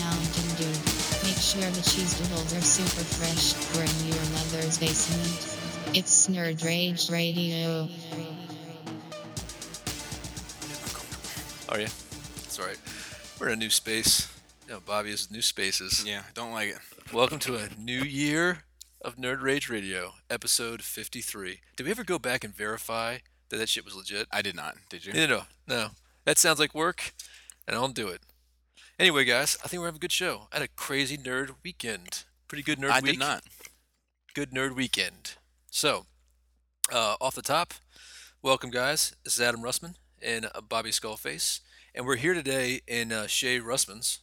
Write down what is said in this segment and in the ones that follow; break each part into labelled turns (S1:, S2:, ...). S1: Mountain Dew. Make sure the cheese doodles are super fresh. We're in your mother's basement. It's Nerd Rage Radio.
S2: Are you? It's all right. We're in a new space. You know, Bobby is new spaces.
S3: Yeah, don't like it.
S2: Welcome to a new year of Nerd Rage Radio, episode 53. Did we ever go back and verify that that shit was legit?
S3: I did not. Did you?
S2: No, no, no. no. That sounds like work, and I don't do it. Anyway, guys, I think we're having a good show. I had a crazy nerd weekend. Pretty good nerd
S3: I
S2: week.
S3: did not.
S2: Good nerd weekend. So, uh, off the top, welcome, guys. This is Adam Russman and uh, Bobby Skullface, and we're here today in uh, Shay Russman's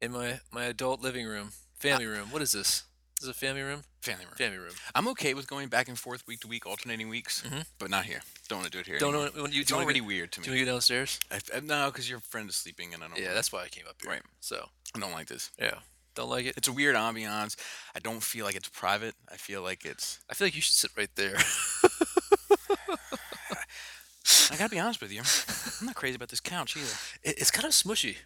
S2: in my, my adult living room, family room. What is this? This is a family room?
S3: Family room.
S2: Family room.
S3: I'm okay with going back and forth week to week, alternating weeks, but not here. Don't want to do it here.
S2: Mm-hmm. Don't know.
S3: anymore.
S2: when you,
S3: It's
S2: do you wanna
S3: already
S2: go-
S3: weird to
S2: Do you
S3: me.
S2: want to go downstairs?
S3: I, I, no, because your friend is sleeping and I don't.
S2: Yeah, that's why I came up here.
S3: Right.
S2: So,
S3: I don't like this.
S2: yeah. Don't like it.
S3: It's a weird ambiance. I don't feel like it's private. I feel like it's.
S2: I feel like you should sit right there.
S3: I gotta be honest with you. I'm not crazy about this couch either.
S2: It, it's kind of smushy.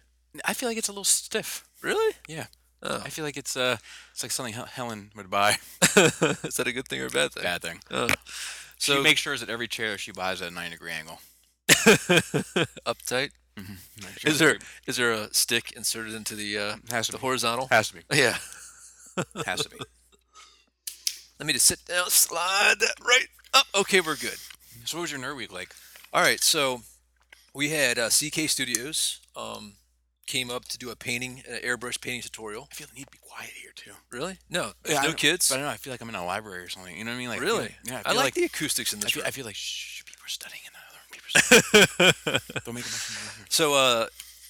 S3: I feel like it's a little stiff.
S2: Really?
S3: Yeah.
S2: Oh.
S3: I feel like it's uh, it's like something Hel- Helen would buy.
S2: is that a good thing or a bad thing?
S3: Bad thing.
S2: Oh.
S3: she
S2: So-
S3: makes sure that every chair she buys at a 90 degree angle.
S2: Uptight. Is there is there a stick inserted into the uh,
S3: Has to
S2: the
S3: be.
S2: horizontal?
S3: Has to be.
S2: Yeah.
S3: Has to be.
S2: Let me just sit down, slide that right up. Okay, we're good.
S3: So, what was your nerd week like?
S2: All right, so we had uh, CK Studios um, came up to do a painting, an airbrush painting tutorial.
S3: I feel the need to be quiet here too.
S2: Really? No, there's no
S3: I,
S2: kids.
S3: But I don't know. I feel like I'm in a library or something. You know what I mean? Like I feel
S2: really?
S3: like- yeah. I,
S2: I,
S3: feel
S2: like, the acoustics in
S3: I
S2: this
S3: feel,
S2: room.
S3: I feel like shh, people are studying in another room. People are studying. don't make a much noise.
S2: So uh,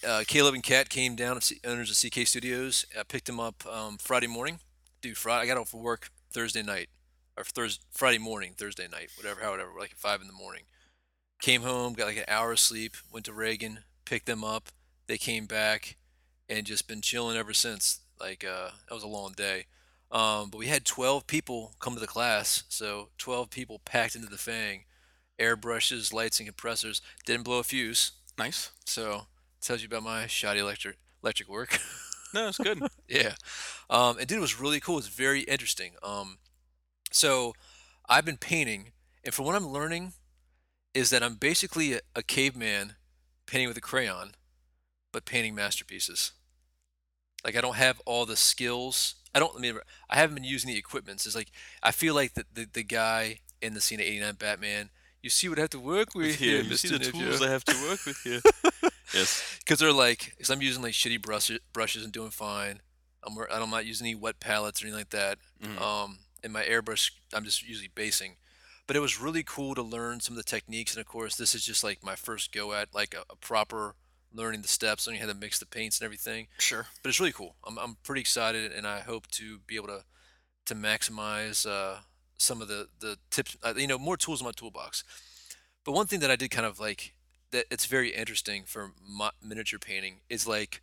S2: uh, Caleb and Kat came down, of C- owners of CK Studios. I picked them up um, Friday morning. Dude, Friday, I got off of work Thursday night, or Thursday, Friday morning, Thursday night, whatever, however, like at five in the morning. Came home, got like an hour of sleep, went to Reagan, picked them up. They came back, and just been chilling ever since. Like uh, that was a long day, um, but we had 12 people come to the class, so 12 people packed into the Fang, airbrushes, lights, and compressors. Didn't blow a fuse.
S3: Nice.
S2: So tells you about my shoddy electric electric work.
S3: No, it's good.
S2: yeah, um, and dude, it was really cool. It's very interesting. Um, so I've been painting, and from what I'm learning, is that I'm basically a, a caveman painting with a crayon, but painting masterpieces. Like I don't have all the skills. I don't. I mean, I haven't been using the equipments. It's like I feel like the the, the guy in the scene of '89 Batman. You see what I have to work with, here, Mr. Napier."
S3: have to work with here. yes.
S2: because they're like, because I'm using like shitty brushes, brushes and doing fine. I'm wor- I'm not using any wet palettes or anything like that.
S3: Hmm. Mm-hmm. Uh,
S2: Um, and my airbrush, I'm just usually basing. But it was really cool to learn some of the techniques, and of course, this is just like my first go at like a, a proper learning the steps, learning how to mix the paints and everything.
S3: Sure.
S2: But it's really cool. I'm I'm pretty excited, and I hope to be able to to maximize uh, some of the the tips. Uh, you know, more tools in my toolbox. But one thing that I did kind of like that it's very interesting for mi- miniature painting is like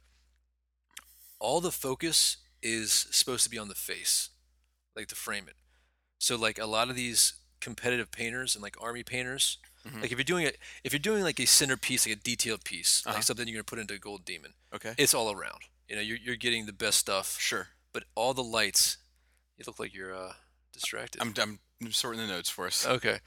S2: all the focus is supposed to be on the face, like to frame it. So like a lot of these competitive painters and like army painters, like if you're doing it, if you're doing like a centerpiece, like a detailed piece,
S3: Uh-huh.
S2: like something you're gonna put into a gold demon,
S3: Okay.
S2: it's all around. You know, you're you're getting the best stuff,
S3: sure.
S2: but all the lights, you look like you're uh, distracted.
S3: I'm, I'm sorting the notes for us.
S2: Okay.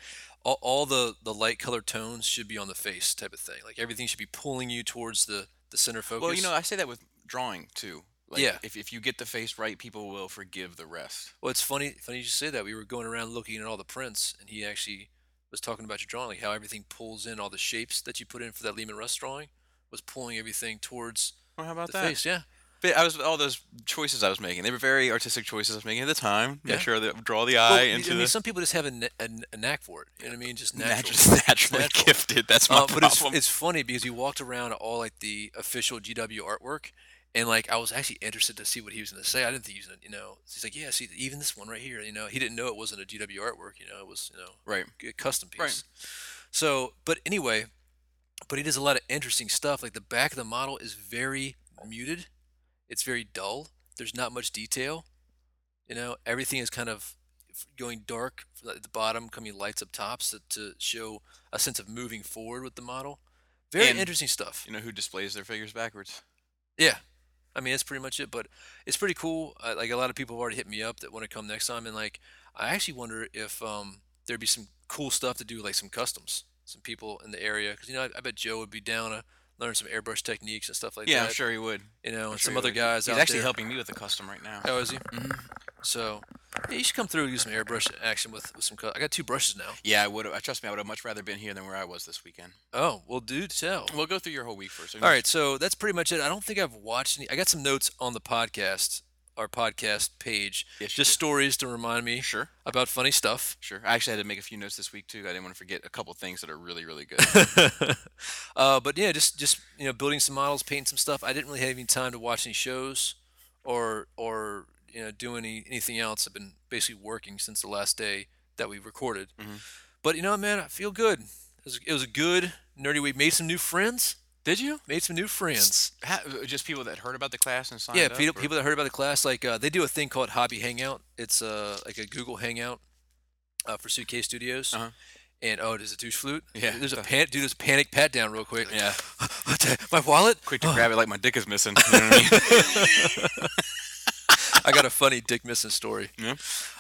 S2: All, all the, the light color tones should be on the face type of thing. Like everything should be pulling you towards the, the center focus.
S3: well, you know, I say that with drawing too. Like,
S2: Yeah.
S3: If, if you get the face right, people will forgive the rest.
S2: well, it's funny funny you say that. We were going around looking at all the prints, and he actually was talking about your drawing, like how everything pulls in all the shapes that you put in for that Lehman Russ drawing was pulling everything towards
S3: Well, how about
S2: the face. Yeah.
S3: But I was all those choices I was making. They were very artistic choices I was making at the time. Make
S2: Yeah.
S3: sure that draw the
S2: Well,
S3: eye
S2: I mean,
S3: into
S2: I mean,
S3: the
S2: some people just have a, kn- a kn- a knack for it. You know what I mean? Just natural.
S3: natural, naturally
S2: Natural.
S3: gifted. That's my
S2: Uh, but it's,
S3: problem.
S2: it's funny because we walked around all like the official GW artwork, And like I was actually interested to see what he was going to say. I didn't think he was going to, you know. He's like, yeah, see, even this one right here, you know, he didn't know it wasn't a GW artwork, you know, it was, you know,
S3: Right.
S2: a custom piece.
S3: Right.
S2: So, but anyway, but he does a lot of interesting stuff. Like the back of the model is very muted. It's very dull. There's not much detail. You know, everything is kind of going dark at the bottom, coming lights up tops to, to show a sense of moving forward with the model. Very
S3: And-
S2: interesting stuff.
S3: You know who displays their figures backwards?
S2: Yeah. I mean, that's pretty much it, but it's pretty cool. Uh, like a lot of people have already hit me up that want to come next time, and like I actually wonder if um, there'd be some cool stuff to do, like some customs, some people in the area, because you know I, I bet Joe would be down to learn some airbrush techniques and stuff like
S3: yeah,
S2: that. Oh,
S3: I'm sure he would.
S2: You know,
S3: I'm
S2: and
S3: sure
S2: some
S3: he
S2: other
S3: would.
S2: guys
S3: He's
S2: out
S3: actually
S2: there.
S3: helping me with the custom right now.
S2: Oh, is he?
S3: Mhm.
S2: So yeah, you should come through and do some airbrush action with, with some. Cu- I got two brushes now.
S3: Yeah, I would. I trust me. I would have much rather been here than where I was this weekend.
S2: Oh, well, do tell.
S3: We'll go through your whole week first.
S2: All right, so that's pretty much it. I don't think I've watched any. I got some notes on the podcast, our podcast page,
S3: Yes, you
S2: just
S3: did.
S2: stories to remind me
S3: Sure.
S2: about funny stuff.
S3: Sure. I actually had to make a few notes this week too. I didn't want to forget a couple things that are really, really good.
S2: uh, but yeah, just just you know, building some models, painting some stuff. I didn't really have any time to watch any shows, or or you know, do any anything else. I've been basically working since the last day that we recorded.
S3: Mhm.
S2: But you know, man, I feel good. It was, it was a good nerdy week. Made some new friends.
S3: Did you?
S2: Made some new friends.
S3: Ha- just people that heard about the class and signed
S2: yeah,
S3: up.
S2: people,
S3: or-
S2: people that heard about the class, like uh, they do a thing called Hobby Hangout. It's uh, like a Google Hangout uh, for Suitcase Studios.
S3: Uh-huh.
S2: And oh, does a douche flute?
S3: Yeah.
S2: There's a pan- dude. There's a panic pat down real quick.
S3: Yeah.
S2: My wallet.
S3: Quick to grab it like my dick is missing. You know what I mean?
S2: I got a funny Dick missing story.
S3: Yeah.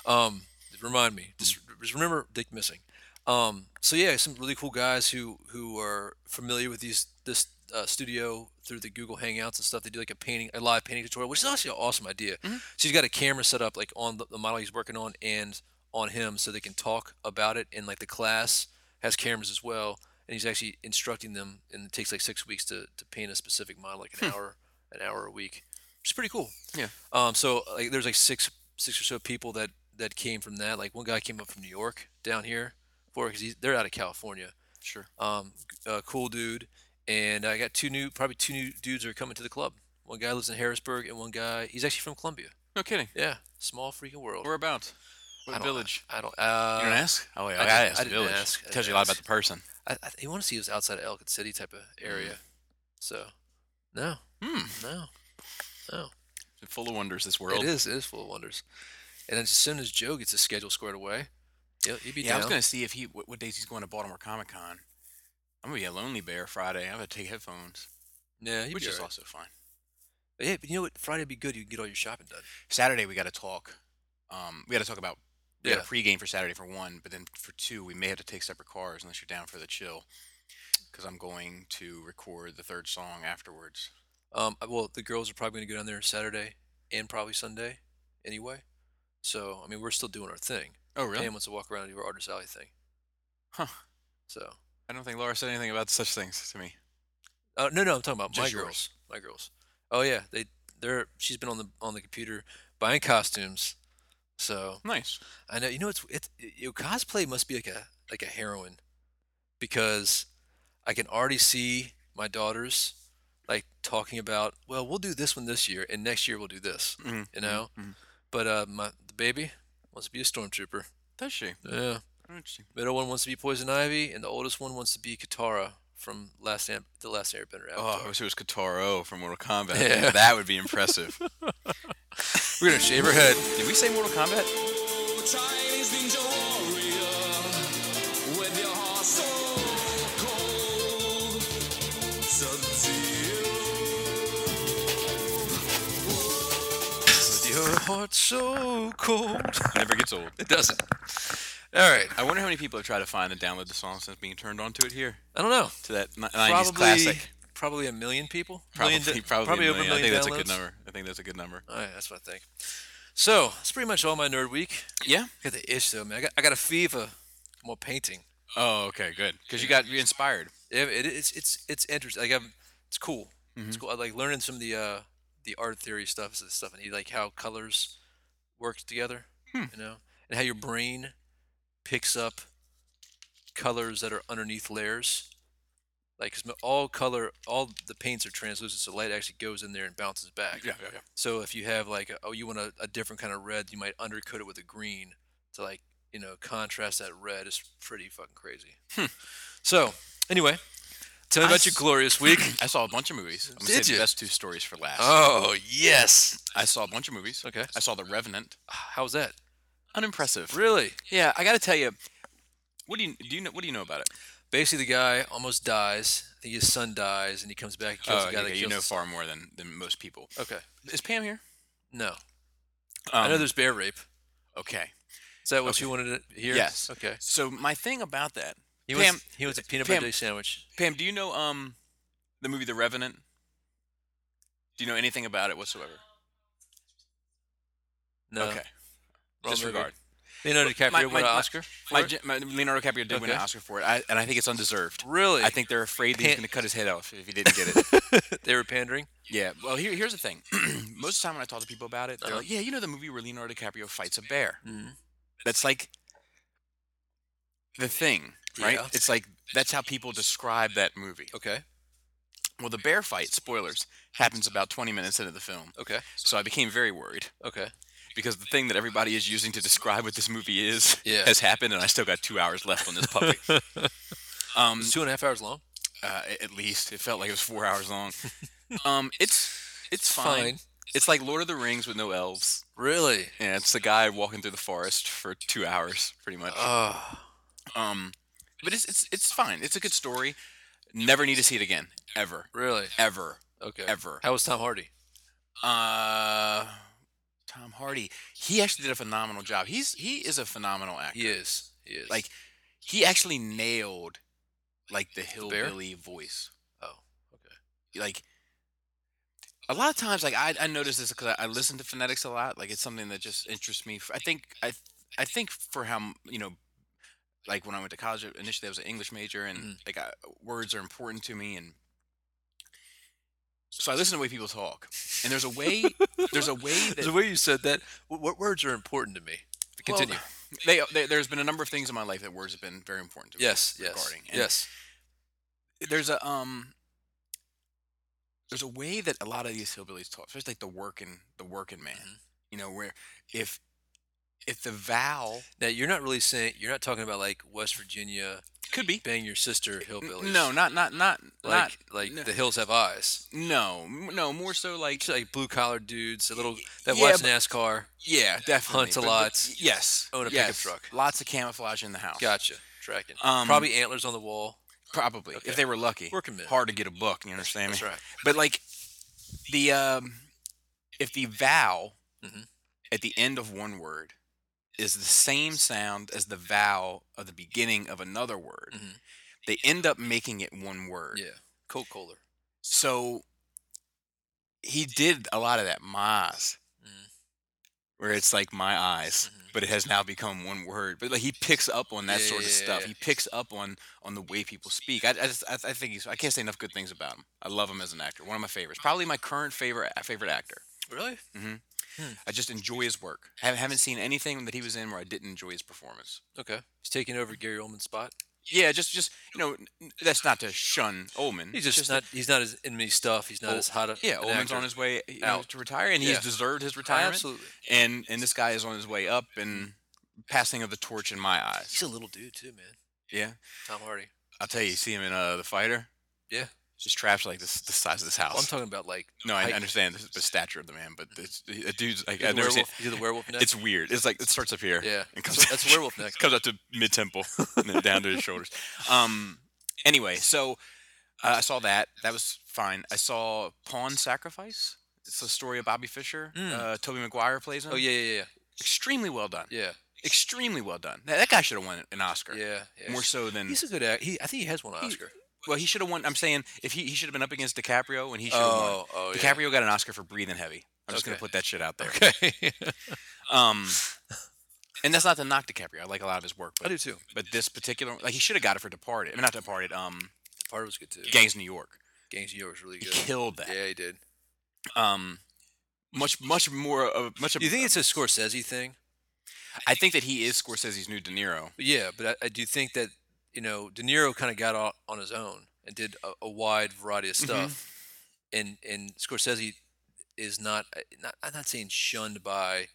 S2: Um, remind me. Just, just remember Dick missing. Um, so yeah, some really cool guys who who are familiar with these this uh, studio through the Google Hangouts and stuff. They do like a painting, a live painting tutorial, which is actually an awesome idea. So he's got a camera set up like on the, the model he's working on and on him, so they can talk about it. And like the class has cameras as well, and he's actually instructing them. And it takes like six weeks to to paint a specific model, like an hour an hour a week, which is pretty cool.
S3: Yeah.
S2: Um, so like, there's like six, six or so people that that came from that. Like one guy came up from New York down here for because they're out of California.
S3: Sure.
S2: Um, uh, cool dude, and I got two new, probably two new dudes are coming to the club. One guy lives in Harrisburg, and one guy he's actually from Columbia.
S3: No kidding.
S2: Yeah, small freaking world.
S3: Whereabouts? What
S2: I don't-
S3: village?
S2: I don't. Uh,
S3: you don't ask? Oh
S2: I
S3: yeah, I,
S2: didn't-
S3: asked
S2: I
S3: the
S2: didn't
S3: village.
S2: ask. I
S3: Tells you
S2: didn't
S3: a lot about
S2: ask.
S3: the person.
S2: I, I, you want to see us outside of Ellicott City type of area.
S3: Mm.
S2: So, no,
S3: Hmm.
S2: no, no.
S3: Full of wonders, this world.
S2: It is. It is full of wonders. And then as soon as Joe gets his schedule squared away, he'll, he'll be
S3: Yeah, I
S2: down.
S3: was gonna see if he what, what days he's going to Baltimore Comic Con. I'm gonna be a lonely bear Friday. I'm gonna take headphones,
S2: Yeah, he'll
S3: which
S2: be
S3: is
S2: all right.
S3: also fun.
S2: But yeah, but you know what? Friday would be good. You can get all your shopping done.
S3: Saturday we got to talk. Um, we got to talk about we got
S2: Yeah.
S3: a pregame for Saturday for one, but then for two we may have to take separate cars unless you're down for the chill. Because I'm going to record the third song afterwards.
S2: Um, I- well, the girls are probably going to go down there Saturday and probably Sunday anyway. So, I mean, we're still doing our thing.
S3: Oh
S2: Pam wants to walk around and do her Artist Alley thing.
S3: Huh.
S2: So,
S3: I don't think Laura said anything about such things to me.
S2: uh, no, no, I'm talking about my
S3: Just yours.
S2: girls. My girls. Oh yeah, they they're she's been on the on the computer buying costumes. So
S3: Nice.
S2: I know. You know, it's it's you know, cosplay must be like a like a heroin, because I can already see my daughters like talking about, well, we'll do this one this year, and next year we'll do this.
S3: Mhm,
S2: You know,
S3: mhm.
S2: but uh, my the baby wants to be a stormtrooper.
S3: Does she?
S2: Yeah,
S3: Interesting.
S2: middle one wants to be Poison Ivy, and the oldest one wants to be Katara from Last Am- the Last Airbender.
S3: Oh,
S2: Avatar.
S3: I wish it was Kataro from Mortal Kombat.
S2: Yeah.
S3: That would be impressive.
S2: We're gonna shave her head.
S3: Did we say Mortal Kombat?
S4: Chinese ninja warrior with your heart so cold. Sub-Zero.
S2: With Your heart so cold.
S3: It never gets old.
S2: It doesn't. All right.
S3: I wonder how many people have tried to find and download the song since being turned on to it here
S2: I don't know.
S3: to that ni- 90s
S2: probably,
S3: classic.
S2: Probably a million people.
S3: Probably,
S2: million, di-
S3: probably, a
S2: over
S3: million.
S2: a million
S3: I think
S2: downloads.
S3: that's a good number. I think that's a good number.
S2: All right, that's what I think. So that's pretty much all my nerd week.
S3: Yeah.
S2: I got the itch though, man. I got, I got a fever. More painting.
S3: Oh, okay, good. Because you got you inspired.
S2: It, it, it's it's it's interesting. Like I'm, it's cool. It's cool. I like learning some of the uh the art theory stuff and stuff, and you like how colors work together. You know, and how your brain picks up colors that are underneath layers. Like 'cause all color, all the paints are translucent, so light actually goes in there and bounces back.
S3: Yeah, yeah, yeah.
S2: So if you have like, a, oh, you want a, a different kind of red, you might undercoat it with a green to like, you know, contrast that red. It's pretty fucking crazy. So anyway, tell me about your
S3: s-
S2: glorious week.
S3: I saw a bunch of movies. I'm gonna
S2: Did
S3: save
S2: you?
S3: the best two stories for last.
S2: oh yes.
S3: I saw a bunch of movies.
S2: Okay.
S3: I saw The Revenant.
S2: How's that?
S3: Unimpressive.
S2: Really?
S3: Yeah, I gotta tell you. What do you do? You know what do you know about it?
S2: Basically, the guy almost dies. I think his son dies, and he comes back and kills
S3: Uh,
S2: the guy
S3: yeah,
S2: that
S3: you
S2: kills
S3: know
S2: his-
S3: far more than, than most people.
S2: Okay.
S3: Is Pam here?
S2: No.
S3: Um,
S2: I know there's bear rape.
S3: Okay.
S2: Is that what
S3: okay.
S2: you wanted to hear?
S3: Yes.
S2: Okay.
S3: So my thing about that,
S2: He
S3: Pam-
S2: wants he wants a peanut
S3: Pam-
S2: butter jelly sandwich.
S3: Pam, do you know um the movie The Revenant? Do you know anything about it whatsoever?
S2: No.
S3: okay.
S2: wrong
S3: Disregard.
S2: Movie. Leonardo DiCaprio
S3: my-
S2: won
S3: my-
S2: an
S3: my-
S2: Oscar. for
S3: My,
S2: it?
S3: gen- my Leonardo DiCaprio did win an
S2: Okay.
S3: Oscar for it, I, and I think it's undeserved.
S2: really?
S3: I think they're afraid that he's
S2: Pan-
S3: going to cut his head off if he didn't get it.
S2: they were pandering.
S3: yeah. Well, here, here's the thing. Most of the time when I talk to people about it,
S2: Uh-huh.
S3: they're like, "Yeah, you know the movie where Leonardo DiCaprio fights a bear."
S2: Mhm.
S3: That's like the thing, right?
S2: Yeah.
S3: It's like that's how people describe that movie.
S2: Okay.
S3: Well, the bear fight, spoilers, happens about 20 minutes into the film.
S2: Okay.
S3: So I became very worried
S2: Okay.
S3: Mm-hmm. because the thing that everybody is using to describe what this movie is
S2: Yeah.
S3: has happened, and I still got two hours left on this puppy. um,
S2: It's two and a half hours long.
S3: uh, a- at least it felt like it was four hours long. um, it's it's fine. It's like Lord of the Rings with no elves,
S2: Really?
S3: and it's the guy walking through the forest for two hours, pretty much.
S2: Oh.
S3: Um, but it's it's it's fine. It's a good story. Never need to see it again, ever,
S2: Really?
S3: ever,
S2: Okay.
S3: ever.
S2: How was Tom Hardy?
S3: Uh, Tom Hardy. He actually did a phenomenal job. He's he is a phenomenal actor.
S2: He is. He is.
S3: Like he actually nailed like the hillbilly voice.
S2: Oh. Okay.
S3: Like a lot of times, like I I notice this because I, I listen to phonetics a lot. Like it's something that just interests me. I think I I think for how m- you know. Like when I went to college, initially I was an English major, and
S2: Mhm.
S3: like I, words are important to me, and so I listen to the way people talk. And there's a way, there's a way that
S2: The way you said that, what, what words are important to me?
S3: Well,
S2: Continue.
S3: they, they, there's been a number of things in my life that words have been very important to me.
S2: yes. Yes.
S3: regarding. And
S2: Yes.
S3: There's a um. There's a way that a lot of these hillbillies talk, especially like the working the working man.
S2: Mhm.
S3: You know where if if the vowel
S2: Now you're not really saying you're not talking about like West Virginia
S3: could be
S2: bang your sister
S3: N-
S2: hillbillies.
S3: no, not not not
S2: like
S3: not
S2: like
S3: no.
S2: the hills have eyes.
S3: no m- no more so like
S2: It's like blue collar dudes, a little that
S3: yeah,
S2: watch
S3: but-
S2: NASCAR.
S3: yeah definitely
S2: Hunts a
S3: but- but
S2: lot,
S3: yes
S2: own a pickup
S3: yes,
S2: truck.
S3: lots of camouflage in the house
S2: Gotcha. Tracking.
S3: Oh. Um,
S2: Probably antlers on the wall.
S3: probably
S2: Okay.
S3: if they were lucky
S2: Working men.
S3: hard to get a book you understand me
S2: That's right.
S3: But like the um, if the vowel
S2: Mhm.
S3: at the end of one word is the same sound as the vowel of the beginning of another word,
S2: Mhm.
S3: they end up making it one word.
S2: Yeah. Coke Kohler.
S3: So he did a lot of that mas.
S2: Mhm.
S3: Where it's like my eyes,
S2: Mhm.
S3: but it has now become one word. But like he picks up on that
S2: Yeah,
S3: sort of
S2: yeah, yeah,
S3: stuff.
S2: yeah.
S3: He picks up on on the way people speak. I, I just I, I think he's I can't say enough good things about him. I love him as an actor. One of my favorites, probably my current favorite favorite actor.
S2: Really? Mm.
S3: I just enjoy his work. I haven't- haven't seen anything that he was in where I didn't enjoy his performance.
S2: Okay. He's taking over Gary Oldman's spot.
S3: Yeah, just just you know, n- n- that's not to shun Ullman.
S2: He's just,
S3: Just
S2: not he's not as in many stuff. He's not
S3: Oh,
S2: as hot a,
S3: Yeah,
S2: an
S3: Ullman's
S2: actor.
S3: on his way you know,
S2: out.
S3: to retire, and he's
S2: Yeah.
S3: deserved his retirement.
S2: Absolutely.
S3: and and this guy is on his way up and passing of the torch in my eyes.
S2: He's a little dude too, man.
S3: Yeah,
S2: Tom Hardy.
S3: I'll tell you, you see him in uh, the fighter.
S2: Yeah.
S3: just trash like this the size of this house.
S2: Well, I'm talking about like
S3: no, I
S2: height.
S3: understand the, the stature of the man, but it's, a dude's like
S2: he's
S3: I've
S2: the
S3: never seen.
S2: werewolf. He's the werewolf neck.
S3: It's weird. It's like it starts up here.
S2: yeah.
S3: and comes
S2: That's, that's werewolf neck.
S3: It comes up to mid temple and then down to his shoulders. Um. Anyway, so uh, I saw that. That was fine. I saw Pawn Sacrifice. It's the story of Bobby Fischer.
S2: Mm.
S3: Uh, Toby Maguire plays him.
S2: Oh yeah, yeah,
S3: extremely well done.
S2: yeah,
S3: Extremely well done. That, that guy should have won an Oscar.
S2: yeah, yeah. yeah.
S3: More so than
S2: He's a good actor. He, I think he has won an
S3: He-
S2: Oscar.
S3: well, he should have won. I'm saying if he, he should have been up against DiCaprio and he should have won.
S2: oh, oh, yeah.
S3: DiCaprio got an Oscar for Breathing Heavy. I'm just gonna
S2: Okay.
S3: put that shit out there.
S2: Okay.
S3: Um, and that's not to knock DiCaprio. I like a lot of his work,
S2: I
S3: but
S2: do too.
S3: but this particular like he should have got it for Departed. I mean, not Departed. Um,
S2: Part was good too.
S3: Gangs of New York.
S2: Gangs of New York was really
S3: He
S2: good.
S3: killed that.
S2: Yeah, he did.
S3: Um, much much more of much.
S2: Do you think it's a Scorsese thing?
S3: I think that he is Scorsese's new De Niro.
S2: Yeah, but I, I do think that you know De Niro kind of got out on his own. and did a, a wide variety
S3: Mm-hmm.
S2: of stuff. And and Scorsese is not, eh, not I'm not saying shunned by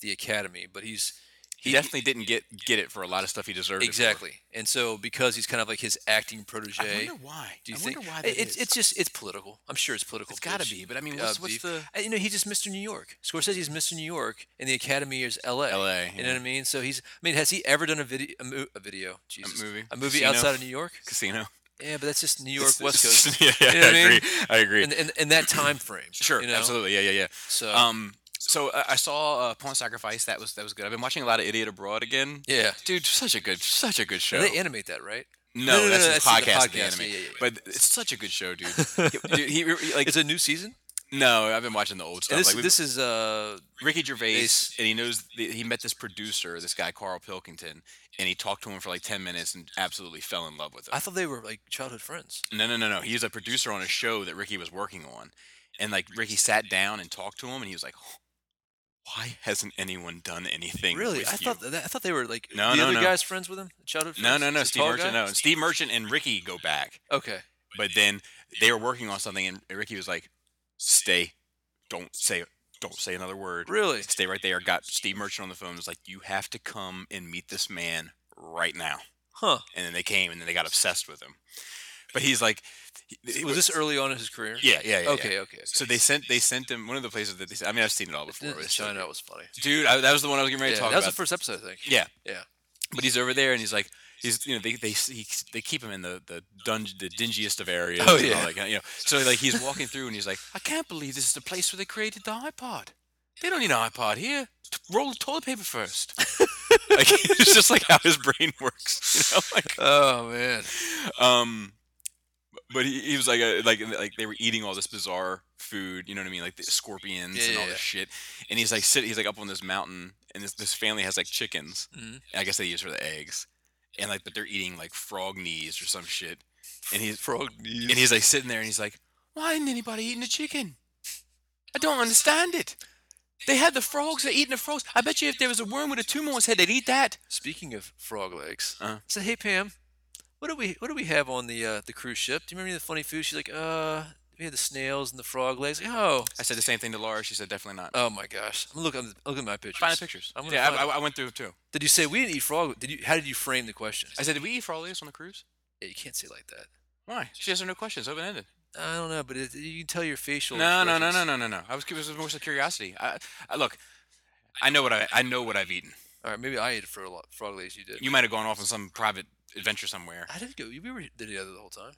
S2: the Academy, but he's
S3: He definitely didn't get get it for a lot of stuff he deserved. it for.
S2: exactly. And so because he's kind of like his acting protege,
S3: I wonder why.
S2: do you
S3: I
S2: think
S3: wonder why
S2: it-
S3: that
S2: it's
S3: is.
S2: it's just it's political? I'm sure it's political.
S3: It's gotta
S2: bitch.
S3: be, but I mean,
S2: uh,
S3: what's, what's
S2: beef.
S3: the?
S2: I- You know, he's just Mr. New York. Scorsese's Mr. New York, and the Academy is L.A.
S3: LA,
S2: You
S3: yeah.
S2: know what I mean? So he's. I mean, has he ever done a video? A, mo- a video? Jesus.
S3: movie?
S2: A movie
S3: Casino?
S2: outside of New York?
S3: Casino.
S2: Yeah, but that's just New York
S3: It's-
S2: West
S3: it's-
S2: Coast.
S3: yeah, yeah,
S2: You know what
S3: I
S2: I mean?
S3: agree. I agree.
S2: in, in, in that time frame.
S3: sure,
S2: you know?
S3: absolutely. Yeah, yeah, yeah.
S2: So
S3: Um, so I, I saw uh, Pawn Sacrifice. That was that was good. I've been watching a lot of Idiot Abroad again.
S2: yeah,
S3: Dude, such a good, such a good show.
S2: And they animate that, right?
S3: no,
S2: no, no,
S3: that's
S2: no,
S3: a
S2: that's the
S3: podcast, of the
S2: podcast,
S3: anime.
S2: yeah, yeah, yeah.
S3: But it's such a good show, dude. dude he, he- like
S2: It's a new season.
S3: no, I've been watching the old stuff.
S2: And this
S3: like, we-
S2: this is uh
S3: Ricky Gervais,
S2: Gervais.
S3: and he knows the, he met this producer, this guy Carl Pilkington, and he talked to him for like ten minutes and absolutely fell in love with him.
S2: I thought they were like childhood friends.
S3: No, no, no, no. He was a producer on a show that Ricky was working on. And like Ricky sat down and talked to him and he was like, "Why hasn't anyone done anything?"
S2: Really?
S3: with
S2: I
S3: you?"
S2: thought that, I thought they were like
S3: No,
S2: the
S3: no,
S2: other
S3: no.
S2: guy's friends with him. Childhood
S3: No,
S2: friends.
S3: no, no.
S2: The
S3: Steve
S2: tall
S3: Merchant.
S2: guy?
S3: No, Steve Merchant and Ricky go back.
S2: Okay.
S3: But then they were working on something and Ricky was like, "Stay. Don't say don't say another word.
S2: Really?
S3: Stay right there." Got Steve Merchant on the phone. Was like, "You have to come and meet this man right now."
S2: Huh.
S3: And then they came and then they got obsessed with him. But he's like, he-
S2: Was this early on in his career?
S3: Yeah, yeah, yeah. yeah.
S2: Okay, okay.
S3: So they sent they sent him one of the places that they sent. I mean, I've seen it all before.
S2: China
S3: but it's so
S2: China was funny.
S3: good. dude, I, that was the one I was getting ready
S2: Yeah,
S3: to
S2: that
S3: talk
S2: was the
S3: about.
S2: first episode, I think.
S3: yeah,
S2: Yeah.
S3: but he's over there and he's like, he's you know they they he, they keep him in the the dunge, the dingiest of areas.
S2: Oh,
S3: and all
S2: yeah.
S3: that kind of- you know. So like he's walking through and he's like, I can't believe this is the place where they created the iPod. They don't need an iPod here. T- Roll the toilet paper first. like it's just like how his brain works, you know. Like,
S2: Oh man.
S3: um, but he, he was like a, like like they were eating all this bizarre food, you know what I mean, like the scorpions
S2: Yeah,
S3: and all
S2: yeah,
S3: this
S2: yeah.
S3: shit. And he's like sit, he's like up on this mountain, and this this family has like chickens.
S2: Mhm.
S3: I guess they use for the eggs, and like but they're eating like frog knees or some shit. And he's
S2: Frog
S3: and he's like sitting there, and he's like, why isn't anybody eating the chicken? I don't understand it. They had the frogs. They're eating the frogs. I bet you if there was a worm with a tumor on his head, they'd eat that.
S2: Speaking of frog legs,
S3: Uh-huh.
S2: I said, "Hey Pam, what do we what do we have on the uh, the cruise ship? Do you remember the funny food?" She's like, "Uh, we had the snails and the frog legs." Oh,
S3: I said the same thing to Laura. She said definitely not.
S2: oh my gosh! I'm looking I'm looking at my pictures.
S3: Find the pictures.
S2: I'm gonna
S3: yeah,
S2: find
S3: I, I, I went through it too.
S2: Did you say we didn't eat frog? Did you? How did you frame the question?
S3: I said, did we eat frog legs on the cruise?
S2: yeah, you can't say it like that.
S3: Why? She answered no questions, open ended.
S2: I don't know, but it, you can tell your facial.
S3: No, no, no, no,
S2: expressions.
S3: no, no, no. I was it was more so curiosity. I, I look, I know what I I know what I've eaten.
S2: All right, maybe I ate frog lo- frog legs. You did.
S3: You might have gone off on some private adventure somewhere.
S2: I didn't go. We were together the whole time.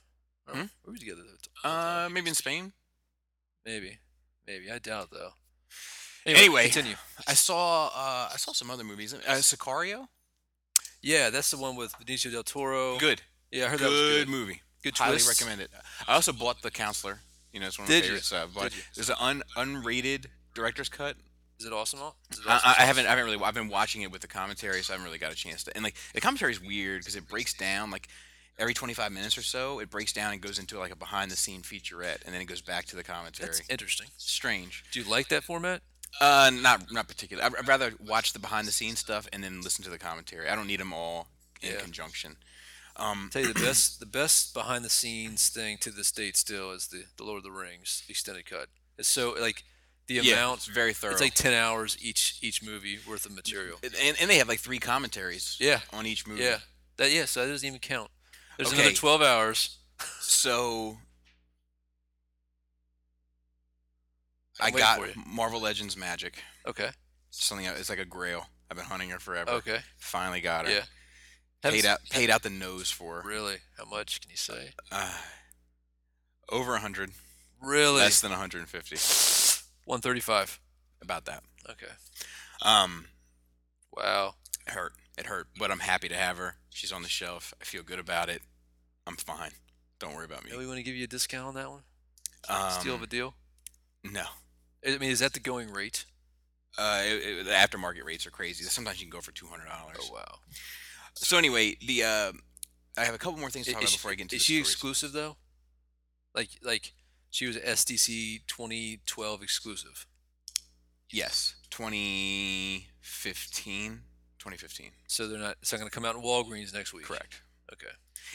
S2: I don't- We were together the whole t- whole time.
S3: Hmm? Uh, maybe in Spain.
S2: Maybe, maybe I doubt though.
S3: Anyway.
S2: continue.
S3: I saw uh I saw some other movies. Uh, Sicario.
S2: Yeah, that's the one with Benicio del Toro.
S3: Good.
S2: Yeah, I heard
S3: good,
S2: that was good.
S3: movie.
S2: Good
S3: Highly
S2: twists.
S3: recommend it. I also bought The Counselor. You know, it's one of my
S2: Did you?
S3: favorites. Uh, but
S2: Did you?
S3: there's an un, unrated director's cut.
S2: Is it awesome? Al? Is it
S3: I,
S2: awesome?
S3: I- I haven't. I haven't really. I've been watching it with the commentary, so I haven't really got a chance to. And like the commentary is weird because it breaks down like every 25 minutes or so. It breaks down and goes into like a behind the scene featurette, and then it goes back to the commentary.
S2: That's interesting.
S3: Strange.
S2: Do you like that format?
S3: Uh, not not particular. I'd, I'd rather watch the behind the scenes stuff and then listen to the commentary. I don't need them all in
S2: Yeah.
S3: conjunction. Um,
S2: I'll tell you the best, the best behind the scenes thing to this date still is the, the Lord of the Rings extended cut. It's so like the
S3: Yeah,
S2: amount.
S3: it's very thorough.
S2: It's like ten hours each each movie worth of material.
S3: and, and they have like three commentaries.
S2: Yeah.
S3: On each movie.
S2: Yeah, that yeah. So that doesn't even count. There's
S3: Mm-hmm. Okay.
S2: another twelve hours.
S3: So
S2: I'm
S3: I
S2: waiting
S3: got
S2: for you.
S3: Marvel Legends Magic.
S2: Okay.
S3: something else. It's like a grail. I've been hunting her forever.
S2: Okay.
S3: Finally got her.
S2: Yeah.
S3: Paid
S2: Haven't-
S3: out paid out the nose for her.
S2: Really? How much can you say?
S3: Uh, over 100.
S2: Really?
S3: Less than 150.
S2: One thirty-five.
S3: About that.
S2: Okay.
S3: Um
S2: Wow.
S3: it hurt. It hurt, but I'm happy to have her. She's on the shelf. I feel good about it. I'm fine. Don't worry about me.
S2: And we want to give you a discount on that one.
S3: Um,
S2: Steal of a deal.
S3: No.
S2: I mean, is that the going rate?
S3: Uh, it, it- the aftermarket rates are crazy. Sometimes you can go for two hundred dollars.
S2: Oh wow.
S3: So anyway, the uh, I have a couple more things to talk
S2: Is
S3: about
S2: she-
S3: before I get into
S2: Is
S3: the
S2: she
S3: stories.
S2: exclusive though? Like like she was SDC 2012 exclusive.
S3: Yes, 2015. 2015.
S2: So they're not. It's not going to come out in Walgreens next week.
S3: Correct.
S2: Okay.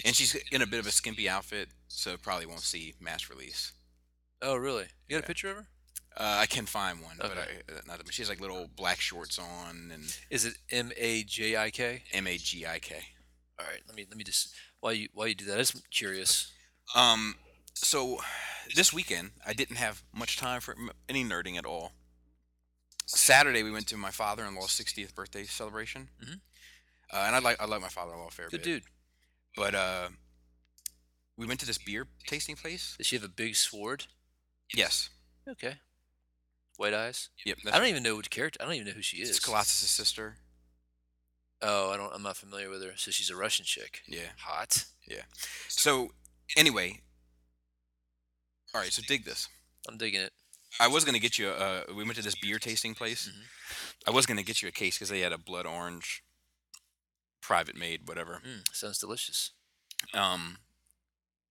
S3: and she's in a bit of a skimpy outfit, so probably won't see mass release.
S2: Oh, really? You got
S3: Yeah.
S2: a picture of her?
S3: Uh, I can find one, but
S2: Okay.
S3: I, uh, not that she has like little black shorts on and
S2: Is it M A J I K?
S3: M A G I K.
S2: All right. Let me let me just while you while you do that, I'm curious.
S3: Um, so this weekend I didn't have much time for m- any nerding at all. Saturday we went to my father-in-law's 60th birthday celebration,
S2: Mhm.
S3: uh, and I like I like my father-in-law a fair
S2: Good
S3: bit.
S2: dude.
S3: But uh, we went to this beer tasting place.
S2: Does she have a big sword?
S3: Yes.
S2: Okay. White eyes.
S3: Yep.
S2: I don't even know which character. I don't even know who she
S3: It's
S2: is.
S3: Colossus' sister.
S2: Oh, I don't. I'm not familiar with her. So she's a Russian chick.
S3: Yeah.
S2: Hot.
S3: So anyway, all right. So dig this.
S2: I'm digging it.
S3: I was gonna get you. Uh, we went to this beer tasting place.
S2: Mhm.
S3: I was gonna get you a case because they had a blood orange, private made, whatever.
S2: Mm, sounds delicious.
S3: Um.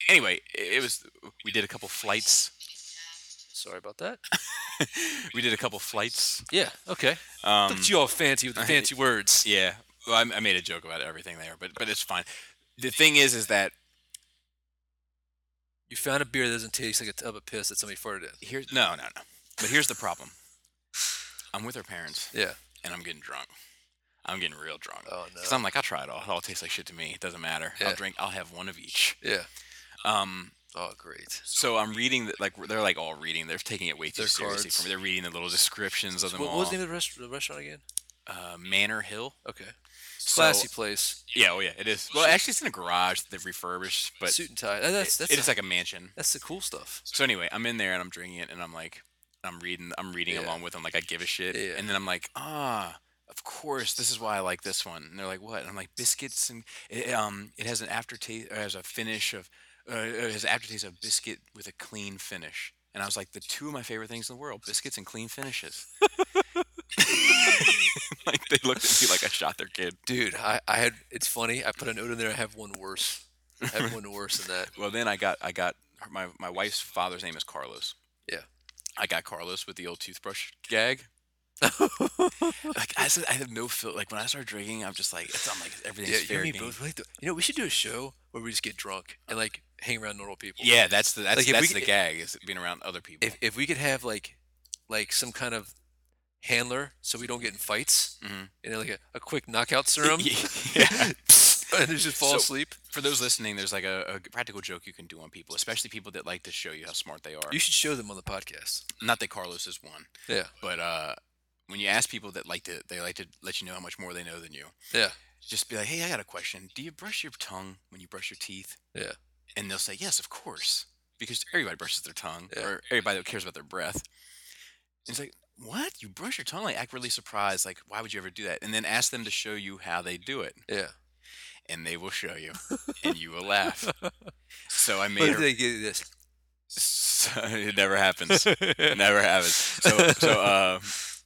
S3: Anyway, i- it was. We did a couple flights.
S2: Sorry about that.
S3: we did a couple flights.
S2: Yeah. Okay.
S3: Um,
S2: Look at you all fancy with the fancy words.
S3: Yeah. Well, I, I made a joke about everything there, but but it's fine. The thing is, is that
S2: You found a beer that doesn't taste like a tub of piss that somebody farted in.
S3: here's no no no. But here's the problem. I'm with her parents,
S2: Yeah.
S3: and I'm getting drunk. I'm getting real drunk.
S2: Oh no.
S3: Because I'm like, I'll try it all. It all tastes like shit to me. It doesn't matter.
S2: Yeah.
S3: I'll drink. I'll have one of each.
S2: yeah.
S3: Um,
S2: Oh great.
S3: so I'm reading the, like they're like all reading. They're taking it way too
S2: Their
S3: seriously
S2: cards.
S3: for me. They're reading the little descriptions of them
S2: What, what
S3: all.
S2: was the name of the, rest, the restaurant again?
S3: uh, Manor Hill.
S2: Okay.
S3: So-
S2: Classy place.
S3: yeah, oh yeah, it is. Well, actually, it's in a garage that they've refurbished, but
S2: Suit and tie. That- That's
S3: it-
S2: that's
S3: it
S2: the-
S3: is like a mansion.
S2: that's the cool stuff.
S3: So anyway, I'm in there and I'm drinking it, and I'm like, I'm reading, I'm reading
S2: Yeah.
S3: along with them, like I give a shit.
S2: Yeah.
S3: And then I'm like, ah, of course, this is why I like this one. And they're like, what? And I'm like, biscuits and it, um, it has an aftertaste, or has a finish of, uh, it has an aftertaste of biscuit with a clean finish. And I was like, the two of my favorite things in the world, biscuits and clean finishes. like they looked at me like I shot their kid.
S2: Dude, I, I had it's funny. I put a note in there. I have one worse. I have one worse than that.
S3: Well, then I got I got her- my my wife's father's name is Carlos.
S2: Yeah.
S3: I got Carlos with the old toothbrush gag. like I said, I have no feel. Like when I start drinking, I'm just like it's, I'm like
S2: Yeah,
S3: everything's
S2: you
S3: fair
S2: and me
S3: game.
S2: both. we like to- you know, we should do a show where we just get drunk and like hang around normal people.
S3: Yeah, that's the that's,
S2: Like, if
S3: that's
S2: we-
S3: the gag is being around other people.
S2: If if we could have like like some kind of handler so we don't get in fights
S3: Mhm.
S2: and then like a, a quick knockout serum
S3: yeah.
S2: and then just fall
S3: So-
S2: asleep.
S3: For those listening, there's like a, a practical joke you can do on people, especially people that like to show you how smart they are.
S2: You should show them on the podcast.
S3: Not that Carlos is one,
S2: Yeah.
S3: but uh, when you ask people that like to, they like to let you know how much more they know than you.
S2: Yeah.
S3: just be like, "Hey, I got a question. Do you brush your tongue when you brush your teeth?"
S2: Yeah.
S3: And they'll say, "Yes, of course," because everybody brushes their tongue,
S2: Yeah.
S3: or everybody that cares about their breath. And it's like, "What? You brush your tongue?" Like, act really surprised. Like, why would you ever do that? And then ask them to show you how they do it,
S2: Yeah.
S3: and they will show you, and you will laugh. So I
S2: But
S3: made
S2: if
S3: her.
S2: they get this.
S3: So, it never happens. It never happens. So, so, uh,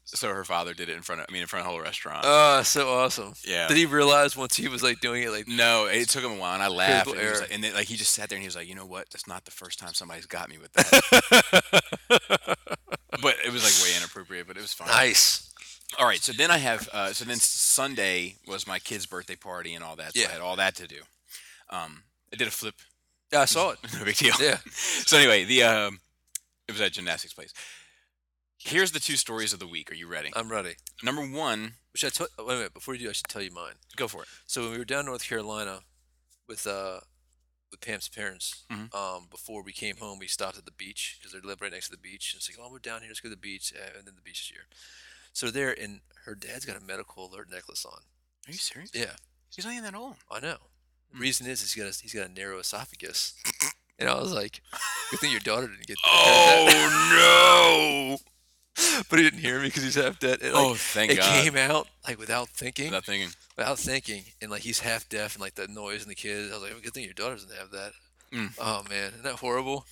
S3: so her father did it in front of. I mean, in front of the whole restaurant.
S2: Oh, so awesome.
S3: yeah.
S2: Did he realize once he was like doing it like
S3: No, it took him a while, and I laughed. And, he was
S2: error.
S3: like, and then, like he just sat there and he was like, "You know what? That's not the first time somebody's got me with that." but it was like way inappropriate, but it was fine.
S2: nice?
S3: all right, so then I have uh, so then Sunday was my kid's birthday party and all that. So
S2: Yeah.
S3: I had all that to do. Um, I did a flip.
S2: Yeah, I saw it.
S3: no big deal.
S2: Yeah.
S3: So anyway, the um, it was at a gymnastics place. Here's the two stories of the week. Are you ready?
S2: I'm ready.
S3: Number one,
S2: Which I told. Wait a minute. Before you do, I should tell you mine.
S3: go for it.
S2: So when we were down in North Carolina with uh with Pam's parents,
S3: Mhm.
S2: um, before we came home, we stopped at the beach because they live right next to the beach. And it's like, oh, we're down here. Let's go to the beach. uh, And then the beach is here. So we're there, and her dad's got a medical alert necklace on.
S3: Are you serious?
S2: Yeah,
S3: He's not even that old.
S2: I know. The
S3: Hmm.
S2: reason is he's got a, he's got a narrow esophagus. And I was like, good thing your daughter didn't get that.
S3: Oh no!
S2: but he didn't hear me because he's half dead. It, like,
S3: oh, thank
S2: it
S3: God.
S2: came out like without thinking,
S3: Without thinking.
S2: without thinking, and like he's half deaf and like that noise and the kids. I was like, well, good thing your daughter doesn't have that.
S3: Mm.
S2: Oh man, isn't that horrible?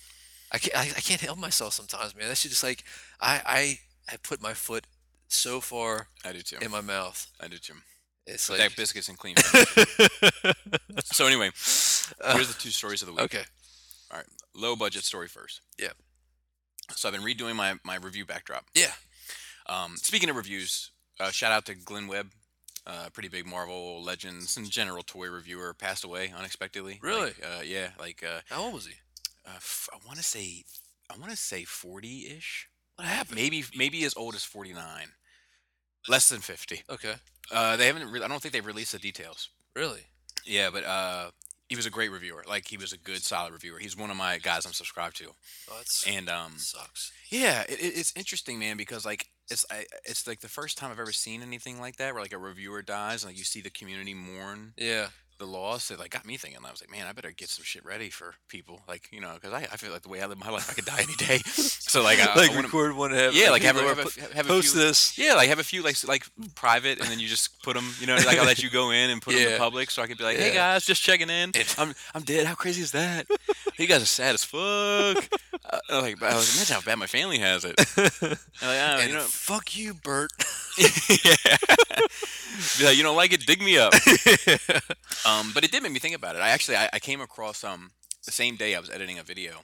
S2: I can't, I, I can't help myself sometimes, man. That's just like I, I, I put my foot so far
S3: I do too.
S2: in my mouth.
S3: I do too.
S2: It's
S3: But
S2: like
S3: that biscuits and clean. finish. so anyway, here's the two stories of the week.
S2: okay,
S3: Low budget story first.
S2: Yeah.
S3: So I've been redoing my my review backdrop.
S2: yeah,
S3: Um, speaking of reviews, uh, shout out to Glenn Webb. uh, pretty big Marvel Legends and general toy reviewer, passed away unexpectedly.
S2: Really?
S3: Like, uh, yeah, like uh,
S2: How old was he?
S3: uh, f- I want to say, I want to say forty-ish. What happened? Maybe, maybe as old as forty-nine, less than fifty.
S2: Okay.
S3: Uh, they haven't. Re- I don't think they've released the details.
S2: Really?
S3: Yeah, but uh, he was a great reviewer. Like he was a good, solid reviewer. He's one of my guys I'm subscribed to,
S2: Oh, that's
S3: and um,
S2: sucks.
S3: yeah, it, it- it's interesting, man, because like it's I, it's like the first time I've ever seen anything like that, where like a reviewer dies and like you see the community mourn
S2: Yeah.
S3: the loss. It like got me thinking. I was like, man, I better get some shit ready for people, like you know, because I, I feel like the way I live my life, I could die any day. so like, I,
S2: like
S3: I wanna-
S2: record one and have
S3: yeah, like have a,
S2: people
S3: have
S2: put-
S3: a, have a
S2: post
S3: few,
S2: this.
S3: yeah, like have a few like s- like private, and then you just put them, you know, like I let you go in and put them
S2: Yeah.
S3: in public, so I could be like, hey
S2: Yeah.
S3: guys, just checking in. I'm I'm dead. How crazy is that? you guys are sad as fuck. Uh, like, but I was imagine how bad my family has it. And like, oh,
S2: and
S3: you know,
S2: fuck you, Bert.
S3: yeah. Be like, you don't like it? Dig me up. um, but it did make me think about it. I actually I, I came across um the same day I was editing a video,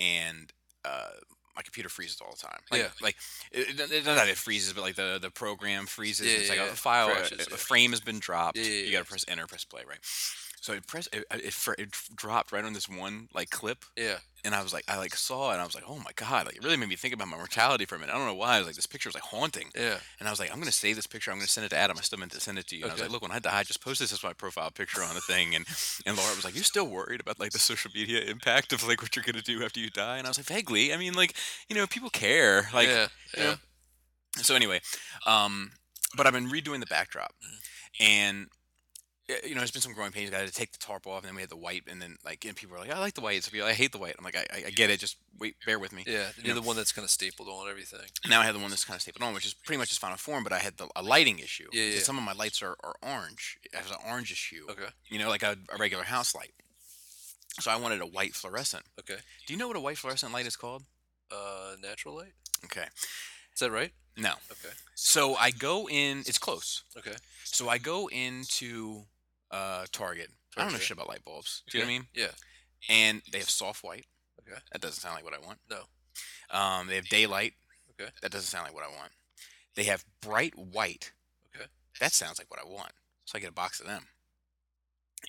S3: and uh, my computer freezes all the time. Like,
S2: Yeah.
S3: like it, it, not that it freezes, but like the the program freezes.
S2: Yeah,
S3: it's like
S2: yeah,
S3: a
S2: yeah.
S3: file, a,
S2: Crashes,
S3: a
S2: yeah.
S3: frame has been dropped.
S2: Yeah, yeah,
S3: you
S2: yeah.
S3: got to press enter, press play, right? So it press it, it, fr- it dropped right on this one like clip
S2: Yeah.
S3: and I was like, I like saw it, and I was like, oh my god, like it really made me think about my mortality for a minute. I don't know why. I was like, this picture was like haunting,
S2: Yeah.
S3: and I was like, I'm gonna save this picture. I'm gonna send it to Adam. I still meant to send it to you. And I was
S2: Okay.
S3: like, look, when I die, just post this as my profile picture on the thing. And and Laura was like, you're still worried about like the social media impact of like what you're gonna do after you die. And I was like, vaguely. I mean, like you know, people care. Like
S2: yeah.
S3: you know? so anyway, um, but I've been redoing the backdrop,
S2: Mm.
S3: and y- you know, there's been some growing pains. I had to take the tarp off, and then we had the white, and then like, and people were like, "I like the white," some people, "I hate the white." I'm like, "I, I- I get it. Just wait, bear with me."
S2: yeah. Yeah. You're
S3: know.
S2: the one that's kind of stapled on everything.
S3: Now I had the one that's kind of stapled on, which is pretty much its final form, but I had the, a lighting issue.
S2: Yeah,
S3: So
S2: yeah.
S3: Some of my lights are, are orange. It has an orangish hue.
S2: Okay.
S3: You know, like a, a regular house light. So I wanted a white fluorescent.
S2: Okay.
S3: Do you know what a white fluorescent light is called?
S2: Uh, natural light.
S3: Okay.
S2: Is that right?
S3: No.
S2: Okay.
S3: So I go in. It's close.
S2: Okay.
S3: So I go into uh, Target. I don't know
S2: Target.
S3: shit about light bulbs. Do you know what I mean?
S2: Yeah.
S3: And they have soft white.
S2: Okay.
S3: That doesn't sound like what I want.
S2: No.
S3: Um, they have daylight.
S2: Okay.
S3: That doesn't sound like what I want. They have bright white.
S2: Okay.
S3: That sounds like what I want. So I get a box of them.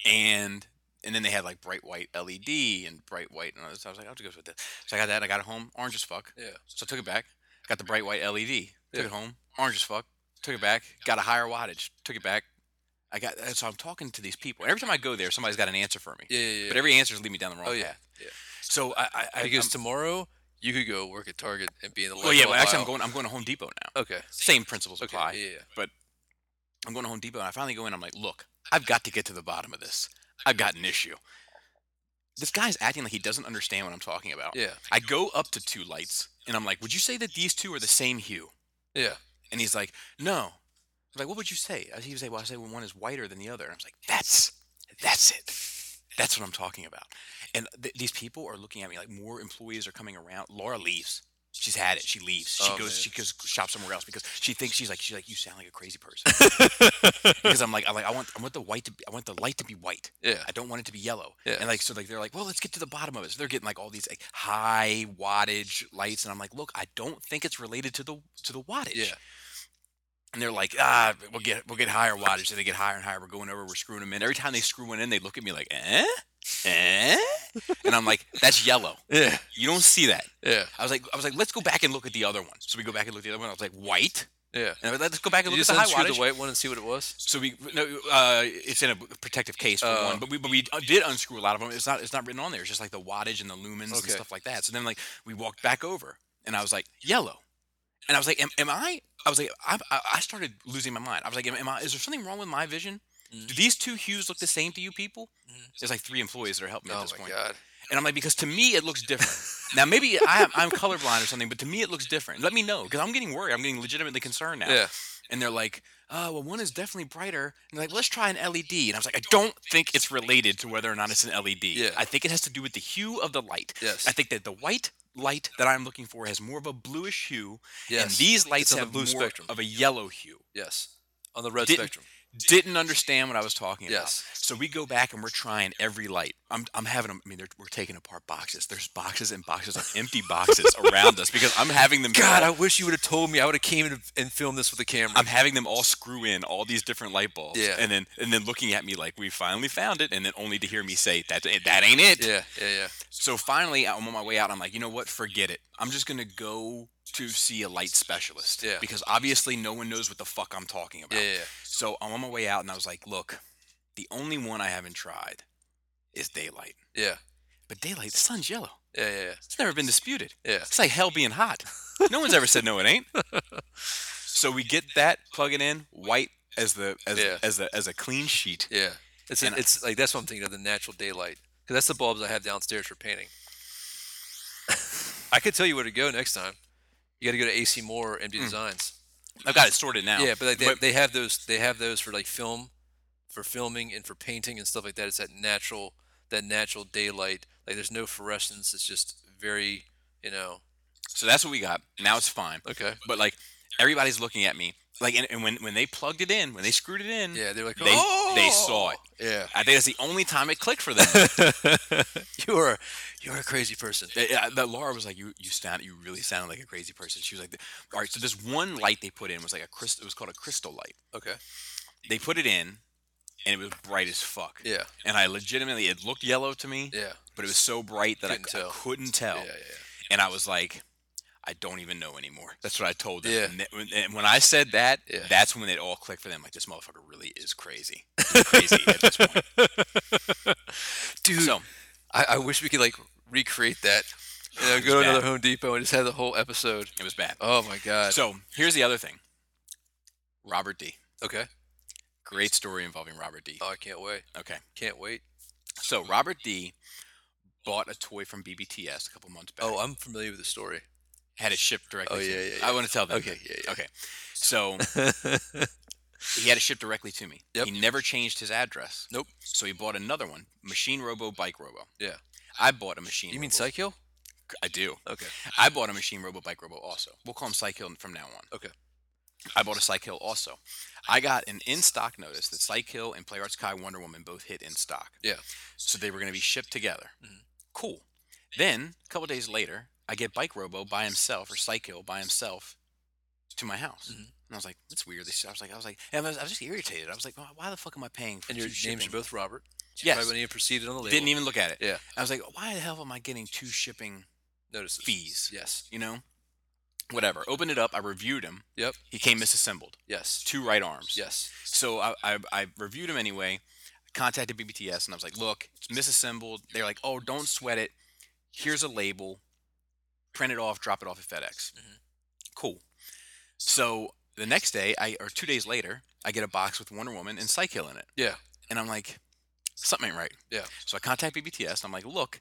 S3: And and then they had like bright white LED and bright white and other stuff. I was like, I'll just go with this. So I got that. I got it home. Orange as fuck.
S2: Yeah.
S3: So I took it back. Got the bright white LED. Took
S2: Yeah.
S3: it home. Orange as fuck. Took it back. Got a higher wattage. Took it back. I got. So I'm talking to these people. Every time I go there, somebody's got an answer for me.
S2: Yeah. Yeah. yeah.
S3: But every answer is leading me down the wrong
S2: Oh, yeah.
S3: path.
S2: Yeah.
S3: So I, I, I
S2: because
S3: I'm-
S2: tomorrow you could go work at Target and be in the light.
S3: well, yeah.
S2: bulb
S3: Well, actually,
S2: aisle.
S3: I'm going. I'm going to Home Depot now.
S2: Okay.
S3: Same principles
S2: Okay.
S3: apply.
S2: Yeah. yeah.
S3: I'm going to Home Depot and I finally go in. I'm like, look, I've got to get to the bottom of this. I've got an issue. This guy's acting like he doesn't understand what I'm talking about.
S2: Yeah.
S3: I go up to two lights and I'm like, would you say that these two are the same hue?
S2: Yeah.
S3: And he's like, no. I'm like, what would you say? I- He was like, well, I say well, one is whiter than the other. And I was like, that's, that's it. That's what I'm talking about. And th- these people are looking at me like more employees are coming around. Laura leaves. She's had it. She leaves. She
S2: Oh,
S3: goes.
S2: man.
S3: She goes shop somewhere else because she thinks she's like she's like you sound like a crazy person. because I'm like I like I want I want the white to be, I want the light to be white.
S2: Yeah.
S3: I don't want it to be yellow.
S2: Yeah.
S3: And like so like they're like, well, let's get to the bottom of it. So they're getting like all these like high wattage lights, and I'm like, look, I don't think it's related to the to the wattage.
S2: Yeah.
S3: And they're like, ah, we'll get we'll get higher wattage. So they get higher and higher. We're going over. We're screwing them in. Every time they screw one in, they look at me like, eh, eh, and I'm like, that's yellow.
S2: Yeah.
S3: You don't see that.
S2: Yeah.
S3: I was like, I was like, let's go back and look at the other one. So we go back and look at the other one. I was like, white.
S2: Yeah.
S3: And I was like, let's go back and
S2: Did you
S3: look
S2: just
S3: at the high
S2: unscrew
S3: wattage.
S2: the white one and see what it was?
S3: So we no, uh, it's in a protective case for
S2: Oh.
S3: one, but we but we uh, did unscrew a lot of them. It's not it's not written on there. It's just like the wattage and the lumens and
S2: Okay.
S3: stuff like that. So then like we walked back over, and I was like yellow, and I was like, am, am I? I was like, I, I I started losing my mind. I was like, am, am I? Is there something wrong with my vision?
S2: Mm-hmm.
S3: Do these two hues look the same to you people? There's like three employees that are helping me
S2: oh
S3: at this
S2: my
S3: point.
S2: god.
S3: And I'm like, because to me it looks different. now maybe I, I'm colorblind or something, but to me it looks different. Let me know because I'm getting worried. I'm getting legitimately concerned now.
S2: Yeah.
S3: And they're like, oh, well, one is definitely brighter. And they're like, let's try an LED. And I was like, I don't think it's related to whether or not it's an LED.
S2: Yeah.
S3: I think it has to do with the hue of the light.
S2: Yes.
S3: I think that the white light that I'm looking for has more of a bluish hue. And
S2: Yes.
S3: these lights
S2: It's on the
S3: have
S2: blue
S3: more
S2: spectrum.
S3: of a yellow hue.
S2: Yes. On the red
S3: Didn't-
S2: spectrum.
S3: Didn't understand what I was talking about.
S2: Yes.
S3: So we go back and we're trying every light. I'm, I'm having them. I mean, they're, we're taking apart boxes. There's boxes and boxes of empty boxes around us because I'm having them.
S2: God, I wish you would have told me. I would have came in and filmed this with a camera.
S3: I'm having them all screw in all these different light bulbs.
S2: Yeah.
S3: And then and then looking at me like we finally found it, and then only to hear me say that that ain't it.
S2: yeah, yeah, yeah.
S3: So finally, I'm on my way out. I'm like, you know what? Forget it. I'm just gonna go to see a light specialist.
S2: Yeah.
S3: Because obviously, no one knows what the fuck I'm talking about.
S2: Yeah, yeah, yeah.
S3: So I'm on my way out, and I was like, look, the only one I haven't tried is daylight.
S2: Yeah,
S3: But daylight, the sun's yellow.
S2: yeah, yeah, yeah.
S3: It's never been disputed.
S2: Yeah.
S3: It's like hell being hot. No one's ever said no, it ain't. So we get that, plug it in, white as the as
S2: Yeah.
S3: as a as a clean sheet.
S2: Yeah, it's
S3: And I-
S2: it's like that's what I'm thinking of the natural daylight because that's the bulbs I have downstairs for painting. I could tell you where to go next time. You got to go to AC Moore or
S3: Hmm.
S2: MD Designs.
S3: I've got it sorted now.
S2: Yeah, but like they, they have those they have those for like film, for filming and for painting and stuff like that. It's that natural that natural daylight. Like there's no fluorescence. It's just very you know
S3: so that's what we got. Now it's fine.
S2: okay.
S3: But like everybody's looking at me. Like and, and when when they plugged it in, when they screwed it in,
S2: Yeah, they're like
S3: they
S2: oh!
S3: they saw it.
S2: Yeah,
S3: I think that's the only time it clicked for them.
S2: you are you are a crazy person.
S3: That- yeah, that Laura was like, you you sound you really sounded like a crazy person. She was like, all right. So this one light they put in was like a crystal. It was called a crystal light.
S2: Okay.
S3: They put it in, and it was bright as fuck.
S2: Yeah.
S3: And I legitimately, it looked yellow to me.
S2: Yeah.
S3: But it was so bright that I,
S2: Couldn't
S3: c- I
S2: tell.
S3: couldn't tell.
S2: Yeah. Yeah. yeah.
S3: And I was like, I don't even know anymore. That's what I told them.
S2: Yeah.
S3: And, th- when- and when I said that,
S2: Yeah.
S3: that's when it all clicked for them. Like this motherfucker really is crazy. He's crazy at this point.
S2: Dude,
S3: So
S2: I, I wish we could like recreate that. You know,
S3: It's
S2: go to another
S3: bad.
S2: Home Depot and just have the whole episode.
S3: it was bad.
S2: Oh my god.
S3: So here's the other thing. Robert D.
S2: okay.
S3: Great story involving Robert D.
S2: Oh, I can't wait.
S3: Okay.
S2: Can't wait.
S3: So Robert D bought a toy from BBTS a couple months back.
S2: Oh, I'm familiar with the story.
S3: had it shipped directly
S2: Oh,
S3: to
S2: yeah,
S3: me.
S2: yeah, yeah.
S3: I want to tell them.
S2: Okay, yeah, yeah.
S3: Okay. So he had it shipped directly to me.
S2: Yep.
S3: He never changed his address.
S2: Nope.
S3: So he bought another one, Machine Robo Bike Robo.
S2: Yeah.
S3: I bought a Machine
S2: You mean
S3: Robo.
S2: Psycho?
S3: I do.
S2: Okay.
S3: I bought a Machine Robo Bike Robo also. We'll call him Psych Hill from now on.
S2: Okay.
S3: I bought a Psych Hill also. I got an in stock notice that Psych Hill and Play Arts Kai Wonder Woman both hit in stock.
S2: Yeah. Mm-hmm.
S3: So they were going to be shipped together. Cool. Then, a couple days later, I get Bike Robo by himself or Psych Hill by himself to my house.
S2: Mm-hmm.
S3: And I was like, that's weird. They sh- I was like, I was like, and I was, I was just irritated. I was like, "Why- why the fuck am I paying for
S2: And your
S3: two
S2: names
S3: shipping?
S2: are both Robert.
S3: Yes.
S2: Probably wouldn't even proceeded on the label.
S3: Didn't even look at it.
S2: Yeah.
S3: I was like, why the hell am I getting two shipping
S2: Notice
S3: fees?
S2: Yes.
S3: you know, whatever. Opened it up. I reviewed him.
S2: Yep.
S3: He came misassembled.
S2: Yes.
S3: Two right arms.
S2: Yes.
S3: So I, I, I reviewed him anyway. Contacted BBTS and I was like, look, it's misassembled. They're like, oh, don't sweat it. Here's a label. Print it off. Drop it off at FedEx.
S2: Mm-hmm.
S3: Cool. So the next day, I or two days later, I get a box with Wonder Woman and Psyche Hill in it,
S2: Yeah.
S3: and I'm like, something ain't right.
S2: Yeah.
S3: So I contact BBTS and I'm like, look,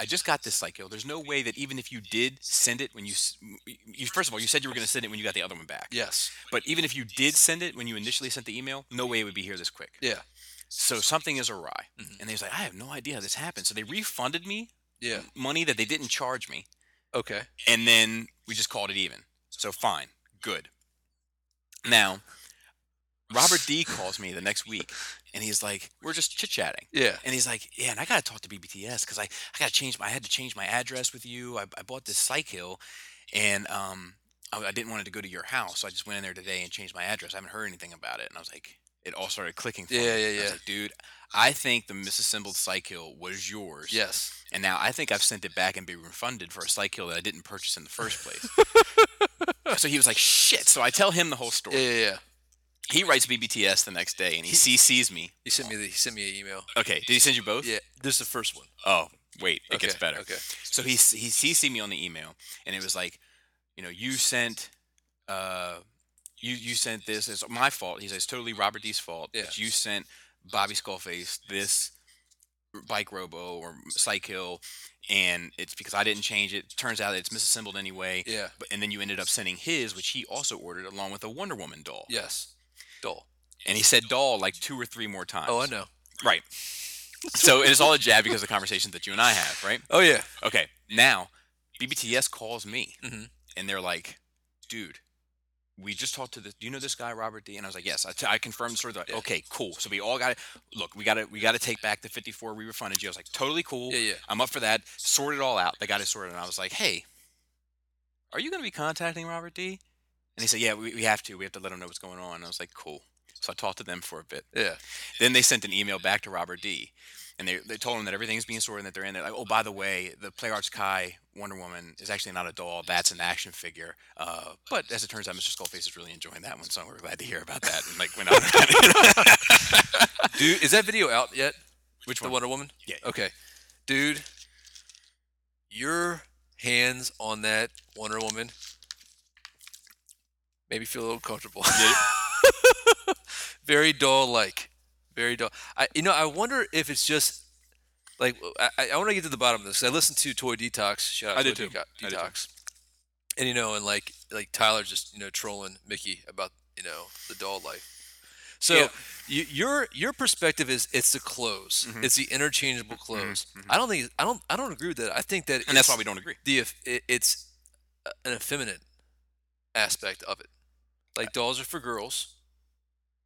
S3: I just got this Psycho. There's no way that even if you did send it when you, s- you first of all, you said you were going to send it when you got the other one back.
S2: Yes.
S3: But even if you did send it when you initially sent the email, no way it would be here this quick.
S2: Yeah.
S3: So something is awry. And they was like, I have no idea how this happened. So they refunded me
S2: Yeah.
S3: money that they didn't charge me.
S2: Mm. Okay.
S3: And then we just called it even. So fine. Good. Now, Robert D calls me the next week and he's like, we're just chit chatting.
S2: Yeah.
S3: And he's like, yeah, and I gotta talk to BBTS because I, I gotta change my, I had to change my address with you. I, I bought this Psych Hill, and um, I, I didn't want it to go to your house, so I just went in there today and changed my address. I haven't heard anything about it, and I was like, it all started clicking. For
S2: Yeah,
S3: me.
S2: yeah,
S3: I was
S2: yeah.
S3: like, Dude, I think the misassembled Psych Hill was yours.
S2: Yes.
S3: And now I think I've sent it back and been refunded for a Psych Hill that I didn't purchase in the first place. so he was like, shit. So I tell him the whole story.
S2: Yeah. Yeah. yeah.
S3: He writes BBTS the next day, and he CCs me.
S2: He sent me the, he sent me an email.
S3: Okay, did he send you both?
S2: Yeah. This is the first one.
S3: Oh, wait, it
S2: Okay,
S3: gets better.
S2: okay.
S3: So he he CC'd me on the email, and it was like, you know, you sent, uh, you you sent this. It's my fault. He says it's totally Robert D's fault.
S2: Yeah.
S3: But you sent Bobby Skullface this bike robo or psych hill, and it's because I didn't change it. Turns out it's misassembled anyway.
S2: Yeah.
S3: But, and then you ended up sending his, which he also ordered along with a Wonder Woman doll.
S2: Yes. Doll.
S3: And he said doll like two or three more times.
S2: Oh, I know.
S3: Right. So it's all a jab because of the conversation that you and I have, right?
S2: Oh yeah.
S3: Okay, now BBTS calls me
S2: Mhm.
S3: and they're like, dude, we just talked to this. Do you know this guy, Robert D? And I was like, yes. I, t- I confirmed the story. They're Like, okay, cool. So we all got it. Look, we got to we got to take back the 54 we refunded you. I was like, totally cool.
S2: Yeah, yeah.
S3: I'm up for that. Sort it all out. They got it sorted. And I was like, hey, are you going to be contacting Robert D? And he said, yeah, we, we have to. We have to let him know what's going on. And I was like, cool. So I talked to them for a bit.
S2: Yeah.
S3: Then they sent an email back to Robert D. And they, they told him that everything's being sorted and that they're in there. Like, oh, by the way, the Play Arts Kai Wonder Woman is actually not a doll. That's an action figure. Uh, but as it turns out, Mr. Skullface is really enjoying that one. So we're glad to hear about that. And like, went on.
S2: Dude, is that video out yet?
S3: Which
S2: The
S3: one?
S2: Wonder Woman?
S3: Yeah.
S2: Okay. Dude, your hands on that Wonder Woman made me feel a little comfortable. Very doll like. Very dull. I you know, I wonder if it's just like I- I, I want to get to the bottom of this. 'cause I listened to Toy Detox. Shout out
S3: I
S2: Toy
S3: did too.
S2: Deco-
S3: I did too.
S2: Detox. And you know, and like like Tyler just you know trolling Mickey about you know the doll life. So
S3: Yeah.
S2: you, your your perspective is it's the clothes.
S3: Mm-hmm.
S2: It's the interchangeable clothes. I don't think I don't I don't agree with that. I think that
S3: And that's
S2: it's
S3: why we don't agree.
S2: the eff- it, it's a- an effeminate aspect of it. Like dolls are for girls,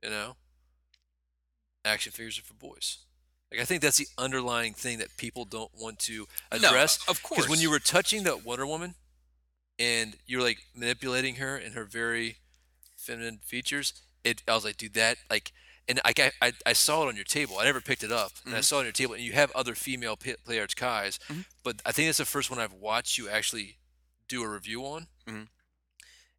S2: you know. Action figures are for boys. Like I think that's the underlying thing that people don't want to address.
S3: of
S2: Because when
S3: course.
S2: you were touching that Wonder Woman, and you're like manipulating her and her very feminine features, it I was like, dude, that like, and I I, I- I saw it on your table. I never picked it up,
S3: Mm-hmm.
S2: and I saw it on your table. And you have other female p- play arts kais, but I think that's the first one I've watched you actually do a review on.
S3: Mhm.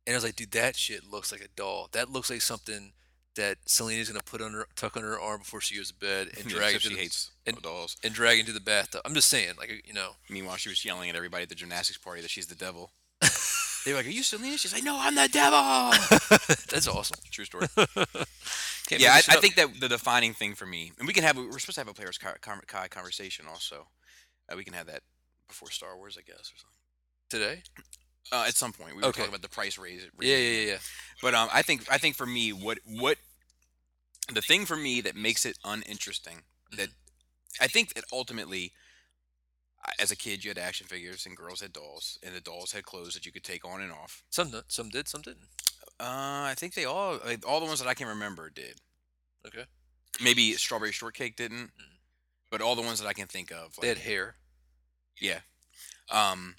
S2: And I was like, dude, that shit looks like a doll. That looks like something that Selena's gonna put under tuck under her arm before she goes to bed and
S3: Yeah,
S2: drag
S3: so
S2: into
S3: she
S2: the,
S3: hates
S2: and-
S3: dolls.
S2: and drag into the bathtub. I'm just saying, like you know,
S3: Meanwhile, she was yelling at everybody at the gymnastics party that she's the devil. they were like, are you Selena? She's like, no, I'm the devil.
S2: that's awesome.
S3: True story.
S2: Can't
S3: yeah,
S2: make
S3: I,
S2: this shit
S3: I
S2: up.
S3: think that the defining thing for me, and we can have we're supposed to have a players co- com- Kai conversation also. Uh, we can have that before Star Wars, I guess, or something.
S2: today.
S3: Uh, at some point, we were
S2: Okay.
S3: talking about the price raise.
S2: Yeah, yeah, yeah, yeah.
S3: But um, I think I think for me, what what the thing for me that makes it uninteresting that
S2: Mm-hmm.
S3: I think that ultimately, I- as a kid, you had action figures and girls had dolls, and the dolls had clothes that you could take on and off.
S2: Some did- some did, some didn't.
S3: Uh, I think they all like, all the ones that I can remember did.
S2: Okay,
S3: maybe strawberry shortcake didn't
S2: Mm-hmm.
S3: but all the ones that i can think of
S2: they had
S3: like,
S2: hair.
S3: yeah um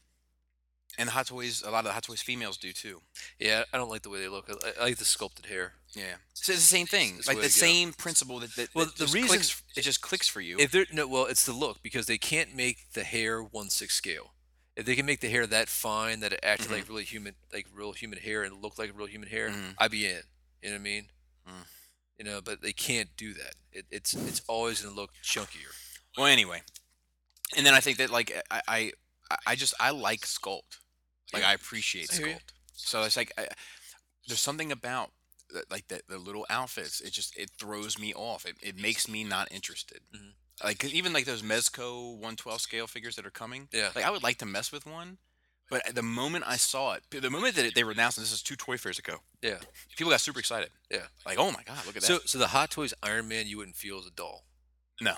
S3: and the hot toys a lot of the hot toys females do too
S2: Yeah, I don't like the way they look. I, I like the sculpted hair.
S3: yeah so it's the same thing
S2: It's the
S3: like
S2: way
S3: the
S2: to go.
S3: same principle that, that,
S2: Well,
S3: that
S2: the
S3: just
S2: reason-
S3: clicks, it just clicks for you
S2: If they're no, well, it's the look because they can't make the hair one six scale. If they can make the hair that fine that it acted like really human, like real human hair and looked like real human hair,
S3: Mhm.
S2: I'd be in. You know what I mean?
S3: Mm.
S2: You know, but they can't do that. It, it's it's always gonna look chunkier.
S3: well anyway and then i think that like i i, I- I just i like sculpt like i appreciate
S2: I hear you.
S3: sculpt so it's like I, there's something about uh, like the, the little outfits it just it throws me off it, it makes me not interested
S2: Mhm.
S3: Like 'cause even like those mezco 112 scale figures that are coming
S2: Yeah.
S3: like i would like to mess with one but at the moment i saw it the moment that they were announcing this is two toy fairs ago
S2: Yeah,
S3: people got super excited
S2: yeah.
S3: like oh my god look at that
S2: So so the Hot Toys Iron Man you wouldn't feel as a doll.
S3: No.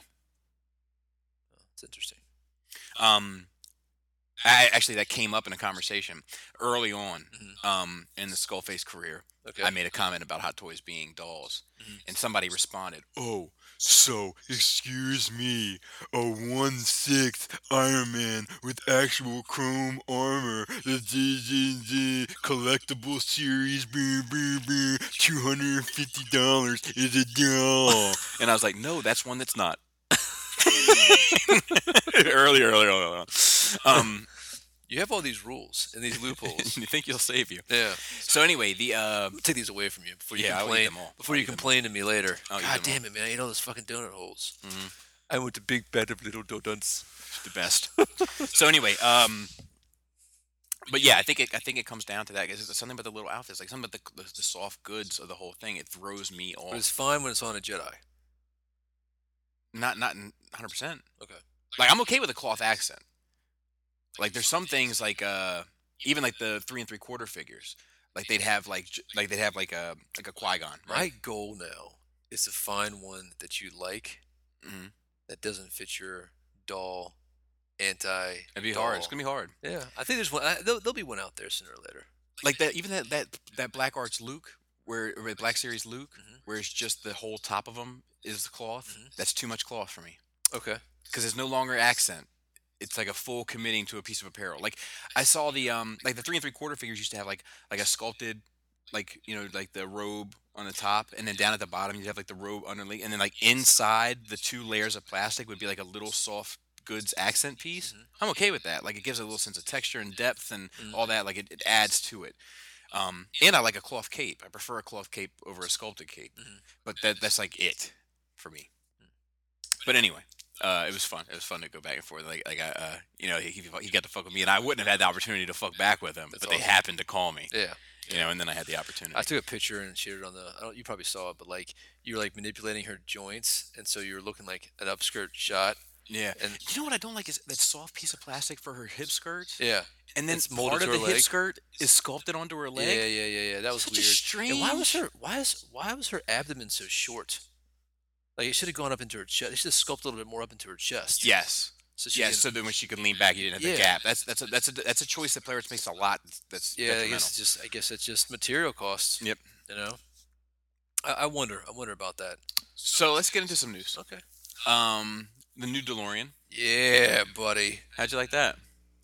S2: It's interesting.
S3: um I, actually that came up in a conversation early on
S2: Mhm.
S3: um in the skullface career
S2: Okay.
S3: i made a comment about hot toys being dolls
S2: Mhm.
S3: and somebody responded
S5: Oh, so excuse me, a one sixth Iron Man with actual chrome armor, the DDD collectible series, brr, brr, brr, two hundred and fifty dollars is a doll.
S3: and i was like no that's one that's not early early early early um
S2: You have all these rules and these loopholes.
S3: you think you'll save you
S2: yeah.
S3: so anyway the uh
S2: Take these away from you before you
S3: Yeah, I'll eat
S2: complain.
S3: them all.
S2: Before
S3: I'll
S2: you
S3: eat them
S2: complain to me later.
S3: I'll
S2: God
S3: eat them all.
S2: damn it, man! I ate all those fucking donut holes.
S3: Mhm.
S2: I want a big bed of little donuts.
S3: the best. so anyway, um, but yeah, I think it, I think it comes down to that. 'cause It's something about the little outfits, like something about the, the, the soft goods of the whole thing. It throws me off.
S2: But it's fine when it's on a Jedi.
S3: not not hundred percent.
S2: Okay.
S3: Like I'm okay with a cloth accent. Like there's some things like uh even like the three and three quarter figures. Like they'd have like j- like they'd have like a like a Qui Gon,
S2: My
S3: right?
S2: goal now is to find one that you like
S3: Mhm.
S2: that doesn't fit your doll anti.
S3: It'd be hard. It's gonna be hard.
S2: Yeah, I think there's one. I, there'll, there'll be one out there sooner or later.
S3: like that even that that that black arts luke where or the black series luke
S2: Mhm.
S3: where it's just the whole top of them is the cloth
S2: Mhm.
S3: that's too much cloth for me
S2: Okay.
S3: because it's no longer accent it's like a full committing to a piece of apparel like i saw the um like the three and three quarter figures used to have like like a sculpted like you know like the robe on the top and then down at the bottom you'd have like the robe underneath and then like inside the two layers of plastic would be like a little soft goods accent piece
S2: Mhm.
S3: i'm okay with that like it gives it a little sense of texture and depth and
S2: Mhm.
S3: all that like it, it adds to it um and i like a cloth cape i prefer a cloth cape over a sculpted cape
S2: Mhm.
S3: but that that's like it for me
S2: Mm.
S3: but anyway uh, it was fun. It was fun to go back and forth. Like, like I, uh, you know, he, he he got to fuck with me, and I wouldn't have had the opportunity to fuck back with him.
S2: That's
S3: but they
S2: awesome.
S3: happened to call me,
S2: Yeah.
S3: you know, and then I had the opportunity.
S2: I took a picture and shared it on the. I don't, you probably saw it, but like you were like manipulating her joints, and so you were looking like an upskirt shot,
S3: yeah.
S2: and
S3: You know what I don't like is that soft piece of plastic for her hip skirt,
S2: yeah,
S3: and then
S2: It's molded
S3: part of
S2: to
S3: the
S2: her
S3: hip
S2: leg.
S3: skirt is sculpted onto her leg.
S2: yeah, yeah, yeah, yeah. That was
S3: Such a
S2: weird. And why was
S3: strange-
S2: her? Why is? Why was her abdomen so short? Like it should have gone up into her chest. It should have sculpted a little bit more up into her chest.
S3: Yes.
S2: So she
S3: Yes.
S2: didn't-
S3: So then when she could lean back, you didn't have the
S2: Yeah.
S3: gap. That's that's a that's a that's a choice that players makes a lot. That's, that's
S2: yeah, I
S3: detrimental.
S2: guess it's just. I guess it's just material costs.
S3: Yep.
S2: You know. I, I wonder. I wonder about that.
S3: So let's get into some news.
S2: Okay.
S3: Um, the new DeLorean.
S2: Yeah, buddy.
S3: How'd you like that?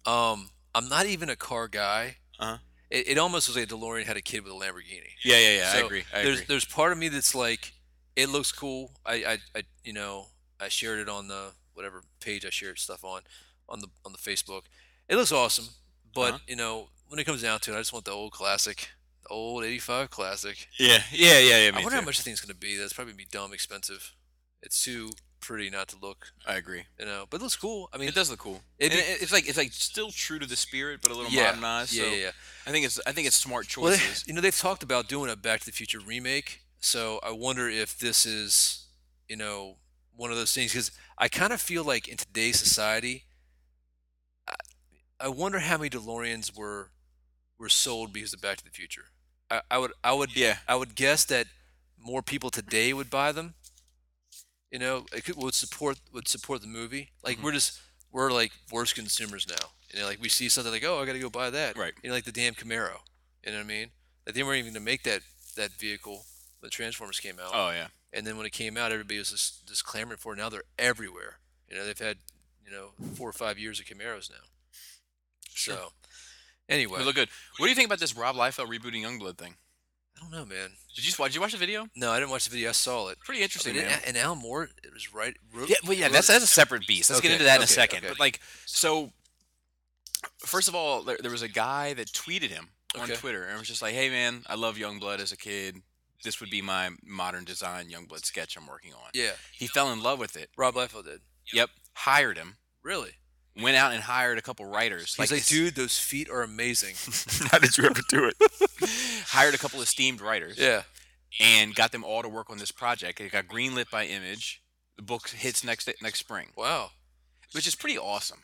S2: Um, I'm not even a car guy.
S3: Uh-huh.
S2: It, it almost was like a DeLorean had a kid with a Lamborghini.
S3: Yeah, yeah, yeah. I
S2: So,
S3: agree. I
S2: there's
S3: agree.
S2: there's part of me that's like, it looks cool. I, I, I you know I shared it on the whatever page I shared stuff on, on the on the Facebook. It looks awesome, but
S3: Uh-huh.
S2: you know when it comes down to it, I just want the old classic, the old '85 classic.
S3: Yeah, yeah, yeah, yeah.
S2: I
S3: me
S2: wonder how
S3: too.
S2: much the thing's gonna be. That's probably gonna be dumb expensive. It's too pretty not to look,
S3: I agree.
S2: you know. But it looks cool. I mean,
S3: It does look cool.
S2: It'd
S3: And
S2: be-
S3: it- it's like it's like still true to the spirit, but a little
S2: yeah,
S3: modernized.
S2: yeah,
S3: so
S2: yeah, yeah.
S3: I think it's I think it's smart
S2: Well, they-
S3: choices.
S2: you know, they've talked about doing a Back to the Future remake, so I wonder if this is, you know, one of those things because I kind of feel like in today's society, I, I wonder how many DeLoreans were were sold because of Back to the Future. I, I would, I would,
S3: yeah,
S2: I would guess that more people today would buy them. You know, it could, would support would support the movie. Like we're just we're like worse consumers now. You know, like we see something like, oh, I got to go buy that.
S3: Right.
S2: You know, like the damn Camaro. You know what I mean? Like they weren't even gonna make that that vehicle when Transformers came out.
S3: Oh yeah.
S2: And then when it came out, everybody was just, just clamoring for it. Now they're everywhere. You know, they've had you know four or five years of Camaros now.
S3: Sure.
S2: So anyway,
S3: They look good. What do you think about this Rob Liefeld rebooting Youngblood thing?
S2: I don't know, man.
S3: Did you watch? Did you watch the video?
S2: No, I didn't watch the video. I saw it.
S3: Pretty interesting,
S2: I mean,
S3: man.
S2: and Al Moore it was right. wrote-
S3: Yeah, well, yeah,
S2: wrote
S3: that's
S2: it.
S3: that's a separate beast. Let's
S2: Okay,
S3: get into that in a
S2: okay,
S3: second.
S2: okay.
S3: But like, so first of all, there, there was a guy that tweeted him on
S2: Okay.
S3: Twitter and was just like, "Hey, man, I love Youngblood as a kid. This would be my modern design Youngblood sketch I'm working on."
S2: Yeah,
S3: He fell in love with it.
S2: Rob Liefeld did.
S3: Yep, hired him.
S2: Really?
S3: Went out and hired a couple writers.
S2: He's like, dude, those feet are amazing.
S3: how did you ever do it? hired a couple esteemed writers.
S2: yeah.
S3: and got them all to work on this project. It got greenlit by Image. The book hits next next spring,
S2: Wow.
S3: which is pretty awesome.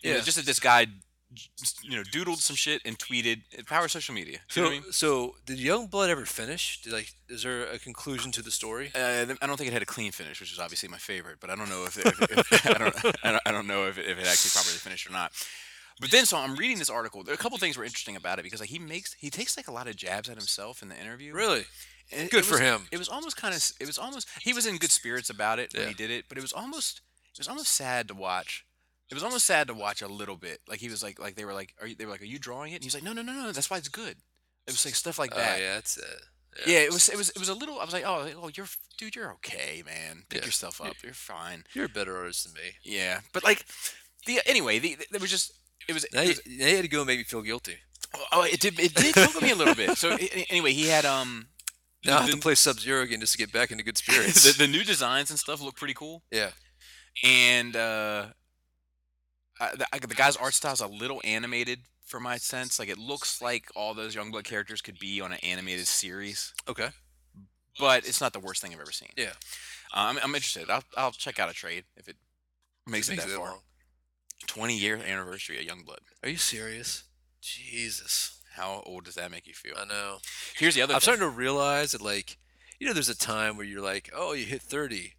S3: You know,
S2: Yeah.
S3: just that this guy, you know, doodled some shit and tweeted. Power of social media.
S2: So,
S3: You know what I mean?
S2: so did Youngblood ever finish? Did like, is there a conclusion to the story?
S3: Uh, th- I don't think it had a clean finish, which is obviously my favorite. But I don't know if, it, if, if I, don't, I don't I don't know if it, if it actually properly finished or not. But then, so I'm reading this article. There are a couple things were interesting about it because like he makes he takes like a lot of jabs at himself in the interview.
S2: Really?
S3: And it-
S2: Good
S3: it
S2: for
S3: was-
S2: him.
S3: It was almost kind of. It was almost. He was in good spirits about it when
S2: Yeah.
S3: he did it, but it was almost. It was almost sad to watch. It was almost sad to watch a little bit. Like he was like, like they were like, are you, they were like, are you drawing it? And he's like, no, no, no, no. That's why it's good. It was like stuff like
S2: Oh
S3: that.
S2: yeah, that's it.
S3: Yeah, it was. It was. It was a little. I was like, oh, oh, you're, dude, you're okay, man. Pick
S2: Yeah.
S3: yourself up. You're fine.
S2: You're a better artist than me.
S3: Yeah, but like, the anyway, the, the there was just. It was.
S2: Now
S3: it
S2: you,
S3: was
S2: now you had to go and make me feel guilty.
S3: oh, it did. It did tickle me a little bit. So a- anyway, he had um.
S2: Now I have to
S3: the,
S2: play Sub Zero again just to get back into good
S3: the,
S2: spirits.
S3: the new designs and stuff look pretty cool.
S2: yeah.
S3: and uh, I, the, I, the guy's art style's a little animated for my sense. Like it looks like all those Youngblood characters could be on an animated series,
S2: Okay.
S3: but it's not the worst thing I've ever seen.
S2: Yeah.
S3: Uh, I'm, I'm interested. I'll, I'll check out a trade if it makes it,
S2: Makes
S3: that
S2: it
S3: far.
S2: long.
S3: 20 year anniversary of Youngblood.
S2: Are you serious? Jesus.
S3: How old does that make you feel?
S2: I know.
S3: Here's the other.
S2: I'm
S3: thing.
S2: starting to realize that, like, you know, there's a time where you're like, oh, you hit 30.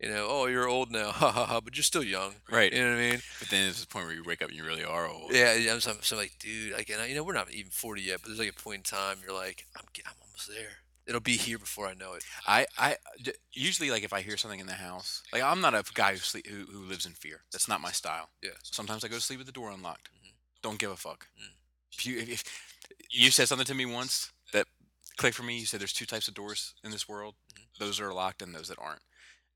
S2: You know, oh, you're old now, ha ha ha, but you're still young.
S3: Right.
S2: You know what I mean?
S3: But then there's a point where you wake up and you really are old.
S2: Yeah, yeah, I'm so, so like, dude, like, and I, you know, we're not even 40 yet, but there's like a point in time you're like, I'm, ge- I'm almost there. It'll be here before I know it.
S3: I, I d- usually like if I hear something in the house, like I'm not a guy who sleep, who, who lives in fear. That's not my style.
S2: Yeah.
S3: Sometimes I go to sleep with the door unlocked. Don't give a fuck.
S2: Mm.
S3: If you if, if you said something to me once that clicked for me, you said there's two types of doors in this world. Those that are locked and those that aren't.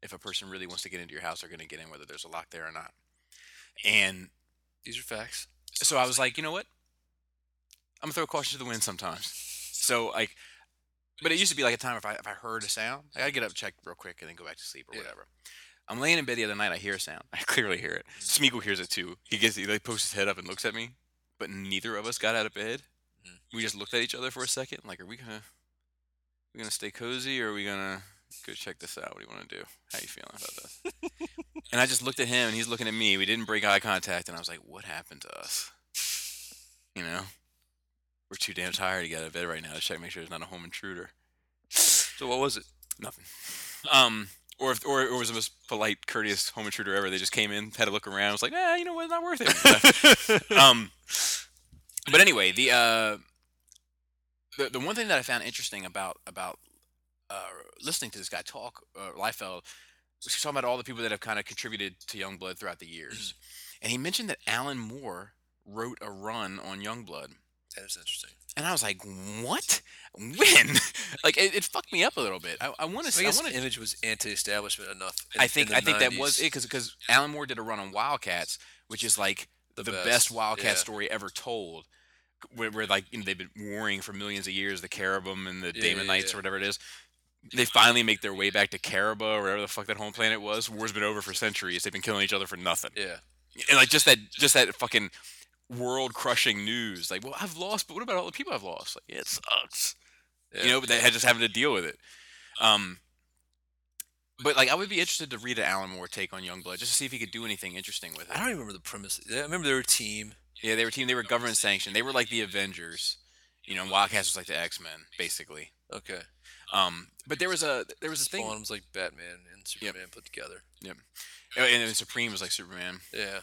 S3: If a person really wants to get into your house, they're going to get in whether there's a lock there or not. And
S2: These are facts.
S3: so I was like, you know what? I'm gonna throw caution to the wind sometimes. So like, but it used to be like a time if I if I heard a sound, like, I'd get up, check real quick, and then go back to sleep or
S2: Yeah.
S3: whatever. I'm laying in bed the other night. I hear a sound. I clearly hear it. Smeagol hears it too. He gets he like pokes his head up and looks at me, but neither of us got out of bed.
S2: Mhm.
S3: We just looked at each other for a second. Like, are we gonna we gonna stay cozy or are we gonna go check this out? What do you want to do? How you feeling about this? and I just looked at him, and he's looking at me. We didn't break eye contact, and I was like, what happened to us? You know, we're too damn tired to get out of bed right now to check, make sure there's not a home intruder.
S2: So what was it?
S3: Nothing. Um, or if, or, or it was the most polite, courteous home intruder ever. They just came in, had a look around, was like, ah, you know what, not worth it. um, but anyway, the uh, the the one thing that I found interesting about about uh, listening to this guy talk, uh, Liefeld, was talking about all the people that have kind of contributed to Youngblood throughout the years,
S2: Mm-hmm.
S3: and he mentioned that Alan Moore wrote a run on Youngblood.
S2: That is interesting.
S3: And I was like, "What? When?" like it, it fucked me up a little bit. I, I want to.
S2: So
S3: say
S2: I
S3: I
S2: guess
S3: want to
S2: image was anti-establishment enough. in-
S3: I
S2: in
S3: think
S2: the
S3: I think that was
S2: 90s.
S3: it because Alan Moore did a run on Wildcats, which is like the, best, Wildcat
S2: yeah.
S3: story ever told. Where, where like you know they've been warring for millions of years, the Caribum and the
S2: Yeah, yeah,
S3: Damonites
S2: yeah.
S3: or whatever it is. They finally make their way back to Cariba or whatever the fuck that home planet was. War's been over for centuries. They've been killing each other for nothing
S2: Yeah,
S3: and like just that just that fucking world crushing news like well i've lost but what about all the people i've lost like it sucks
S2: Yeah.
S3: you know but they had just having to deal with it um but like i would be interested to read an alan moore take on youngblood just to see if he could do anything interesting with
S2: I
S3: it
S2: don't even remember the premise. I remember they were a team.
S3: yeah they were a team they were government sanctioned they were like the avengers you know and wildcats was like the x-men basically
S2: Okay,
S3: um but there was a there was a thing
S2: Spawn was like Batman and Superman put together.
S3: and then supreme was like superman
S2: Yeah,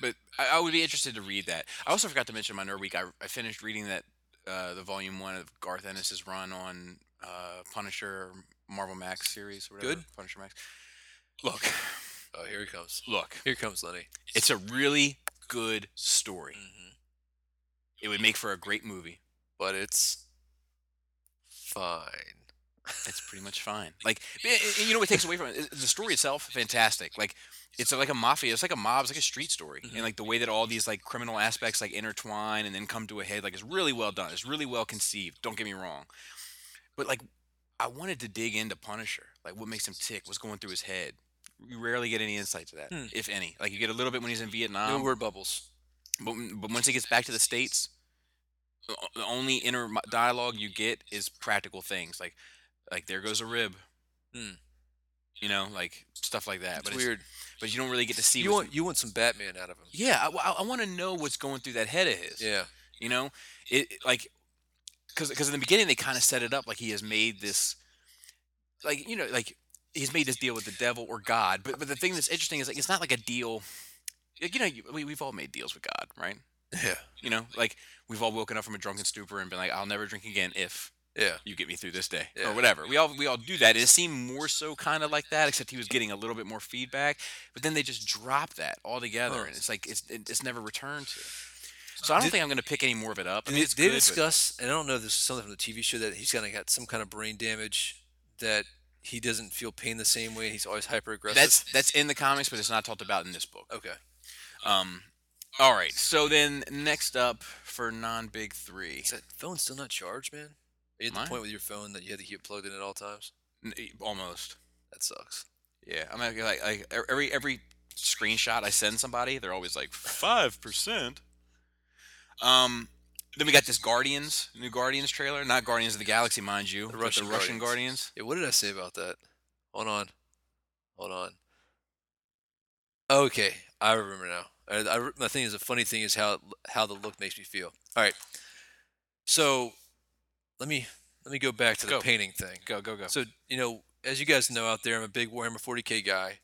S3: but I, I would be interested to read that. I also forgot to mention my nerd week. I, I finished reading that uh, the volume one of Garth Ennis's run on uh, Punisher Marvel Max series. Or whatever,
S2: Good.
S3: Punisher Max. Look,
S2: oh here he comes.
S3: look,
S2: Here comes Lenny.
S3: it's a really good story.
S2: hmm
S3: It would make for a great movie.
S2: But it's fine.
S3: It's pretty much fine. Like i- i- you know what takes away from it is the story itself. Fantastic. Like it's like a mafia. It's like a mob. It's like a street story.
S2: Mm-hmm.
S3: And like the way that all these like criminal aspects like intertwine and then come to a head. Like it's really well done. It's really well conceived. Don't get me wrong. But like I wanted to dig into Punisher. Like what makes him tick? What's going through his head? You rarely get any insight to that,
S2: Hmm.
S3: if any. Like you get a little bit when he's in Vietnam.
S2: No word bubbles.
S3: But, but once he gets back to the states, the o- the only inner mo- dialogue you get is practical things like, like there goes a rib,
S2: Hmm.
S3: you know, like stuff like that.
S2: It's
S3: but
S2: weird.
S3: but you don't really get to see.
S2: You
S3: what's-
S2: want you want some Batman out of him.
S3: yeah, I, want to know what's going through that head of his.
S2: Yeah.
S3: you know, it it- like because because in the beginning they kind of set it up like he has made this, like you know, like he's made this deal with the devil or God. But but the thing that's interesting is like it's not like a deal. Like, you know, you- we, we've all made deals with God, right?
S2: Yeah.
S3: You know, like we've all woken up from a drunken stupor and been like, "I'll never drink again if
S2: Yeah.
S3: you get me through this day,"
S2: Yeah.
S3: or whatever. We all we all do that. And it seemed more so kind of like that, except he was getting a little bit more feedback. But then they just dropped that altogether,
S2: Huh. Uh,
S3: and it's like it's it, it's never returned to. So I don't
S2: Did-
S3: think I'm going to pick any more of it up.
S2: Did
S3: I mean,
S2: they-
S3: it's
S2: they
S3: good, but-
S2: discuss, and I don't know if this is something from the TV show that he's kind of got some kind of brain damage that he doesn't feel pain the same way. He's always hyper aggressive.
S3: that's that's in the comics, but it's not talked about in this book.
S2: okay.
S3: Um, all right. So then next up for non-big three,
S2: Is that phone still not charged, man? Are you at the
S3: Mine?
S2: point with your phone that you had to keep it plugged in at all times?
S3: N- e, almost.
S2: That sucks.
S3: Yeah, I'm like, like, like e- every every screenshot I send somebody, they're always like five percent. Um, then we got this Guardians new Guardians trailer, not Guardians of the Galaxy, mind you, but
S2: Russian
S3: the Russian
S2: Guardians.
S3: Guardians.
S2: Yeah, what did I say about that? Hold on. Hold on. Okay, I remember now. I, I, re- my thing is the funny thing is how how the look makes me feel. All right. So, let me let me go back to the
S3: Go.
S2: painting thing.
S3: Go go go.
S2: So you know, as you guys know out there, I'm a big Warhammer 40k guy.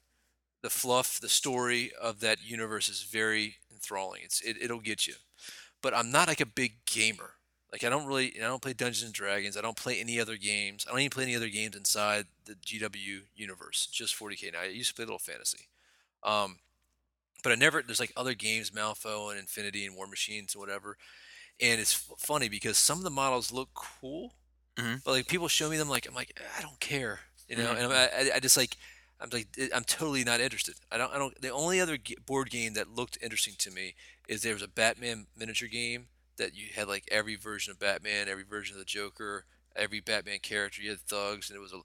S2: The fluff, the story of that universe is very enthralling. It's it, it'll get you. But I'm not like a big gamer. Like I don't really, I don't play Dungeons and Dragons. I don't play any other games. I don't even play any other games inside the GW universe. Just 40k. Now I used to play a little fantasy, um, but I never. There's like other games, Malfo and Infinity and War Machines and whatever. And it's f- funny because some of the models look cool,
S3: Mhm.
S2: but like people show me them, like I'm like I don't care, you know.
S3: Mhm.
S2: And I'm, I, I just like I'm like I'm totally not interested. I don't. I don't. The only other g- board game that looked interesting to me is there was a Batman miniature game that you had like every version of Batman, every version of the Joker, every Batman character. You had thugs, and it was a,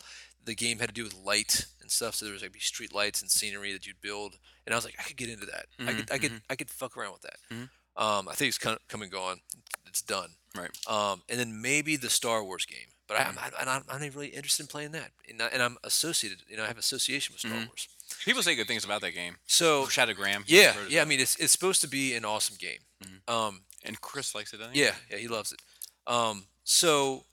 S2: the game had to do with light and stuff. So there was like these street lights and scenery that you'd build, and I was like, I could get into that.
S3: Mm-hmm,
S2: I could, I could, I could fuck around with that. Um, I think it's come, come and gone. It's done.
S3: Right. Mm-hmm.
S2: Um, and then maybe the Star Wars game, but I, I'm, I'm, not- I'm not really interested in playing that, and, I, and I'm associated. You know, I have association with Star
S3: Mm-hmm.
S2: Wars.
S3: People say good things about that game.
S2: So
S3: Oh, Shadow Graham. he
S2: yeah,
S3: wrote it Mm-hmm.
S2: yeah. I
S3: up.
S2: mean, it's it's supposed to be an awesome game. Um,
S3: and Chris likes it. Doesn't he?
S2: yeah, yeah, he loves it. Um, so,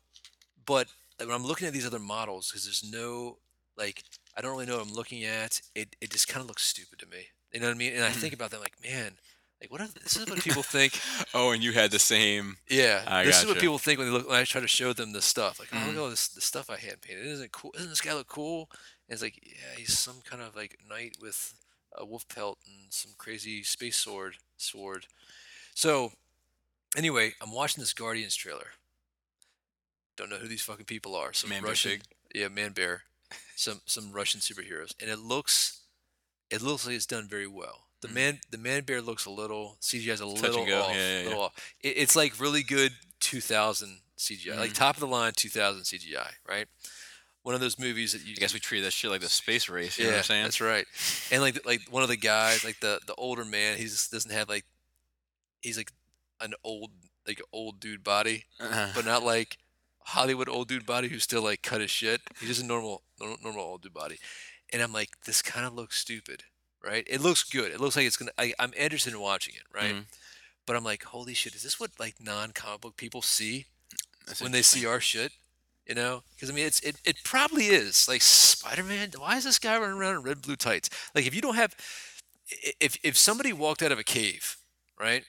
S2: but when I'm looking at these other models, because there's no like, I don't really know what I'm looking at. It it just kind of looks stupid to me. You know what I mean? And I think about that, like, man, like what? Are, this is what people think.
S3: Oh, and you had the same.
S2: Yeah,
S3: I
S2: this is what
S3: gotcha. Mm-hmm.
S2: people think when they look when I try to show them this stuff. Like, oh, look at all this the stuff I hand painted. Isn't it cool? Doesn't this guy look cool? And it's like, yeah, he's some kind of like knight with a wolf pelt and some crazy space sword. Sword. So, anyway, I'm watching this Guardians trailer. Don't know who these fucking people are. Some
S3: Man Bear
S2: Russian,
S3: Pig?
S2: yeah, man bear, some some Russian superheroes, and it looks, it looks like it's done very well. The man, the man bear looks a little CGI's a
S3: Hmm. and
S2: little
S3: go.
S2: off,
S3: Yeah, yeah, yeah.
S2: little off. It, it's like really good 2000 CGI,
S3: Mm-hmm.
S2: like top of the line 2000 CGI, right? One of those movies that you
S3: I guess we treated that shit like the space race. You know what I'm saying?
S2: that's right. And like like one of the guys, like the the older man, he just doesn't have like he's like an old like old dude body,
S3: Uh-huh.
S2: but not like Hollywood old dude body who's still like cut as shit. He's just a normal nor- normal old dude body. And I'm like, this kind of looks stupid, right? It looks good. It looks like it's gonna. I, I'm interested in watching it, right? But I'm like, holy shit, is this what like non comic book people see
S3: That's
S2: when they see our shit? You know, because I mean, it's it, it probably is like Spider Man. Why is this guy running around in red blue tights? Like, if you don't have, i- if if somebody walked out of a cave, right?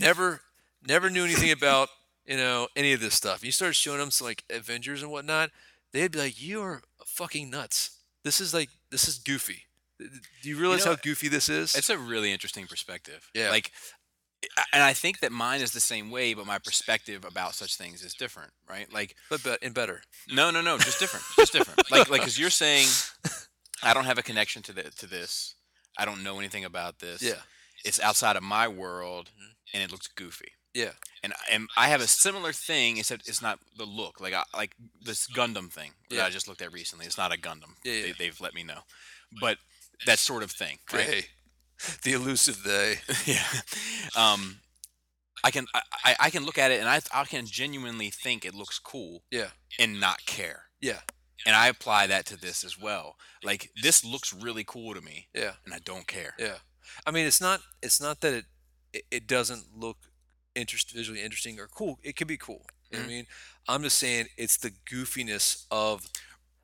S2: never never knew anything about you know any of this stuff. You start showing them some like Avengers and whatnot, they'd be like, "You are fucking nuts. This is like this is goofy. Th- th- Do you realize
S3: know,
S2: how goofy this is?"
S3: It's a really interesting perspective.
S2: Yeah.
S3: Like, I- and I think that mine is the same way, but my perspective about such things is different, right? Like,
S2: but be- and better.
S3: no, no, no, just different, just different. Like, like, because you're saying, I don't have a connection to the to this. I don't know anything about this.
S2: Yeah,
S3: It's outside of my world, and it looks goofy.
S2: yeah,
S3: and and I have a similar thing, except it's not the look. Like I, like this Gundam thing that
S2: Yeah.
S3: I just looked at recently. It's not a Gundam.
S2: Yeah, yeah.
S3: They, they've let me know, but that sort of thing, right?
S2: They. the elusive they.
S3: yeah. Um, I can I, I- I can look at it and I I can genuinely think it looks cool
S2: Yeah,
S3: and not care.
S2: yeah,
S3: And I apply that to this as well. Like this looks really cool to me,
S2: yeah,
S3: and I don't care.
S2: yeah. I mean, it's not it's not that it it, it doesn't look interest visually interesting or cool. It could be cool. You know
S3: Mm-hmm.
S2: what I mean, I'm just saying it's the goofiness of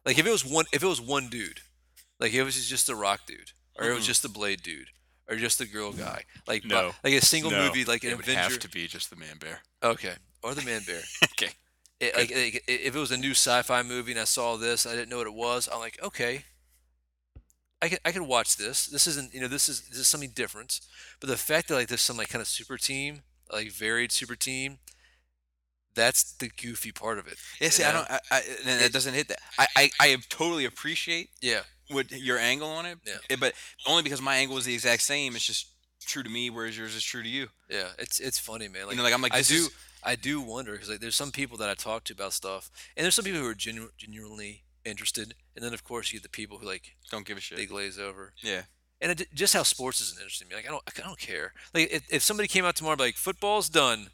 S2: like if it was one if it was one dude, like if it was just the rock dude, or it was just the blade dude, or just the girl guy, like
S3: Mm-hmm. No.
S2: bu- like a single movie like an
S3: it would have
S2: adventure.
S3: to be just the man bear.
S2: Okay, or the man bear.
S3: okay.
S2: It, like like, i- if it was a new sci-fi movie and I saw this, I didn't know what it was. I'm like, okay, I can I can watch this. This isn't you know this is this is something different. But the fact that like there's some like kind of super team, like varied super team, that's the goofy part of it.
S3: Yeah, see, I
S2: Yeah.
S3: don't. I, I, and that doesn't hit that. I, I, I totally appreciate
S2: Yeah,
S3: what your angle on it,
S2: Yeah.
S3: eh, but only because my angle is the exact same. It's just true to me, whereas yours is true to you.
S2: yeah. It's it's funny, man. Like,
S3: you know, like I'm like
S2: I
S3: this
S2: do
S3: Is,
S2: I do wonder because like there's some people that I talk to about stuff, and there's some people who are genu- genuinely interested, and then of course you get the people who like
S3: don't give a shit.
S2: they glaze over.
S3: yeah,
S2: and it, just how sports isn't interesting to me. Like I don't, I don't care. Like if, if somebody came out tomorrow, and be like football's done.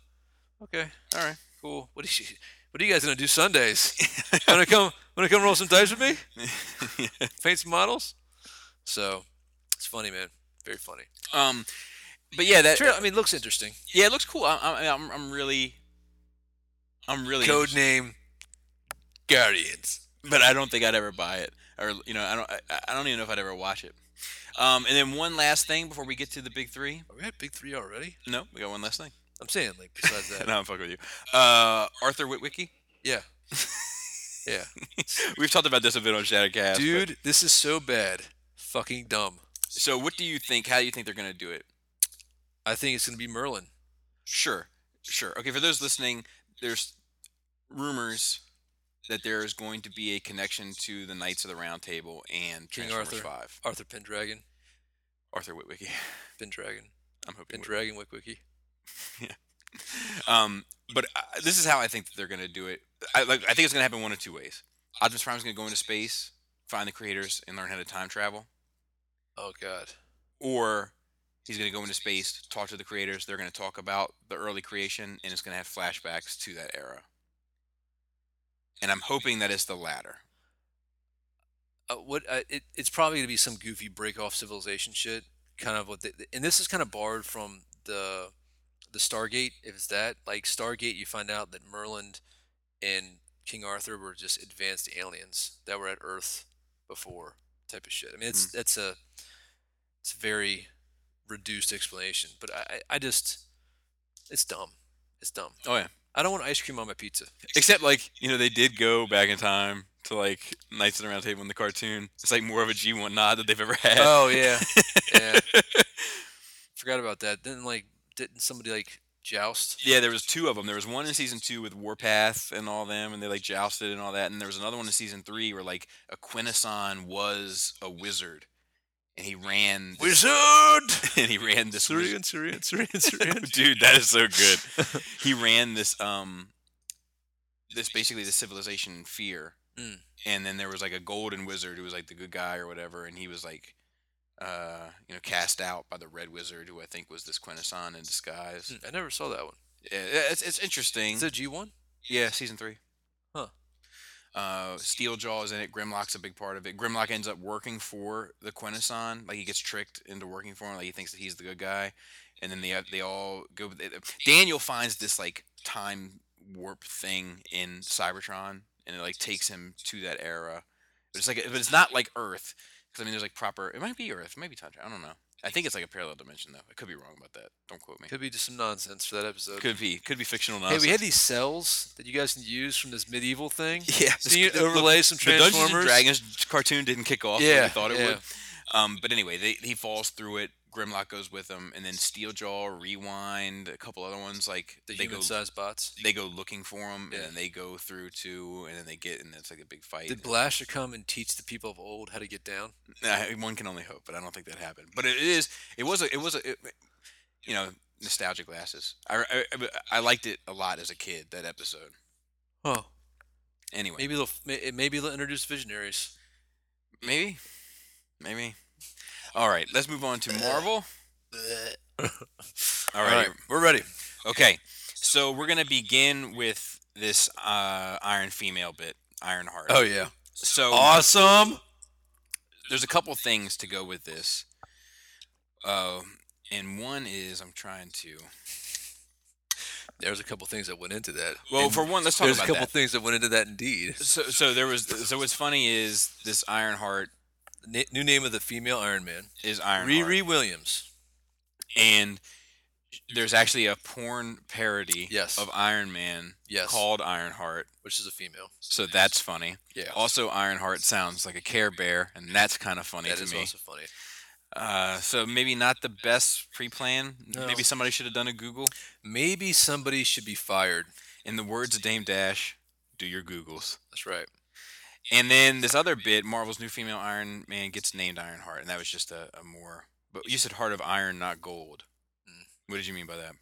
S2: Okay,
S3: all right.
S2: cool. What do you, what are you guys gonna do Sundays? wanna come, wanna come roll some dice with me? Paint some models. So it's funny, man. Very funny.
S3: Um, but yeah, that
S2: Sure, I mean, it looks interesting.
S3: yeah, it looks cool. I, I, I'm I'm really, I'm really
S2: Code name Guardians.
S3: but I don't think I'd ever buy it, or you know, I don't, I, I don't even know if I'd ever watch it. Um, and then one last thing before we get to the big three.
S2: Are we at big three already?
S3: No, we got one last thing.
S2: I'm saying like besides that.
S3: No, I'm fucking with you. Uh, Arthur Witwicky.
S2: Yeah. Yeah.
S3: We've talked about this a bit on Shattercast, but-
S2: Dude, this is so bad. Fucking dumb.
S3: So what do you think? How do you think they're gonna do it?
S2: I think it's gonna be Merlin.
S3: Sure, sure. Okay, for those listening, there's rumors that there is going to be a connection to the Knights of the Round Table and
S2: King
S3: Transformers
S2: Arthur.
S3: Five.
S2: Arthur Pendragon.
S3: Arthur Witwicky.
S2: Pendragon.
S3: I'm hoping. Wit-
S2: Pendragon Wickwiki.
S3: Um, but uh, this is how I think that they're gonna do it. I like. I think it's gonna happen one of two ways. Optimus Prime's gonna go into space, find the creators, and learn how to time travel,
S2: Oh god.
S3: or he's gonna go into space, talk to the creators. They're gonna talk about the early creation, and it's gonna have flashbacks to that era. And I'm hoping that it's the latter.
S2: uh, what uh, it, it's probably going to be some goofy break off civilization shit kind of what they, and this is kind of borrowed from the the stargate if it's that like stargate you find out that merlin and king arthur were just advanced aliens that were at earth before type of shit i mean it's that's a it's a very reduced explanation but i I- i just it's dumb it's dumb
S3: Oh yeah.
S2: i don't want ice cream on my pizza
S3: Except like you know they did go back in time to like Knights of the Round Table in the cartoon. It's like more of a G one nod that they've ever had.
S2: Oh yeah, yeah. Forgot about that. Then like, didn't somebody like joust?
S3: Yeah, there was two of them. There was one in season two with Warpath and all them, and they like jousted and all that. And there was another one in season three where like a Quintesson was a wizard, and he ran this-
S2: Wizard.
S3: and he ran this wiz-
S2: Syrian, Syrian, Syrian.
S3: dude. That is so good. he ran this um this basically the civilization in fear
S2: Mm.
S3: and then there was like a golden wizard who was like the good guy or whatever and he was like uh you know cast out by the red wizard who i think was this quintesson in disguise
S2: I never saw that one.
S3: yeah, it's, it's interesting
S2: Is that G one?
S3: yeah season three
S2: Huh.
S3: uh, Steeljaw is in it. Grimlock's a big part of it. Grimlock ends up working for the Quintesson. Like he gets tricked into working for him. Like he thinks that he's the good guy, and then they they all go. They, Daniel finds this like time warp thing in Cybertron, and it like takes him to that era. But it's like, but it's not like Earth, because I mean, there's like proper. It might be Earth, it might be time. travel, I don't know. I think it's like a parallel dimension though. I could be wrong about that. Don't quote me.
S2: Could be just some nonsense for that episode.
S3: Could be. Could be fictional
S2: Hey,
S3: nonsense.
S2: we had these cells that you guys can use from this medieval thing.
S3: Yeah,
S2: So
S3: this-
S2: you
S3: the- look,
S2: overlay some
S3: The Dungeons and
S2: Transformers.
S3: Dragons cartoon didn't kick off. Yeah,
S2: Yeah,
S3: we thought it
S2: yeah.
S3: would. Um, but anyway, they, he falls through it. Grimlock goes with him, and then Steeljaw, Rewind, a couple other ones like
S2: The
S3: they go
S2: human-sized bots.
S3: they go looking for him,
S2: Yeah.
S3: and then they go through to, and then they get, and it's like a big fight.
S2: Did Blaster come and teach the people of old how to get down?
S3: I- one can only hope, but I don't think that happened. But it is, it was a, it was a, it, you know, nostalgic glasses. I, I I liked it a lot as a kid that episode.
S2: Huh.
S3: Anyway,
S2: Maybe they'll may- maybe they'll introduce visionaries.
S3: Maybe. Maybe. All right, let's move on to Marvel. All right.
S2: right, we're ready.
S3: Okay. So we're going to begin with this uh, Iron Female bit, Iron Heart.
S2: Oh, yeah.
S3: so
S2: Awesome.
S3: there's a couple things to go with this. Uh, and one is I'm trying to.
S2: There's a couple things that went into that.
S3: Well,
S2: And
S3: for one, let's talk
S2: there's a
S3: about
S2: couple
S3: that.
S2: things that went into that. Indeed,
S3: so, so there was. So what's funny is this Iron Heart
S2: Na- new name of the female Iron Man,
S3: is Iron
S2: Riri Williams.
S3: and there's actually a porn parody
S2: Yes.
S3: of Iron Man
S2: Yes.
S3: called Ironheart.
S2: which is a female.
S3: So that's funny.
S2: Yeah.
S3: Also, Ironheart sounds like a Care Bear, and that's kind of funny
S2: That
S3: to
S2: is
S3: me.
S2: also funny.
S3: Uh, so maybe not the best pre-plan.
S2: No.
S3: Maybe somebody should have done a Google.
S2: Maybe somebody should be fired.
S3: In the words of Dame Dash, do your Googles.
S2: That's right.
S3: And then this other bit, Marvel's new female Iron Man gets named Ironheart, and that was just a, a more. But you said Heart of Iron, not Gold. What did you mean by that?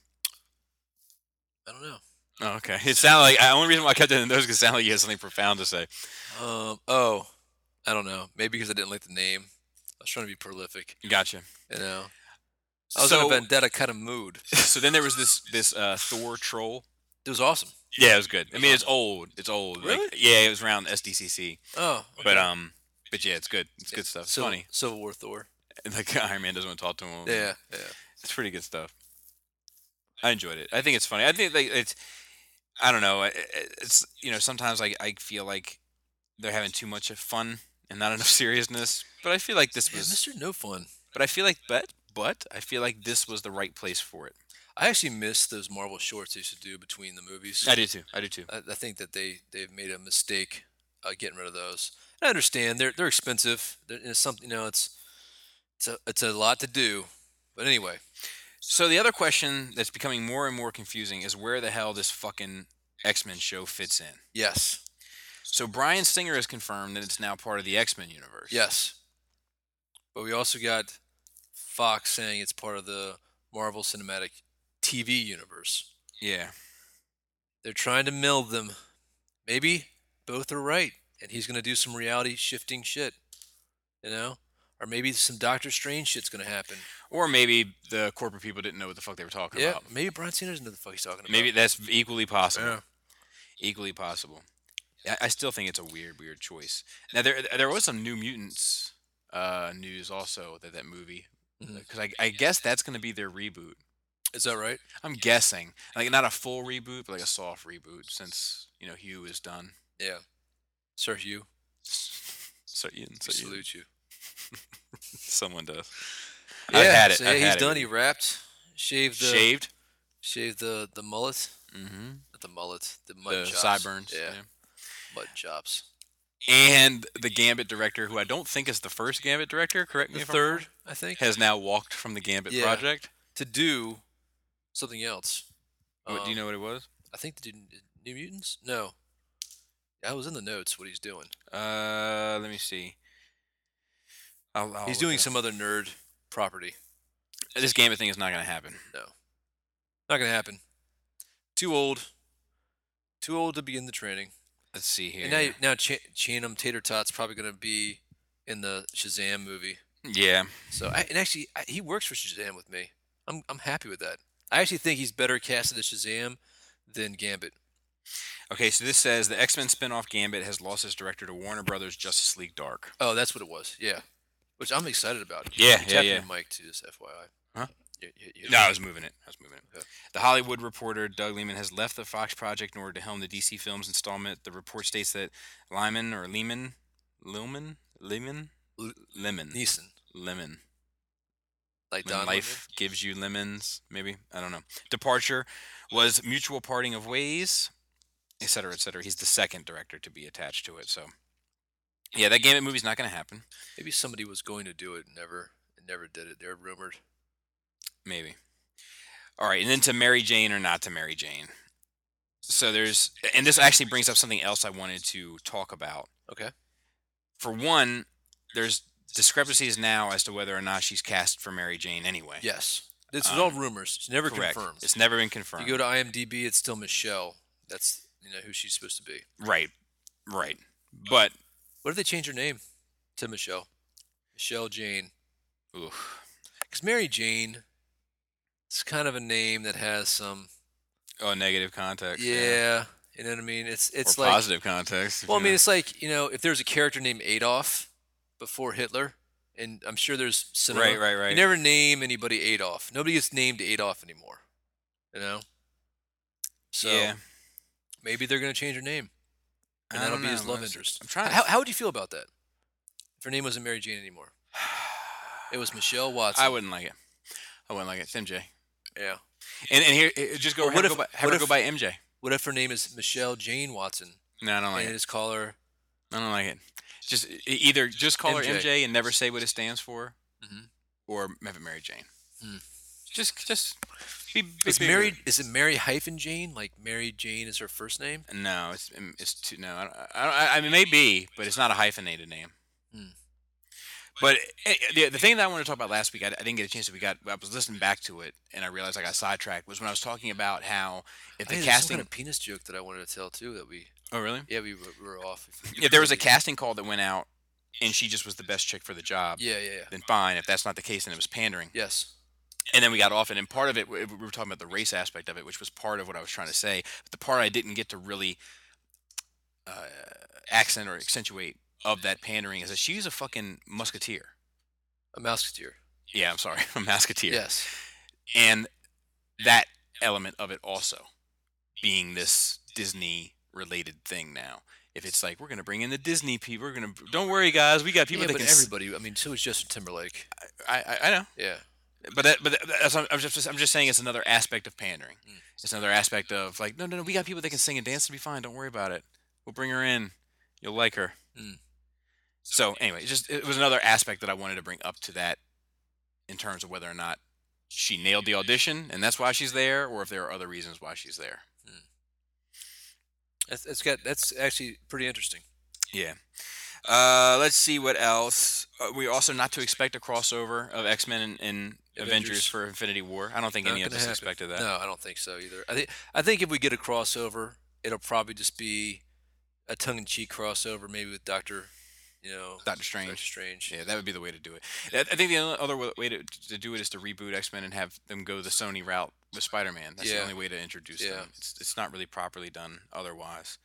S2: I don't know.
S3: Oh, okay. It sounded like the only reason why I kept it in those because it sounded like you had something profound to say.
S2: Um. Oh, I don't know. Maybe because I didn't like the name. I was trying to be prolific.
S3: Gotcha.
S2: You know. I was
S3: so,
S2: in a vendetta kind of mood.
S3: so then there was this this uh, Thor troll
S2: It was awesome.
S3: Yeah, it was good. I
S2: was
S3: mean, it's
S2: awesome.
S3: old. It's old.
S2: Really?
S3: Like, yeah, it was around SDCC.
S2: Oh,
S3: But um, but yeah, it's good. It's good stuff. It's
S2: Civil,
S3: funny.
S2: Civil War Thor.
S3: Like Iron Man doesn't want to talk to him.
S2: Yeah, yeah.
S3: it's pretty good stuff. I enjoyed it. I think it's funny. I think like it's. I don't know. I- I- It's you know sometimes like I feel like they're having too much of fun and not enough seriousness. But I feel like this
S2: Yeah,
S3: was.
S2: Mr. No Fun.
S3: But I feel like but but I feel like this was the right place for it.
S2: I actually miss those Marvel shorts they used to do between the movies.
S3: I do too. I do too.
S2: I, I think that they they've made a mistake uh, getting rid of those. And I understand they're they're expensive. They're, it's something you know. It's it's a it's a lot to do. But anyway,
S3: So the other question that's becoming more and more confusing is where the hell this fucking X Men show fits in.
S2: yes,
S3: So Brian Singer has confirmed that it's now part of the X Men universe.
S2: yes. But we also got Fox saying it's part of the Marvel Cinematic TV universe.
S3: Yeah.
S2: They're trying to meld them. Maybe both are right, and he's going to do some reality shifting shit. You know, or maybe some Doctor Strange shit's going to happen.
S3: Or maybe the corporate people didn't know what the fuck they were talking
S2: Yeah,
S3: about.
S2: maybe Brian Singer doesn't know the fuck he's talking about.
S3: Maybe that's equally possible.
S2: Yeah.
S3: Equally possible. I, I still think it's a weird, weird choice. Now there, there was some New Mutants uh, news also that that movie, because
S2: Mhm.
S3: I, I guess that's going to be their reboot.
S2: Is that right?
S3: I'm guessing, like not a full reboot, but like a soft reboot, since you know Hugh is done.
S2: Yeah. Sir Hugh,
S3: So you,
S2: we
S3: so you,
S2: salute you.
S3: someone does.
S2: Yeah,
S3: I've had it.
S2: so yeah,
S3: I've
S2: he's
S3: had it.
S2: done. He wrapped, shaved the
S3: Shaved.
S2: shaved the the mullet,
S3: Mm-hmm.
S2: not the mullet, the mud
S3: The
S2: chops.
S3: sideburns.
S2: Yeah,
S3: yeah.
S2: mud chops.
S3: And the Gambit director, who I don't think is the first Gambit director, correct me
S2: The
S3: if I'm wrong,
S2: third, I think,
S3: has now walked from the Gambit
S2: Yeah.
S3: project.
S2: to do something else.
S3: What, do you
S2: Um,
S3: know what it was?
S2: I think the New Mutants. No, I was in the notes. What he's doing?
S3: Uh, let me see. I'll, I'll
S2: he's
S3: Oh, look
S2: doing
S3: it up.
S2: some other nerd property.
S3: This Gambit thing is not going to happen.
S2: Not gonna happen. Too old. Too old to be in the training.
S3: Let's see here.
S2: And now, you- now Ch- Chanum Tater Tot's probably gonna be in the Shazam movie.
S3: yeah,
S2: So I, and actually, I, he works for Shazam with me. I'm I'm happy with that. I actually think he's better casted as Shazam than Gambit.
S3: Okay, so this says the X Men spin off Gambit has lost its director to Warner Brothers Justice League Dark.
S2: Oh, that's what it was. Yeah, which I'm excited about.
S3: Yeah,
S2: You
S3: yeah,
S2: tapped your
S3: yeah.
S2: Mike too, just FYI.
S3: Huh?
S2: You- you- you-
S3: No, I was moving it. I was moving it.
S2: Okay.
S3: The Hollywood Reporter, Doug Lehman, has left the Fox project in order to helm the DC Films installment. The report states that Lyman or Lehman, Lehman, Lehman,
S2: L-
S3: Lemon,
S2: Neeson,
S3: Lemon.
S2: like
S3: When
S2: Don
S3: life gives you lemons, maybe I don't know. Departure was mutual parting of ways, et cetera, et cetera. He's the second director to be attached to it, so yeah, that Gambit movie's not going to happen.
S2: Lehman. Maybe somebody was going to do it, and never, and never did it. They're rumored.
S3: Maybe. All right, and then to Mary Jane or not to Mary Jane. So there's, and this actually brings up something else I wanted to talk about.
S2: Okay.
S3: For one, there's discrepancies now as to whether or not she's cast for Mary Jane anyway.
S2: Yes, this is
S3: Um,
S2: all rumors. It's never
S3: correct.
S2: confirmed.
S3: It's never been confirmed.
S2: If you go to IMDb, it's still Michelle. That's you know who she's supposed to be.
S3: right, right.
S2: Oh.
S3: But
S2: What if they change her name to Michelle? Michelle Jane.
S3: oof,
S2: Because Mary Jane, it's kind of a name that has some.
S3: oh, negative context.
S2: yeah, you know what I mean. It's it's
S3: or
S2: like.
S3: positive context. if
S2: Well, I
S3: you
S2: mean,
S3: know.
S2: it's like you know, if there's a character named Adolf before Hitler, and I'm sure there's cinema,
S3: Right, right, right.
S2: You never name anybody Adolf. Nobody gets named Adolf anymore. You know. So
S3: yeah.
S2: maybe they're gonna change her name, and
S3: I
S2: that'll
S3: don't
S2: be his
S3: know,
S2: love
S3: it's-
S2: interest.
S3: I'm trying. to-
S2: How, how would you feel about that? If her name wasn't Mary Jane anymore, it was Michelle Watson.
S3: I wouldn't like it. I wouldn't like it. It's MJ.
S2: Yeah.
S3: And, and here, eh, just go.
S2: Well,
S3: Have,
S2: what
S3: her
S2: if-
S3: go, by, have
S2: what
S3: her go
S2: if-
S3: by MJ.
S2: What if her name is Michelle Jane Watson,
S3: No, I don't like
S2: and
S3: it.
S2: just call her?
S3: I don't like it. Just e- either just call her
S2: MJ.
S3: MJ and never say what it stands for, Mm-hmm.
S2: Mhm.
S3: or have it Mary Jane.
S2: Hmm.
S3: Just, just be, be
S2: Is
S3: bigger.
S2: Mary? Is it Mary hyphen Jane? Like Mary Jane is her first name?
S3: No, it's mm, it's too, no. I, don't- I, don't- I mean, it may be, but it's not a hyphenated name.
S2: Hmm.
S3: But eh, eh, the, the thing that I wanted to talk about last week, I, I didn't get a chance to. We got. I was listening back to it, and I realized I got sidetracked. Was when I was talking about how
S2: I
S3: if the
S2: had some
S3: casting.
S2: kind of penis joke that I wanted to tell too that we
S3: oh really?
S2: yeah we were, we were off.
S3: If there was a casting call that went out, and she just was the best chick for the job,
S2: Yeah, yeah, yeah.
S3: then fine. If that's not the case, then it was pandering.
S2: Yes.
S3: and then we got off it and part of it we we were talking about the race aspect of it which was part of what i was trying to say but the part i didn't get to really uh, accent or accentuate of that pandering is that she's a fucking musketeer
S2: A musketeer.
S3: yeah i'm sorry a musketeer
S2: Yes.
S3: and that element of it also being this disney related thing now If it's like we're gonna bring in the Disney people, we're gonna don't worry guys, we got people
S2: yeah,
S3: that
S2: but
S3: can. s-
S2: everybody. I mean, so is Justin Timberlake.
S3: I, I I know,
S2: Yeah.
S3: but that, but that, that's, I'm, I'm just I'm just saying it's another aspect of pandering. It's another aspect of like no no no we got people that can sing and dance to be fine. Don't worry about it. We'll bring her in. You'll like her.
S2: Mm.
S3: So anyway, it's just it was another aspect that I wanted to bring up to that in terms of whether or not she nailed the audition and that's why she's there, or if there are other reasons why she's there.
S2: That's, that's got that's actually pretty interesting.
S3: Yeah. Uh, let's see what else. Uh, we're also not to expect a crossover of X Men and, and Avengers.
S2: Avengers.
S3: for Infinity War. I don't think
S2: Not
S3: any of
S2: gonna
S3: us
S2: happen.
S3: expected that.
S2: No, I don't think so either. I think I think if we get a crossover, it'll probably just be a tongue-in-cheek crossover, maybe with Doctor, you know,
S3: Doctor Strange.
S2: Doctor Strange.
S3: Yeah, that would be the way to do it. I I think the only other wa- way to, to do it is to reboot X Men and have them go the Sony route with Spider Man. That's the
S2: Yeah.
S3: only way to introduce
S2: Yeah.
S3: them. It's, it's not really properly done otherwise.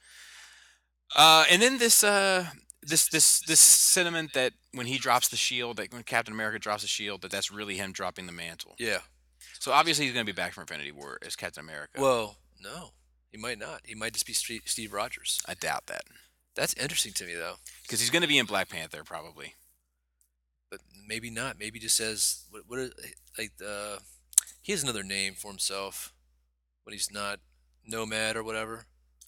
S3: Uh, and then this uh, this this this sentiment that when he drops the shield, that when Captain America drops the shield, that that's really him dropping the mantle.
S2: Yeah.
S3: So obviously he's going to be back from Infinity War as Captain America.
S2: Well, no, he might not. He might just be Stre- Steve Rogers.
S3: I doubt that
S2: That's interesting to me though,
S3: because he's going to be in Black Panther probably.
S2: but maybe not. Maybe just as what what are, like uh, he has another name for himself when he's not Nomad or whatever.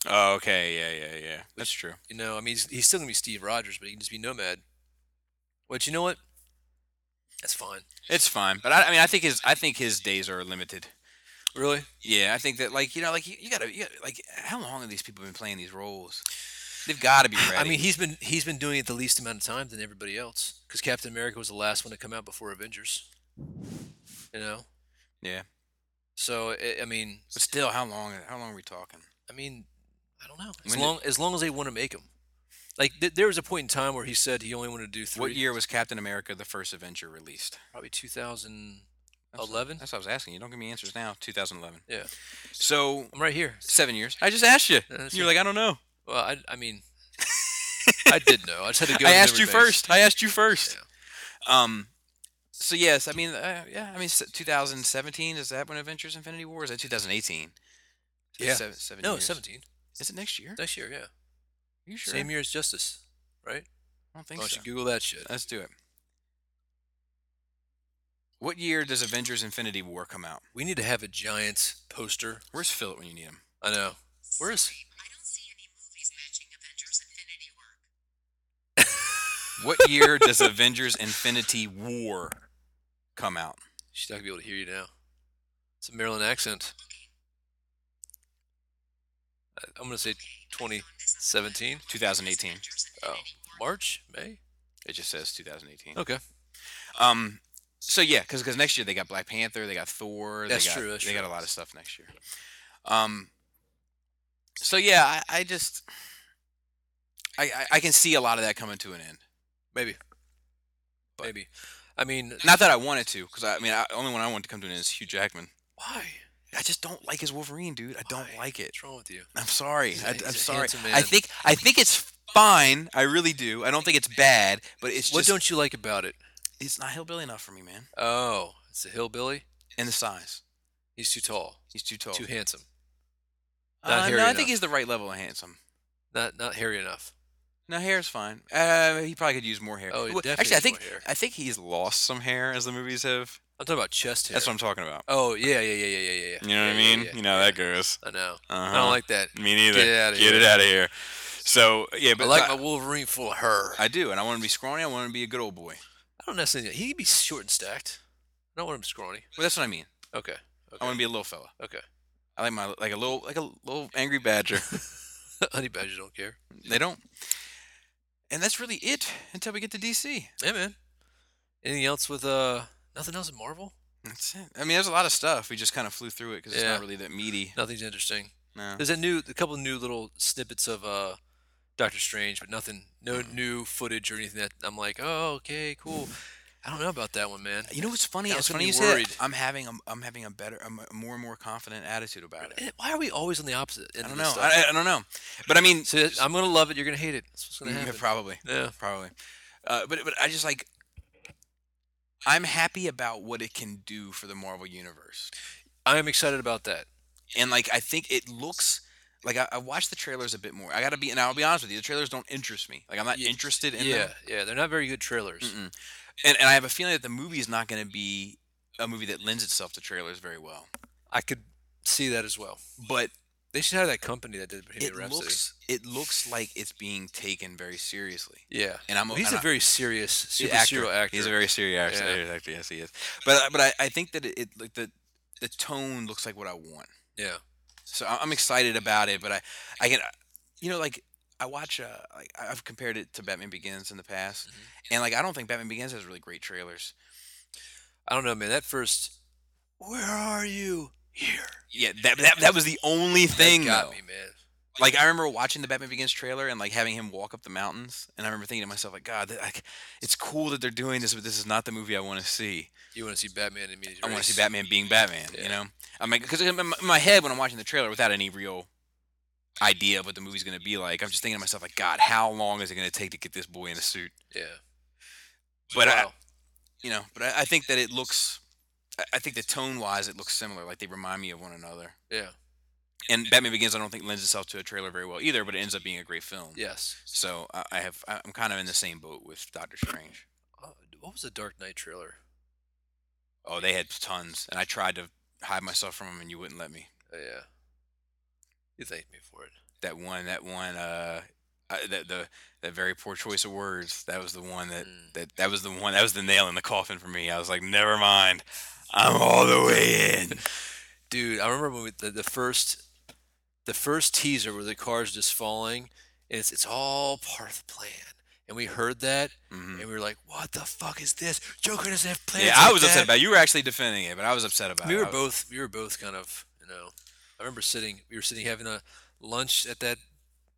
S3: Oh, okay, yeah, yeah, yeah. That's true.
S2: You know, I mean, he's, he's still gonna be Steve Rogers, but he can just be Nomad. Which you know what? That's fine.
S3: It's fine, but I, I mean, I think his I think his days are limited.
S2: Really?
S3: Yeah, I think that like you know like you, you gotta you gotta, like how long have these people been playing these roles? They've got to be ready.
S2: I mean, he's been he's been doing it the least amount of time than everybody else because Captain America was the last one to come out before Avengers. You know,
S3: yeah,
S2: so eh, i I mean,
S3: but still, how long how long are we talking?
S2: I mean, I don't know. As
S3: When did-
S2: long as long as they want to make him, like th- there was a point in time where he said he only wanted to do three.
S3: What year was Captain America: The First Avenger released?
S2: Probably 2011.
S3: That's- That's what I was asking. You don't give me answers now. 2011.
S2: Yeah,
S3: So
S2: I'm right here.
S3: seven years. I just asked you.
S2: that's
S3: You're
S2: right.
S3: like I don't know.
S2: Well, I, I mean, I did know. I just had to go.
S3: I
S2: with
S3: asked you
S2: memory banks.
S3: first. I asked you first. Um. So yes, I mean, uh, yeah, I mean, s- 2017 is that when Avengers: Infinity War? Is that 2018? So
S2: Yeah.
S3: seven, seven
S2: No,
S3: years.
S2: 17
S3: Is it next year?
S2: next year. Yeah,
S3: you sure?
S2: same year as Justice, right?
S3: I don't
S2: Oh,
S3: think
S2: I
S3: so.
S2: should Google that shit.
S3: Let's do it. What year does Avengers: Infinity War come out?
S2: We need to have a giant poster.
S3: Where's Philip when you need him?
S2: I know. Where is?
S6: I don't see any movies matching Avengers Infinity War.
S3: What year does Avengers: Infinity War come out?
S2: She's not gonna be able to hear you now. It's a Maryland accent. I- I'm gonna say 2017.
S3: 2018.
S2: Oh, March, May.
S3: It just says 2018.
S2: Okay.
S3: Um. So yeah, because next year they got Black Panther, they got Thor.
S2: That's
S3: they got,
S2: true, that's
S3: they
S2: true.
S3: got a lot of stuff next year. Um. So yeah, I, I just I, I I can see a lot of that coming to an end.
S2: Maybe. Maybe. I mean,
S3: Not that I wanted to, because I, I mean, I, the only one I want to come to an end is Hugh Jackman.
S2: why?
S3: I just don't like his Wolverine, dude. I don't
S2: Why?
S3: like it.
S2: What's wrong with you?
S3: I'm sorry.
S2: He's a-
S3: I,
S2: he's
S3: I'm
S2: a
S3: sorry.
S2: handsome
S3: I
S2: man.
S3: think I think it's fine. I really do. I don't think it's bad, but it's
S2: what
S3: just
S2: don't you like about it?
S3: it's not hillbilly enough for me, man.
S2: Oh, it's a hillbilly.
S3: And the size.
S2: He's too tall,
S3: He's too tall.
S2: too handsome, not
S3: uh,
S2: hairy
S3: no, I
S2: enough.
S3: think he's the right level of handsome.
S2: not not hairy enough.
S3: No, hair's fine. Uh, he probably could use more hair.
S2: Oh, he
S3: Well,
S2: definitely
S3: actually, I
S2: needs
S3: think
S2: more hair.
S3: I think he's lost some hair as the movies have.
S2: I'm talking about chest hair.
S3: That's what I'm talking about.
S2: Oh yeah, yeah, yeah, yeah, yeah, yeah.
S3: You know
S2: yeah,
S3: what I
S2: yeah,
S3: mean?
S2: yeah,
S3: You know how
S2: yeah.
S3: that goes.
S2: I know. I
S3: Uh-huh.
S2: don't like that.
S3: Me neither.
S2: Get it outta here.
S3: out of here. So yeah, but
S2: I like my Wolverine full of her. I
S3: I do, and I want to be scrawny. I want to be a good old boy.
S2: don't necessarily. He can be short and stacked. I don't want him scrawny.
S3: Well, that's what I mean.
S2: Okay.
S3: I
S2: Okay.
S3: want to be a little fella.
S2: okay.
S3: I like my like a little like a little angry badger.
S2: Honey badgers don't care.
S3: they don't. And that's really it until we get to DC.
S2: Yeah, man. Anything else with uh? Nothing else in Marvel.
S3: That's it. I mean, there's a lot of stuff. We just kind of flew through it because it's
S2: Yeah.
S3: not really that meaty.
S2: Nothing's interesting.
S3: No.
S2: There's a new, a couple new little snippets of uh, Doctor Strange, but nothing, no
S3: Mm.
S2: new footage or anything that I'm like, oh, okay, cool. I don't know about that one, man.
S3: You know what's
S2: I
S3: funny?
S2: was
S3: It's
S2: gonna
S3: funny
S2: be
S3: you said. that.
S2: worried.
S3: I'm having a, I'm having a better, a m- more and more confident attitude about it.
S2: Eh, Why are we always on the opposite? End
S3: I
S2: of
S3: don't
S2: this
S3: know.
S2: stuff?
S3: I, I don't know. But I mean,
S2: so that- I'm gonna love it. You're gonna hate it. That's what's gonna
S3: Mm, yeah,
S2: happen.
S3: probably,
S2: yeah.
S3: probably. Uh, but but I just like. I'm happy about what it can do for the Marvel universe,
S2: I am excited about that.
S3: and like I think it looks like I, I watch the trailers a bit more. I gotta be, and I'll be honest with you, the trailers don't interest me. Like I'm not
S2: Ye-
S3: interested in
S2: yeah,
S3: them.
S2: yeah, they're not very good trailers.
S3: Mm-mm. And and I have a feeling that the movie is not gonna be a movie that lends itself to trailers very well.
S2: I could see that as well.
S3: But
S2: They should have that company that did Bohemian
S3: it
S2: Rhapsody.
S3: looks it looks like it's being taken very seriously.
S2: yeah,
S3: And I'm
S2: Well, he's
S3: and
S2: a
S3: I-
S2: very serious
S3: he's
S2: super
S3: an
S2: serial actor.
S3: He's a very serious
S2: Yeah.
S3: actor. actor. Yes, he is. But I- but I, I think that it, it like the the tone looks like what I want.
S2: yeah,
S3: so I- I'm excited about it. But I, I can, you know, like I watch, uh, like I- I've compared it to Batman Begins in the past,
S2: Mm-hmm.
S3: and like I don't think Batman Begins has really great trailers.
S2: I don't know, man. That first, where are you? Here,
S3: Yeah, that that, that was the only thing.
S2: that got
S3: though.
S2: me, man.
S3: Like I remember watching the Batman Begins trailer and like having him walk up the mountains, and I remember thinking to myself, like, God, that, like, it's cool that they're doing this, but this is not the movie I want to see.
S2: You want to see Batman in immediate
S3: I want
S2: race.
S3: to see Batman being Batman.
S2: Yeah.
S3: You know, I'm like, because in my- in my head when I'm watching the trailer without any real idea of what the movie's gonna be like, I'm just thinking to myself, like, God, how long is it gonna take to get this boy in a suit?
S2: Yeah,
S3: But I,
S2: Wow.
S3: you know, but I, I think that it looks. I- I think the tone wise, it looks similar. Like they remind me of one another.
S2: yeah,
S3: And Batman Begins, I don't think lends itself to a trailer very well either, but it ends up being a great film.
S2: yes.
S3: So I, I have, I- I'm kind of in the same boat with Doctor Strange.
S2: Uh, what was the Dark Knight trailer?
S3: Oh, they had tons, and I tried to hide myself from them, and you wouldn't let me.
S2: Oh, yeah, you thanked me for it.
S3: That one, that one, uh, uh that the that very poor choice of words. That was the one that
S2: Mm.
S3: that that was the one that was the nail in the coffin for me. I was like, never mind, I'm all the way in.
S2: Dude, I remember when we, the, the first the first teaser where the car's just falling and it's it's all part of the plan. And we heard that
S3: Mhm.
S2: and we were like, What the fuck is this? Joker doesn't have plans.
S3: Yeah, I
S2: like
S3: was upset
S2: that."
S3: about. It. You were actually defending it, but I was upset about.
S2: we
S3: it.
S2: were
S3: I was-
S2: both we were both kind of you know I remember sitting we were sitting having a lunch at that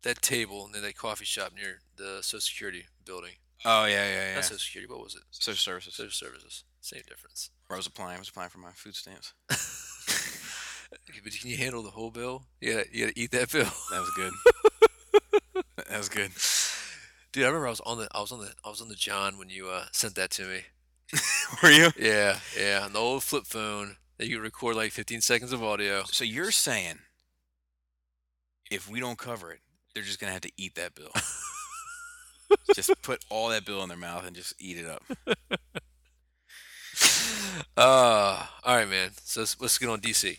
S2: that table in that coffee shop near the Social Security building.
S3: Oh yeah, yeah, yeah.
S2: Not Social Security, what was it?
S3: Social services.
S2: Social services. Same difference.
S3: Where I was applying. I was applying for my food stamps.
S2: But can you handle the whole bill? Yeah, you gotta eat that bill.
S3: That was good. that was good.
S2: Dude, I remember I was on the I was on the I was on the John when you uh, sent that to me.
S3: Were you?
S2: Yeah, yeah, on the old flip phone that you could record like 15 seconds of audio.
S3: So you're saying if we don't cover it, they're just gonna have to eat that bill. just put all that bill in their mouth and just eat it up.
S2: Uh, all right, man. So let's, let's get on DC.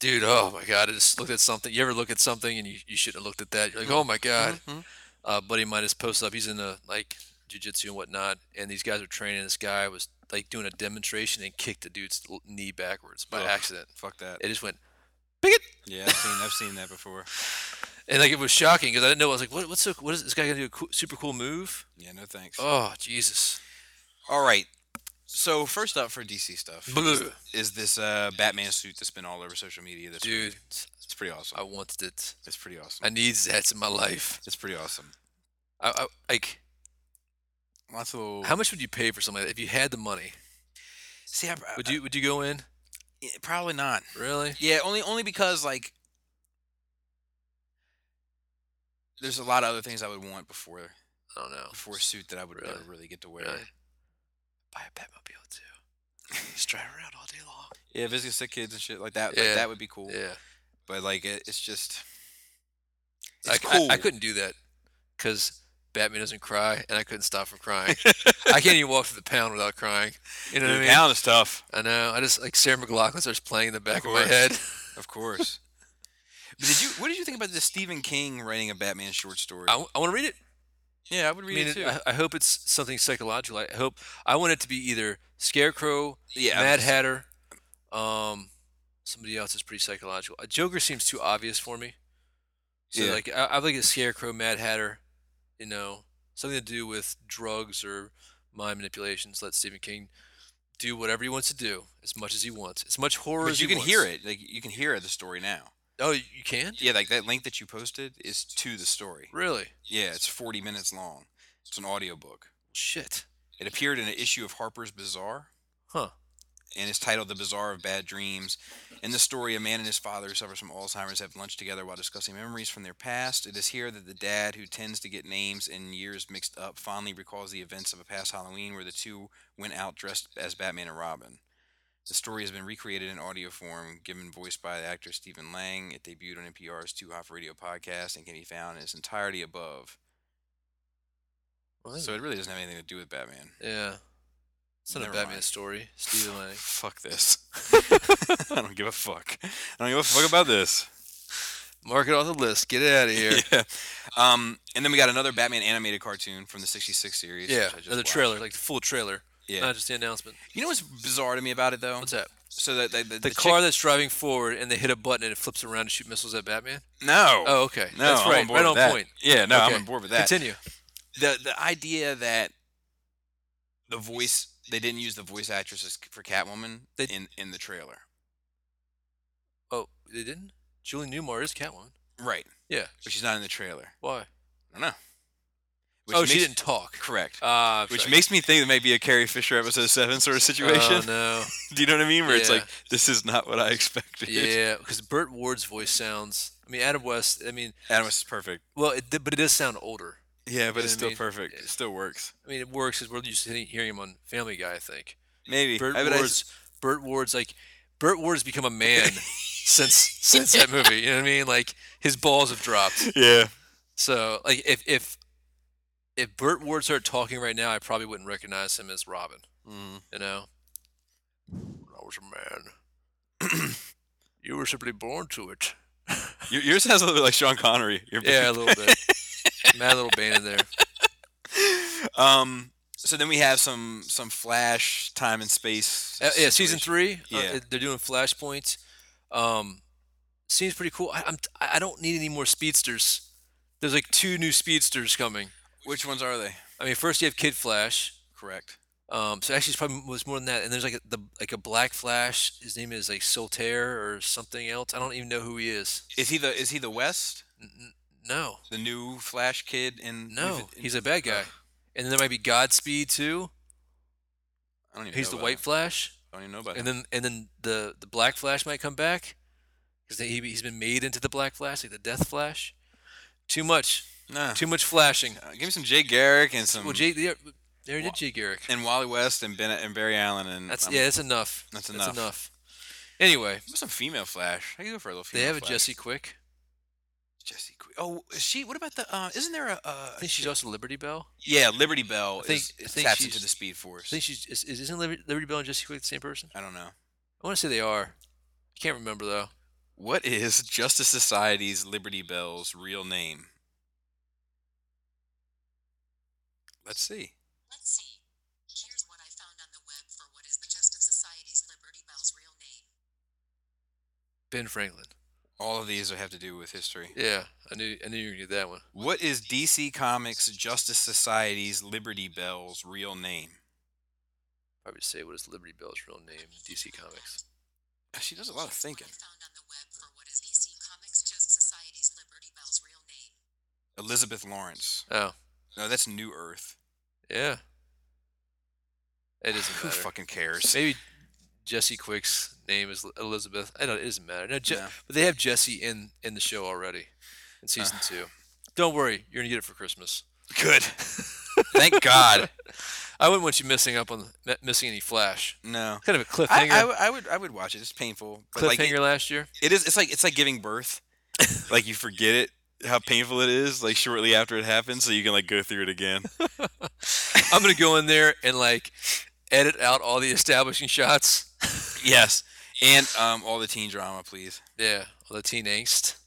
S2: Dude, oh my God! I just looked at something. You ever look at something and you, you shouldn't have looked at that? You're like, oh my God!
S3: Mhm.
S2: Uh, buddy of mine just posted up. He's in the like jujitsu and whatnot, and these guys are training. This guy was like doing a demonstration and kicked the dude's l- knee backwards by
S3: Ugh.
S2: accident.
S3: Fuck that.
S2: It just went
S3: Yeah, I've seen I've seen that before.
S2: and like it was shocking because I didn't know. I was like, what? What's so? What is this guy gonna do? A cool, super cool move?
S3: Yeah, no thanks.
S2: Oh Jesus!
S3: All right. So first up for DC stuff
S2: Blue.
S3: is this uh, Batman suit that's been all over social media. This
S2: Dude,
S3: it's pretty awesome.
S2: I wanted it.
S3: It's pretty awesome.
S2: I need that in my life.
S3: It's pretty awesome.
S2: I, I like.
S3: Lots of little.
S2: How much would you pay for something like that if you had the money?
S3: See, I,
S2: Would you Would you go in?
S3: I- probably not?
S2: Really?
S3: Yeah, only only because like there's a lot of other things I would want before
S2: I don't know.
S3: before a suit that I would
S2: Really?
S3: never really get to wear.
S2: Really? Buy a Batmobile too. Just drive around all day long.
S3: Yeah, visit sick kids and shit like that.
S2: Yeah.
S3: Like, that would be cool.
S2: Yeah,
S3: But like it, it's just it's
S2: I, c- I-
S3: cool.
S2: I, couldn't do that because Batman doesn't cry, and I couldn't stop from crying. I can't even walk through the pound without crying. You know what I
S3: Dude,
S2: mean?
S3: Now it's tough.
S2: I know. I just like Sarah McLaughlin starts playing in the back
S3: Of
S2: of, my
S3: course.
S2: head.
S3: Of course. but did you? What did you think about the Stephen King writing a Batman short story?
S2: I, want to read it.
S3: yeah, I uh, would
S2: I
S3: read
S2: mean,
S3: it too.
S2: I, I hope it's something psychological. I hope I want it to be either Scarecrow,
S3: yeah,
S2: Mad Hatter, um, somebody else is pretty psychological. A Joker seems too obvious for me. So
S3: Yeah.
S2: like I, I like a Scarecrow, Mad Hatter, you know, something to do with drugs or mind manipulations. Let Stephen King do whatever he wants to do as much as he wants, as much horror
S3: But
S2: as
S3: you
S2: he
S3: can
S2: wants.
S3: hear it. Like you can hear the story now.
S2: Oh, you you can
S3: Yeah, like that link that you posted is to the story.
S2: really?
S3: Yeah, it's 40 minutes long. It's an audiobook.
S2: Shit,
S3: It appeared in an issue of Harper's Bazaar
S2: huh?
S3: and is titled The Bazaar of Bad Dreams. In the story, a man and his father who suffers from Alzheimer's have lunch together while discussing memories from their past. It is here that the dad, who tends to get names and years mixed up, fondly recalls the events of a past Halloween where the two went out dressed as Batman and Robin. The story has been recreated in audio form, given voice by the actor Stephen Lang. It debuted on NPR's Two Hop Radio podcast and can be found in its entirety above. So it really doesn't have anything to do with Batman.
S2: yeah. It's not
S3: Never
S2: a Batman
S3: mind.
S2: story. Stephen Lang.
S3: Fuck this. I don't give a fuck. I don't give a fuck about this.
S2: Mark it off the list. Get it out of here.
S3: Yeah. Um, and then we got another Batman animated cartoon from the '66 series.
S2: yeah.
S3: which I just
S2: Another
S3: watched.
S2: trailer, like the full trailer,
S3: Yeah.
S2: not just the announcement.
S3: you know what's bizarre to me about it though?
S2: What's that?
S3: So that the, the,
S2: The,
S3: chick-
S2: car that's driving forward and they hit a button and it flips around to shoot missiles at Batman.
S3: no.
S2: Oh, okay.
S3: No,
S2: that's
S3: I'm
S2: right.
S3: on board
S2: right
S3: with
S2: on
S3: that.
S2: point.
S3: Yeah, no,
S2: Okay.
S3: I'm on board with that.
S2: Continue.
S3: The the idea that the voice they didn't use the voice actresses for Catwoman
S2: They-
S3: in in the trailer.
S2: Oh, they didn't. Julie Newmar is Catwoman.
S3: Right.
S2: Yeah.
S3: But she's not in the trailer.
S2: Why?
S3: I don't know. Which
S2: oh,
S3: makes,
S2: she didn't talk.
S3: Correct.
S2: Ah, I'm
S3: Which
S2: sorry.
S3: makes me think it may be a Carrie Fisher episode seven sort of situation.
S2: Oh no.
S3: Do you know what I mean? Where it's
S2: Yeah.
S3: like this is not what I expected.
S2: Yeah, because Burt Ward's voice sounds. I mean, Adam West. I mean,
S3: Adam West is perfect.
S2: well, it, did- but it does sound older.
S3: Yeah,
S2: know
S3: but
S2: what
S3: it's
S2: I
S3: still
S2: mean?
S3: perfect. It still works.
S2: I mean, it works because we're used to hearing him on Family Guy. I think
S3: Maybe.
S2: Burt
S3: I bet I
S2: Ward's. Burt Ward's like. Burt Ward's become a man since since that movie. You know what I mean? Like his balls have dropped.
S3: s- yeah.
S2: So like if if if Burt Ward started talking right now, I probably wouldn't recognize him as Robin.
S3: Mm.
S2: You know, when I was a man, you were simply born to it.
S3: Your- Yours sounds a little bit like Sean Connery. Your
S2: Yeah, a little bit. Mad little band in there.
S3: um so then we have some some flash time and space
S2: Uh, yeah, season
S3: situation.
S2: three. uh,
S3: Yeah.
S2: they're doing flashpoints. Um, seems pretty cool. I, I'm I I don't need any more speedsters. There's like two new speedsters coming.
S3: which ones are they
S2: I mean, first you have Kid Flash.
S3: correct
S2: Um, so actually, it's probably was more than that. And there's like a, the like a Black Flash. His name is like Soltaire or something else. I don't even know who he is.
S3: is he the is he the west
S2: N- n- no,
S3: the new flash kid in
S2: no,
S3: in- Oh,
S2: he's a bad guy.
S3: Ugh,
S2: And then there might be Godspeed too.
S3: I don't even
S2: He's
S3: know
S2: the
S3: about
S2: White
S3: him.
S2: Flash.
S3: I don't even know about
S2: and
S3: him.
S2: then and then the the Black Flash might come back because he he's been made into the Black Flash, like the Death Flash. Too much,
S3: nah.
S2: too much flashing.
S3: Uh, give me some Jay Garrick and some
S2: Well, Jay, they they already did Jay Garrick.
S3: and Wally West and Ben and Barry Allen and
S2: That's
S3: um,
S2: yeah, that's enough.
S3: that's
S2: That's
S3: enough.
S2: enough. Anyway,
S3: what's some female Flash? I could go for a little
S2: they
S3: female.
S2: have a
S3: Flash.
S2: Jesse Quick.
S3: Jesse. Que- Oh, is she? What about the? Uh, isn't there a? Uh,
S2: I think she's also Liberty Bell.
S3: yeah, Liberty Bell
S2: I think-
S3: is,
S2: I
S3: is
S2: think
S3: tapped
S2: she's-
S3: into the Speed
S2: I
S3: Force.
S2: think she's is, is- isn't Liber- Liberty Bell and Jesse Quick the same person?
S3: I don't know.
S2: I want to say they are. I can't remember though.
S3: What is Justice Society's Liberty Bell's real name? Let's see.
S6: Let's see. Here's what I found on the web for what is the Justice Society's Liberty Bell's real name.
S2: Ben Franklin.
S3: All of these have to do with history.
S2: Yeah, I knew I knew you were gonna get that one.
S3: What is DC Comics Justice Society's Liberty Bell's real name?
S2: I would say what is Liberty Bell's real name? DC Comics.
S3: She does a lot of thinking.
S6: What I found on the web for what is DC Comics Justice Society's Liberty Bell's real name.
S3: Elizabeth Lawrence.
S2: Oh
S3: No, that's New Earth.
S2: yeah. It doesn't
S3: Who
S2: matter.
S3: fucking cares?
S2: Maybe Jesse Quick's name is Elizabeth. I don't. It doesn't matter. No, Je-
S3: No.
S2: but they have Jesse in in the show already in
S3: Uh.
S2: season two. Don't worry, you're gonna get it for Christmas.
S3: Good. Thank God.
S2: I wouldn't want you missing up on mi- missing any Flash.
S3: No.
S2: Kind of a
S3: I,
S2: cliffhanger.
S3: I w- I would I would watch it. It's painful. But like
S2: cliffhanger
S3: it,
S2: last year.
S3: it is it's like it's like giving birth. like you forget it how painful it is like shortly after it happens so you can like go through it again.
S2: I'm gonna go in there and like edit out all the establishing shots.
S3: yes. And um all the teen drama, please.
S2: Yeah, all the teen angst.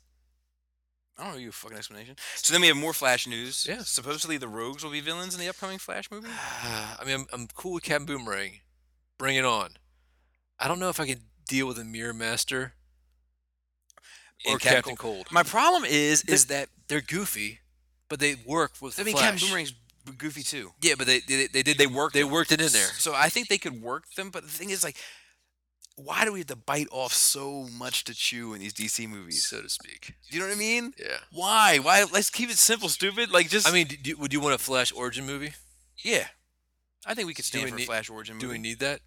S3: I don't know you fucking explanation. So then we have more Flash news.
S2: Yeah.
S3: Supposedly the rogues will be villains in the upcoming Flash movie.
S2: I mean, I'm, I'm cool with Captain Boomerang. Bring it on. I don't know if I can deal with a Mirror Master or
S3: And
S2: Captain Cold.
S3: My problem is is that
S2: they're goofy, but they work with.
S3: I
S2: the
S3: mean
S2: Flash.
S3: Captain Boomerang's b- goofy too.
S2: Yeah, but they they, they did
S3: They worked
S2: they
S3: them.
S2: worked it in there.
S3: So I think they could work them, but the thing is like why do we have to bite off so much to chew in these DC movies?
S2: so to speak.
S3: Do you know what I mean?
S2: Yeah.
S3: Why? Why? Let's keep it simple, stupid. Like just.
S2: I mean, do, you- would you want a Flash origin movie?
S3: yeah. I think we could
S2: Do
S3: stand
S2: we
S3: for
S2: need-
S3: a Flash origin movie.
S2: Do we need that?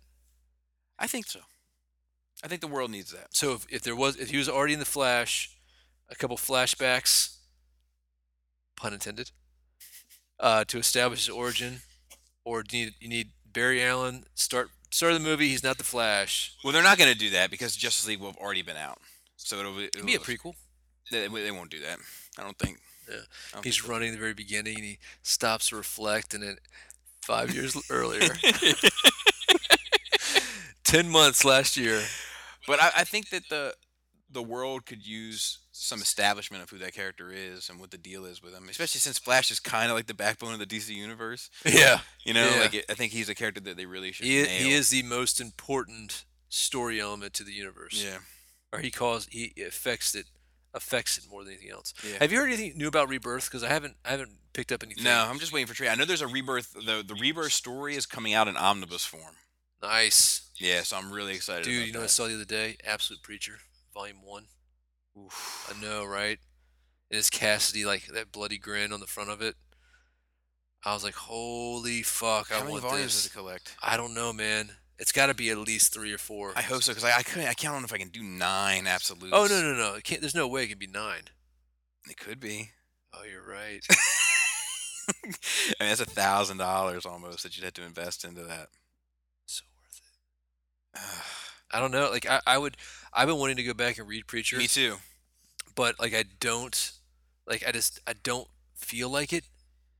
S3: I think so. I think the world needs that.
S2: So if, if there was if he was already in the Flash, a couple flashbacks, pun intended, uh, to establish his origin, or do you need, you need Barry Allen start Start of the movie, he's not the Flash.
S3: Well, they're not going to do that because Justice League will have already been out. So it'll be,
S2: It'd be a
S3: it'll-
S2: prequel.
S3: They, they won't do that. I don't think.
S2: Yeah.
S3: I don't
S2: He's
S3: think
S2: running at the very beginning and he stops to reflect and then five years earlier. Ten months last year.
S3: But I, I think that the the world could use some establishment of who that character is and what the deal is with him, especially since Flash is kind of like the backbone of the DC universe.
S2: Yeah.
S3: You know,
S2: Yeah.
S3: like it, I think he's a character that they really should.
S2: He,
S3: nail.
S2: he is the most important story element to the universe.
S3: Yeah.
S2: Or he calls he affects it affects it more than anything else.
S3: Yeah.
S2: Have you heard anything new about Rebirth? Because I haven't I haven't picked up anything.
S3: No, I'm just waiting for Trey. I know there's a rebirth. The the rebirth story is coming out in omnibus form.
S2: Nice.
S3: Yeah, so I'm really excited.
S2: Dude,
S3: about
S2: you know what I
S3: that.
S2: saw the other day? Absolute Preacher, Volume One.
S3: Oof.
S2: I know, right? And it's Cassidy, like that bloody grin on the front of it. I was like, holy fuck,
S3: How
S2: I
S3: many
S2: want
S3: volumes
S2: this.
S3: does it collect?
S2: I don't know, man. It's got to be at least three or four.
S3: I hope so because I I, couldn't, I can't know if I can do nine absolutes.
S2: oh no, no, no! It can't, there's no way it could be nine.
S3: It could be.
S2: Oh, you're right.
S3: I mean, that's a thousand dollars almost that you'd have to invest into that.
S2: so worth it. I don't know. Like I, I would. I've been wanting to go back and read Preacher,
S3: Me too.
S2: but like I don't. Like I just I don't feel like it.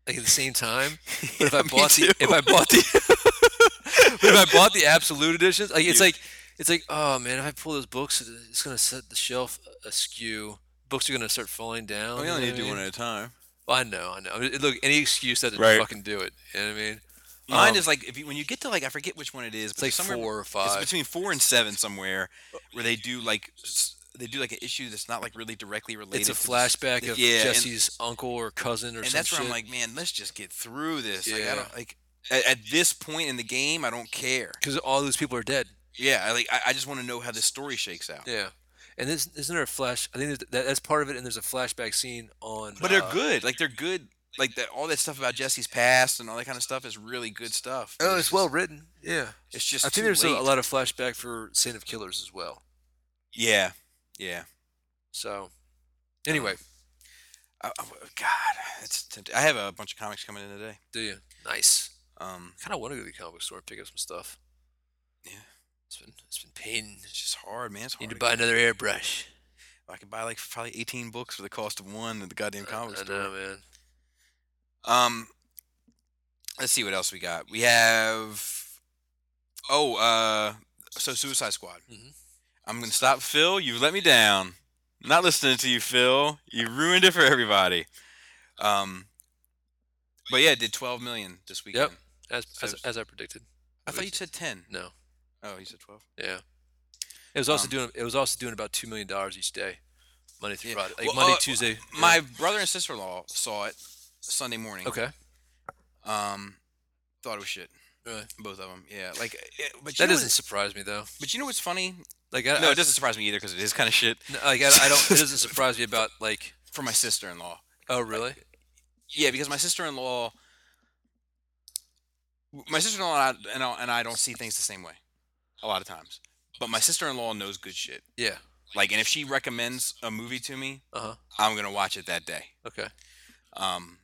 S2: Like at the same time, but if I
S3: Me
S2: bought the
S3: too.
S2: if I bought the but if I bought the absolute editions, like it's
S3: Yeah.
S2: like it's like oh man, if I pull those books, it's gonna set the shelf askew. Books are gonna start falling down.
S3: we
S2: you
S3: only
S2: know
S3: need to
S2: what I
S3: Oh, do one
S2: mean?
S3: at a time.
S2: Well, I know, I know. I mean, Look, any excuse that to
S3: Right.
S2: fucking do it. You know what I mean?
S3: Mine
S2: Um,
S3: is like if you, when you get to like I forget which one it is.
S2: It's
S3: but
S2: like
S3: somewhere-
S2: four or
S3: It's
S2: five.
S3: between four and seven somewhere where they do like s- they do like an issue that's not like really directly related.
S2: It's a
S3: to this-
S2: flashback
S3: the-
S2: of
S3: yeah, and-
S2: Jesse's uncle or cousin or
S3: and
S2: some
S3: that's where
S2: shit.
S3: I'm like, man, let's just get through this. Like,
S2: Yeah.
S3: I don't like at, at this point in the game, I don't care.
S2: because all those people are dead.
S3: Yeah, I, like I, I just want to know how this story shakes out.
S2: Yeah, and this isn't there a flash? I think there's- that, that's part of it. And there's a flashback scene on.
S3: But they're
S2: uh,
S3: good. Like they're good. Like that, all that stuff about Jesse's past and all that kind of stuff is really good stuff.
S2: Oh,
S3: It's
S2: it's
S3: just-
S2: well written. Yeah,
S3: It's just.
S2: I think
S3: too
S2: there's a,
S3: late.
S2: a lot of flashback for Saint of Killers as well.
S3: Yeah, yeah.
S2: So, anyway,
S3: I, I, Uh, God, it's. Tempt- I have a bunch of comics coming in today.
S2: do you? Nice.
S3: Um,
S2: Kind of want to go to the comic book store and pick up some stuff.
S3: Yeah.
S2: it's been it's been pain.
S3: it's just hard, man. It's hard.
S2: Need to
S3: to
S2: buy another airbrush.
S3: get- I could buy like probably 18 books for the cost of one at uh, the goddamn comic
S2: I, I
S3: store.
S2: know, man.
S3: Um, let's see what else we got. We have oh, uh, so Suicide Squad.
S2: Mhm.
S3: I'm gonna stop, Phil. You let me down. I'm not listening to you, Phil. You ruined it for everybody. Um, but yeah, it did 12 million this weekend.
S2: As
S3: So
S2: as,
S3: it's-
S2: as I predicted.
S3: I thought you said 10.
S2: no.
S3: Oh, you said 12.
S2: Yeah. It was also
S3: Um,
S2: doing. It was also doing about two million dollars each day, Monday through
S3: Yeah.
S2: Friday, like
S3: Well,
S2: Monday,
S3: uh,
S2: Tuesday. yeah.
S3: My brother and sister-in-law saw it Sunday morning.
S2: okay.
S3: Um, thought it was shit.
S2: Really?
S3: Both of them. Yeah. Like, it, but you
S2: That
S3: know what-
S2: doesn't surprise me though.
S3: But you know what's funny? Uh,
S2: Like I,
S3: No,
S2: I,
S3: it doesn't surprise me either because it is kind of shit.
S2: n- Like I, I don't. It doesn't surprise me about like.
S3: for my sister in law.
S2: Oh really?
S3: Yeah, because my sister in law, my sister in law and I, and I don't see things the same way, a lot of times. But my sister in law knows good shit.
S2: Yeah.
S3: Like, and if she recommends a movie to me,
S2: Uh huh.
S3: I'm gonna watch it that day.
S2: Okay.
S3: Um,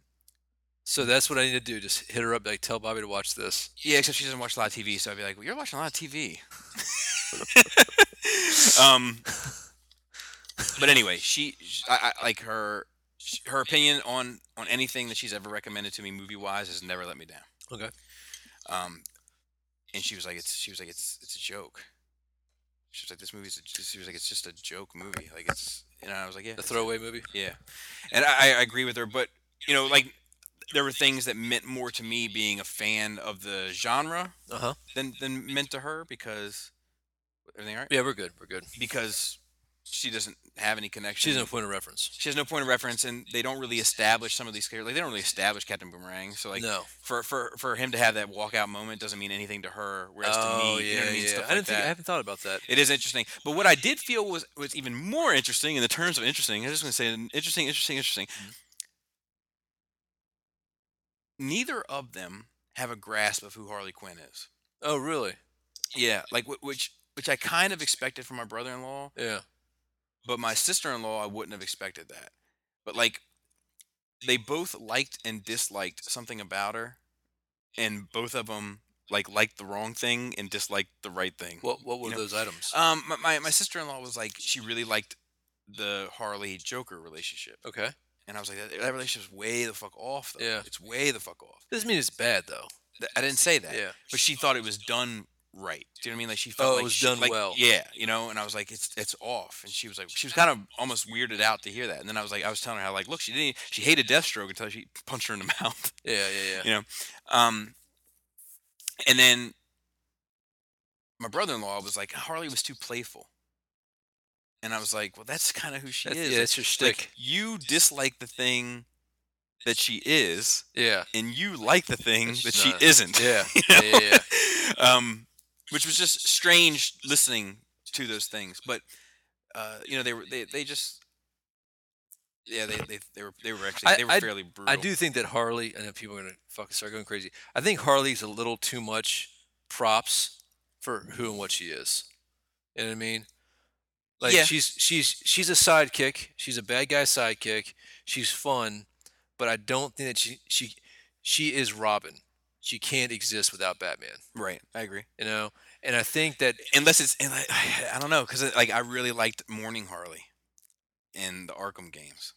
S2: So that's what I need to do. Just hit her up. Like tell Bobby to watch this.
S3: yeah, except she doesn't watch a lot of TV, so I'd be like, well, "You're watching a lot of TV." um, but anyway, she, sh I, I like her, sh- her opinion on on anything that she's ever recommended to me movie wise has never let me down.
S2: Okay.
S3: Um, and she was like, "It's." She was like, "It's. It's a joke." She was like, "This movie's." A, she was like, "It's just a joke movie. Like it's." And I was like, "Yeah,
S2: The throwaway movie.
S3: yeah." And I, I agree with her, but you know, like there were things that meant more to me being a fan of the genre
S2: Uh huh.
S3: than than meant to her because everything all right
S2: Yeah, we're good. We're good.
S3: because she doesn't have any connection.
S2: She's no point of reference.
S3: She has no point of reference, and they don't really establish some of these characters. Like they don't really establish Captain Boomerang, so like
S2: no.
S3: for for for him to have that walkout moment doesn't mean anything to her, whereas
S2: Oh
S3: to me,
S2: yeah,
S3: you know what I mean?
S2: yeah.
S3: Stuff
S2: I
S3: like
S2: didn't think. I
S3: that.
S2: haven't thought about that.
S3: It is interesting, but what I did feel was was even more interesting in the terms of interesting. I was just going to say interesting, interesting, interesting. Neither of them have a grasp of who Harley Quinn is.
S2: Oh really?
S3: Yeah, like wh- which which I kind of expected from my brother-in-law,
S2: Yeah.
S3: but my sister-in-law I wouldn't have expected that. But like they both liked and disliked something about her and both of them like liked the wrong thing and disliked the right thing.
S2: What what were
S3: know,
S2: those items?
S3: Um, my my, my sister in law was like, she really liked the Harley Joker relationship,
S2: okay.
S3: and I was like, that, that relationship's way the fuck off. Though.
S2: Yeah.
S3: it's way the fuck off.
S2: Doesn't mean it's bad though.
S3: Th- I didn't say that.
S2: Yeah.
S3: but she thought it was done right. Do you know what I mean? Like she felt
S2: Oh, it
S3: like
S2: was
S3: she-
S2: done
S3: like-
S2: well.
S3: Yeah, you know. And I was like, it's it's off. And she was like, she was kind of almost weirded out to hear that. And then I was like, I was telling her how like, look, she didn't, e, she hated Deathstroke until she punched her in the mouth.
S2: Yeah, yeah, yeah.
S3: You know, um, and then my brother-in-law was like, Harley was too playful. And I was like, well, that's kind of who she
S2: That's-
S3: is.
S2: yeah,
S3: Like-
S2: that's her
S3: like,
S2: shtick.
S3: you dislike the thing that she is,
S2: Yeah,
S3: and you like the thing
S2: That she's
S3: that she
S2: not.
S3: isn't
S2: yeah,
S3: you
S2: yeah,
S3: know?
S2: yeah, yeah.
S3: um, which was just strange listening to those things. But uh, you know, they were they, they just yeah they, they they were they were actually
S2: I-
S3: they were
S2: I-
S3: fairly brutal.
S2: I do think that Harley. I know people are gonna fucking start going crazy. I think Harley's a little too much props for who and what she is. You know what I mean? Like
S3: Yeah.
S2: she's she's she's a sidekick. She's a bad guy sidekick. She's fun, but I don't think that she she she is Robin. She can't exist without Batman.
S3: right. I agree.
S2: You know, and I think that
S3: Unless it's and I, I don't know because like I really liked Morning Harley in the Arkham games.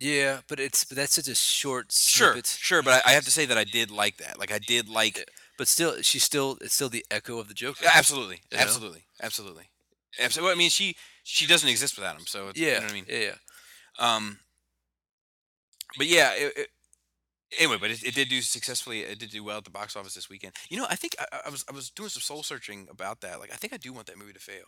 S2: yeah, but it's but that's such a short
S3: Sure,
S2: snippet.
S3: sure, but I, I have to say that I did like that. Like I did like
S2: But still, she's still it's still the echo of the Joker.
S3: absolutely,
S2: You know?
S3: absolutely, absolutely, absolutely. I mean, she she doesn't exist without him. So it's-
S2: Yeah,
S3: you know what I mean.
S2: yeah, yeah.
S3: Um, but yeah, it, it, anyway, but it, it did do successfully. It did do well at the box office this weekend. You know, I think I, I- I was I was doing some soul searching about that. Like, I think I do want that movie to fail.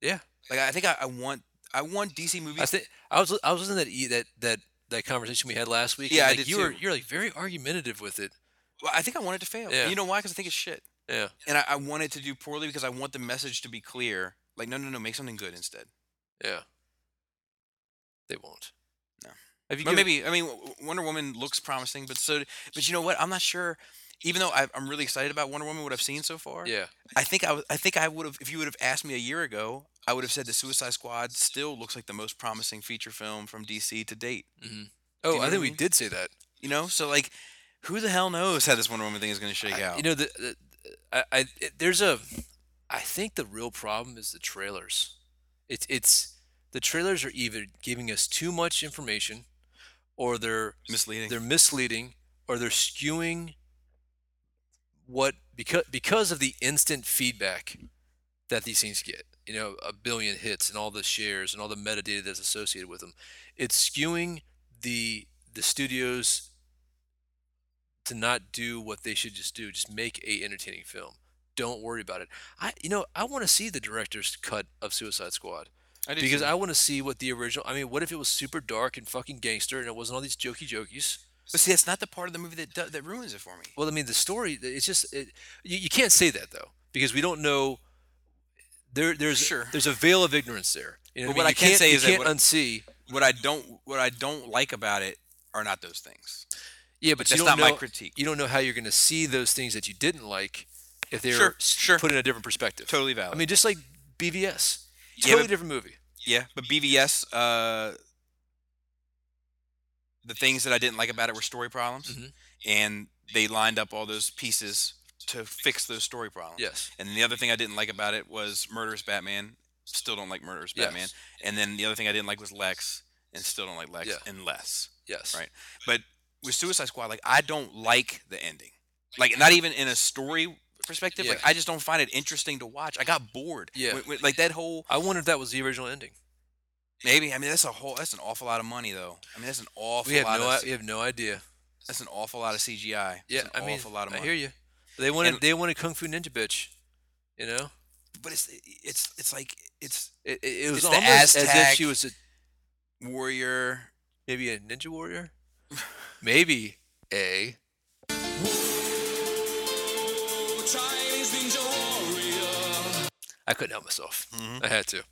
S2: Yeah.
S3: Like, I think I, I want I want DC movies.
S2: I think I was I was listening to that e- that that that conversation we had last week. and,
S3: Yeah, I
S2: like,
S3: did
S2: you were
S3: too.
S2: you're like very argumentative with it.
S3: well, I think I want it to fail.
S2: Yeah.
S3: You know why? Because I think it's shit,
S2: Yeah,
S3: and I, I want it to do poorly because I want the message to be clear. Like, no, no, no, make something good instead.
S2: yeah. They won't.
S3: No.
S2: Have you
S3: But
S2: given-
S3: maybe I mean W- W- Wonder Woman looks promising, but so but you know what? I'm not sure. Even though I, I'm really excited about Wonder Woman, what I've seen so far,
S2: Yeah,
S3: I think I, w- I think I would have if you would have asked me a year ago, I would have said the Suicide Squad still looks like the most promising feature film from DC to date.
S2: hmm Oh,
S3: know
S2: I
S3: what
S2: think
S3: I
S2: we
S3: mean?
S2: did say that.
S3: You know, so like, who the hell knows how this Wonder Woman thing is going to shake
S2: I-
S3: out?
S2: You know, the, the I, I it- there's a I think the real problem is the trailers. It's it's the trailers are either giving us too much information, or they're
S3: Misleading.
S2: they're misleading or they're skewing what because because of the instant feedback that these things get you know a billion hits and all the shares and all the metadata that's associated with them it's skewing the the studios to not do what they should just do just make a entertaining film don't worry about it i you know i want to see the director's cut of suicide squad
S3: I do
S2: because
S3: too.
S2: I want to see what the original. I mean, what if it was super dark and fucking gangster, and it wasn't all these jokey jokies?
S3: but see, that's not the part of the movie that do- that ruins it for me.
S2: Well, I mean, the story. It's just it, you, you can't say that though because we don't know. There, there's
S3: Sure.
S2: there's a veil of ignorance there. You know
S3: But what
S2: I
S3: I can
S2: can't
S3: say
S2: you
S3: is that
S2: can't
S3: what-
S2: unsee.
S3: What I don't what I don't like about it are not those things.
S2: Yeah, but you
S3: that's
S2: don't
S3: not
S2: know,
S3: my critique.
S2: You don't know how you're going to see those things that you didn't like if they
S3: Sure,
S2: were s-
S3: sure.
S2: put in a different perspective.
S3: Totally valid.
S2: I mean, just like BVS,
S3: Yeah,
S2: totally
S3: but-
S2: different movie.
S3: Yeah, but BVS, uh, the things that I didn't like about it were story problems,
S2: Mhm.
S3: and they lined up all those pieces to fix those story problems.
S2: Yes.
S3: And the other thing I didn't like about it was Murderous Batman. Still don't like Murderous Batman.
S2: Yes.
S3: And then the other thing I didn't like was Lex, and still don't like Lex
S2: Yeah.
S3: and less.
S2: Yes.
S3: Right. But with Suicide Squad, like I don't like the ending. Like not even in a story perspective.
S2: Yeah.
S3: Like I just don't find it interesting to watch. I got bored.
S2: Yeah.
S3: When- when- like that whole
S2: I wonder if that was the original ending.
S3: Maybe. I mean, that's a whole. That's an awful lot of money, though. I mean, that's an awful
S2: We have
S3: lot.
S2: no.
S3: of,
S2: i- We have no idea.
S3: That's an awful lot of CGI.
S2: Yeah,
S3: that's
S2: I
S3: an
S2: mean,
S3: awful lot of
S2: I
S3: money.
S2: hear you. They wanted
S3: And-
S2: they wanted Kung Fu Ninja bitch, you know.
S3: But it's it's it's like it's
S2: It, it, it was
S3: the
S2: almost as if
S3: Aztec.
S2: she was a,
S3: warrior.
S2: maybe a ninja warrior, maybe a
S4: Chinese Ninja Warrior.
S2: I couldn't help myself. I had to.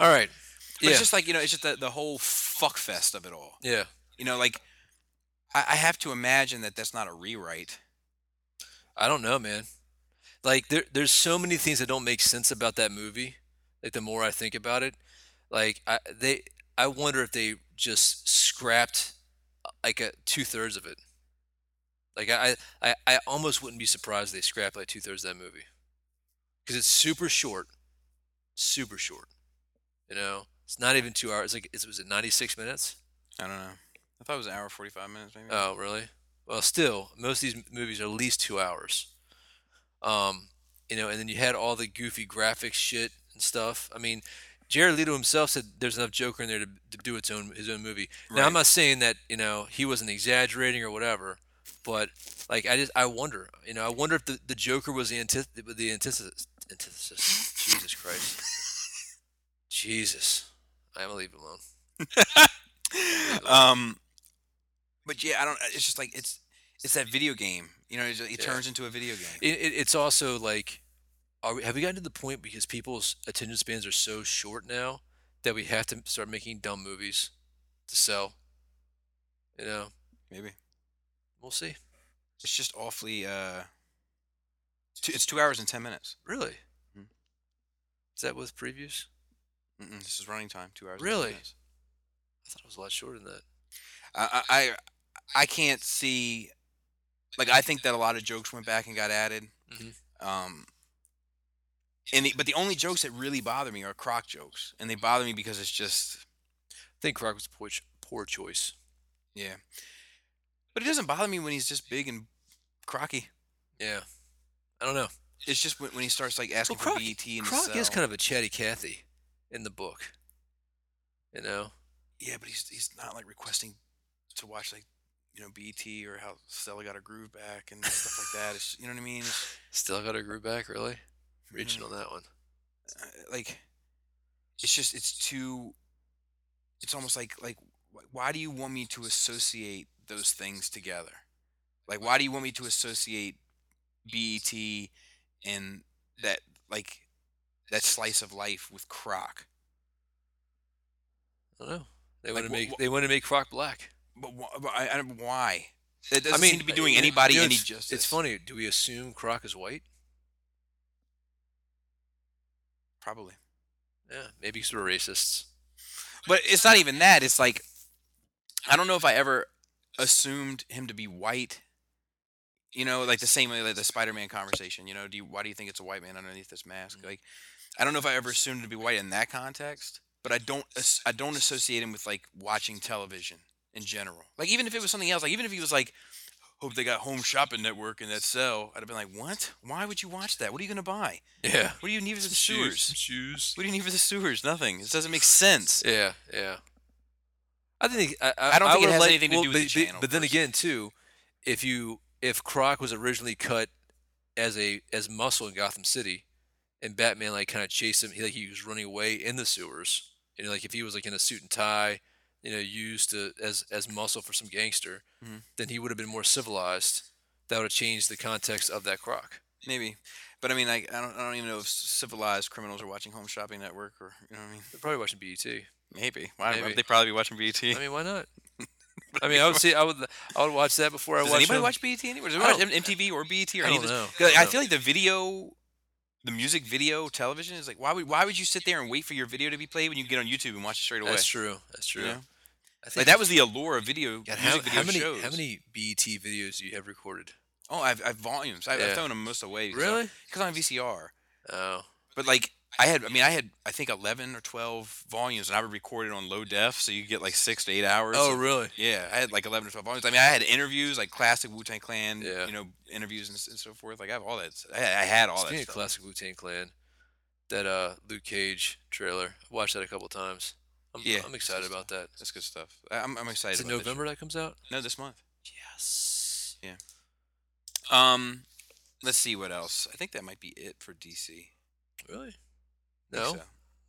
S2: All right.
S3: But
S2: yeah.
S3: It's just like you know, it's just the, the whole fuck fest of it all.
S2: yeah.
S3: You know, like I, I have to imagine that that's not a rewrite.
S2: I don't know, man. Like there, there's so many things that don't make sense about that movie. Like the more I think about it, like I they I wonder if they just scrapped uh, like a two thirds of it. Like I, I, I almost wouldn't be surprised if they scrapped like two thirds of that movie because it's super short, super short. You know, it's not even two hours. It's like it was it ninety six minutes.
S3: I don't know. I thought it was an hour and forty five minutes maybe.
S2: Oh, really? Well, still, most of these movies are at least two hours. Um, you know, and then you had all the goofy graphics shit and stuff. I mean, Jared Leto himself said there's enough Joker in there to, to do its own his own movie. Now,
S3: Right.
S2: I'm not saying that you know he wasn't exaggerating or whatever, but like I just I wonder, you know, I wonder if the, the Joker was the antith- the antithesis. antithesis. Jesus Christ, Jesus, I'm gonna leave it alone.
S3: um but yeah i don't uh, it's just like it's it's that video game you know it, ju- it
S2: Yeah.
S3: turns into a video game
S2: It, it, it's also like, are we, have we gotten to the point because people's attention spans are so short now that we have to start making dumb movies to sell? You know,
S3: maybe
S2: we'll see.
S3: it's just awfully uh two, it's two hours and ten minutes
S2: Really?
S3: Mhm.
S2: Is that with previews?
S3: Mm-mm, this is running time two hours
S2: Really?
S3: and 10
S2: I
S3: minutes.
S2: thought it was a lot shorter than that.
S3: I, I I- i can't see like i think that a lot of jokes went back and got added
S2: Mhm.
S3: um and the, but the only jokes that really bother me are croc jokes and they bother me because it's just
S2: I think Croc was a poor, ch- poor choice.
S3: yeah but it doesn't bother me when he's just big and crocky
S2: Yeah. I don't know.
S3: It's just when, when he starts like asking
S2: Croc-
S3: for BET and
S2: Croc is kind of a chatty Cathy in the book. You know?
S3: yeah, but he's he's not like requesting to watch like you know BET or how Stella got her groove back and stuff like that. It's, you know what I mean? It's,
S2: Still got her groove back, really? Reaching
S3: Hmm.
S2: on that one.
S3: uh, like it's just it's too. It's almost like like wh- why do you want me to associate those things together? Like why do you want me to associate BET and that like that slice of life with Croc?
S2: I don't know. They
S3: Like,
S2: want to
S3: wha-
S2: make
S3: wha-
S2: they want to make Croc black.
S3: But, wh- but I, I don't why? It
S2: I
S3: doesn't
S2: mean,
S3: seem to be doing
S2: uh,
S3: anybody
S2: you know,
S3: any
S2: it's-
S3: justice.
S2: It's funny. Do we assume Croc is white?
S3: probably.
S2: Yeah, maybe because we're racists.
S3: But it's not even that. It's like I don't know if I ever assumed him to be white. You know, like the same way like the Spider-Man conversation. You know, do you, why do you think it's a white man underneath this mask?
S2: Mm-hmm.
S3: Like, I don't know if I ever assumed him to be white in that context. But I don't as- I don't associate him with like watching television in general. Like even if it was something else, like even if he was like, hope they got Home Shopping Network in that cell, I'd have been like, what? Why would you watch that? What are you gonna buy?
S2: Yeah.
S3: What do you need for the
S2: Shoes.
S3: sewers?
S2: Shoes.
S3: What do you need for the sewers? Nothing. This doesn't make sense.
S2: Yeah, yeah. I think I,
S3: I don't think it
S2: would
S3: has
S2: like-
S3: anything to
S2: well,
S3: do with
S2: but,
S3: the
S2: but-
S3: channel
S2: But then
S3: first.
S2: again, too, if you if Croc was originally cut as a as muscle in Gotham City, and Batman like kind of chased him, he like he was running away in the sewers. You know, like if he was like in a suit and tie, you know, used to as as muscle for some gangster,
S3: Mhm.
S2: then he would have been more civilized. That would have changed the context of that Croc.
S3: Maybe, but I mean, like, I don't, I don't even know if civilized criminals are watching Home Shopping Network or you know what I mean.
S2: They're probably watching BET.
S3: Maybe. Why
S2: Maybe.
S3: they probably be watching E BET?
S2: I mean, why not? I mean, I would see. I would. I would watch that before I
S3: Does
S2: watch.
S3: anybody
S2: them.
S3: watch BET anymore? Does
S2: I
S3: anybody
S2: don't-
S3: watch MTV or BET or
S2: I
S3: any
S2: don't
S3: of this?
S2: know.
S3: 'Cause, like,
S2: I
S3: I
S2: don't
S3: feel like the video, the music video television is like, why would why would you sit there and wait for your video to be played when you can get on YouTube and watch it straight away?
S2: That's true. That's true.
S3: You know?
S2: I think
S3: Like that was the allure of video
S2: God,
S3: music
S2: how,
S3: video
S2: how many
S3: shows.
S2: how many BET videos do you have recorded?
S3: Oh, I've, I've volumes. I've,
S2: Yeah.
S3: I've thrown them most away.
S2: Really?
S3: Because I'm 'cause I'm on VCR.
S2: Oh,
S3: But like I had, I mean, I had I think eleven or twelve volumes, and I would record it on low def, so you get like six to eight hours.
S2: oh,
S3: of-
S2: really?
S3: yeah, I had like eleven or twelve volumes. I mean, I had interviews, like classic Wu Tang Clan,
S2: Yeah.
S3: you know, interviews and, s- and so forth. Like I have all that. s- I, I had all
S2: Speaking
S3: that
S2: of
S3: stuff.
S2: classic Wu Tang Clan, that uh Luke Cage trailer, I watched that a couple times. I'm,
S3: Yeah,
S2: I'm
S3: it's
S2: excited
S3: just-
S2: about that.
S3: That's good stuff. I, I'm, I'm excited.
S2: Is it
S3: about this
S2: November that comes out?
S3: shit. No, this month.
S2: Yes.
S3: Um, let's see what else. I think that might be it for DC.
S2: Really?
S3: I think
S2: No.
S3: so.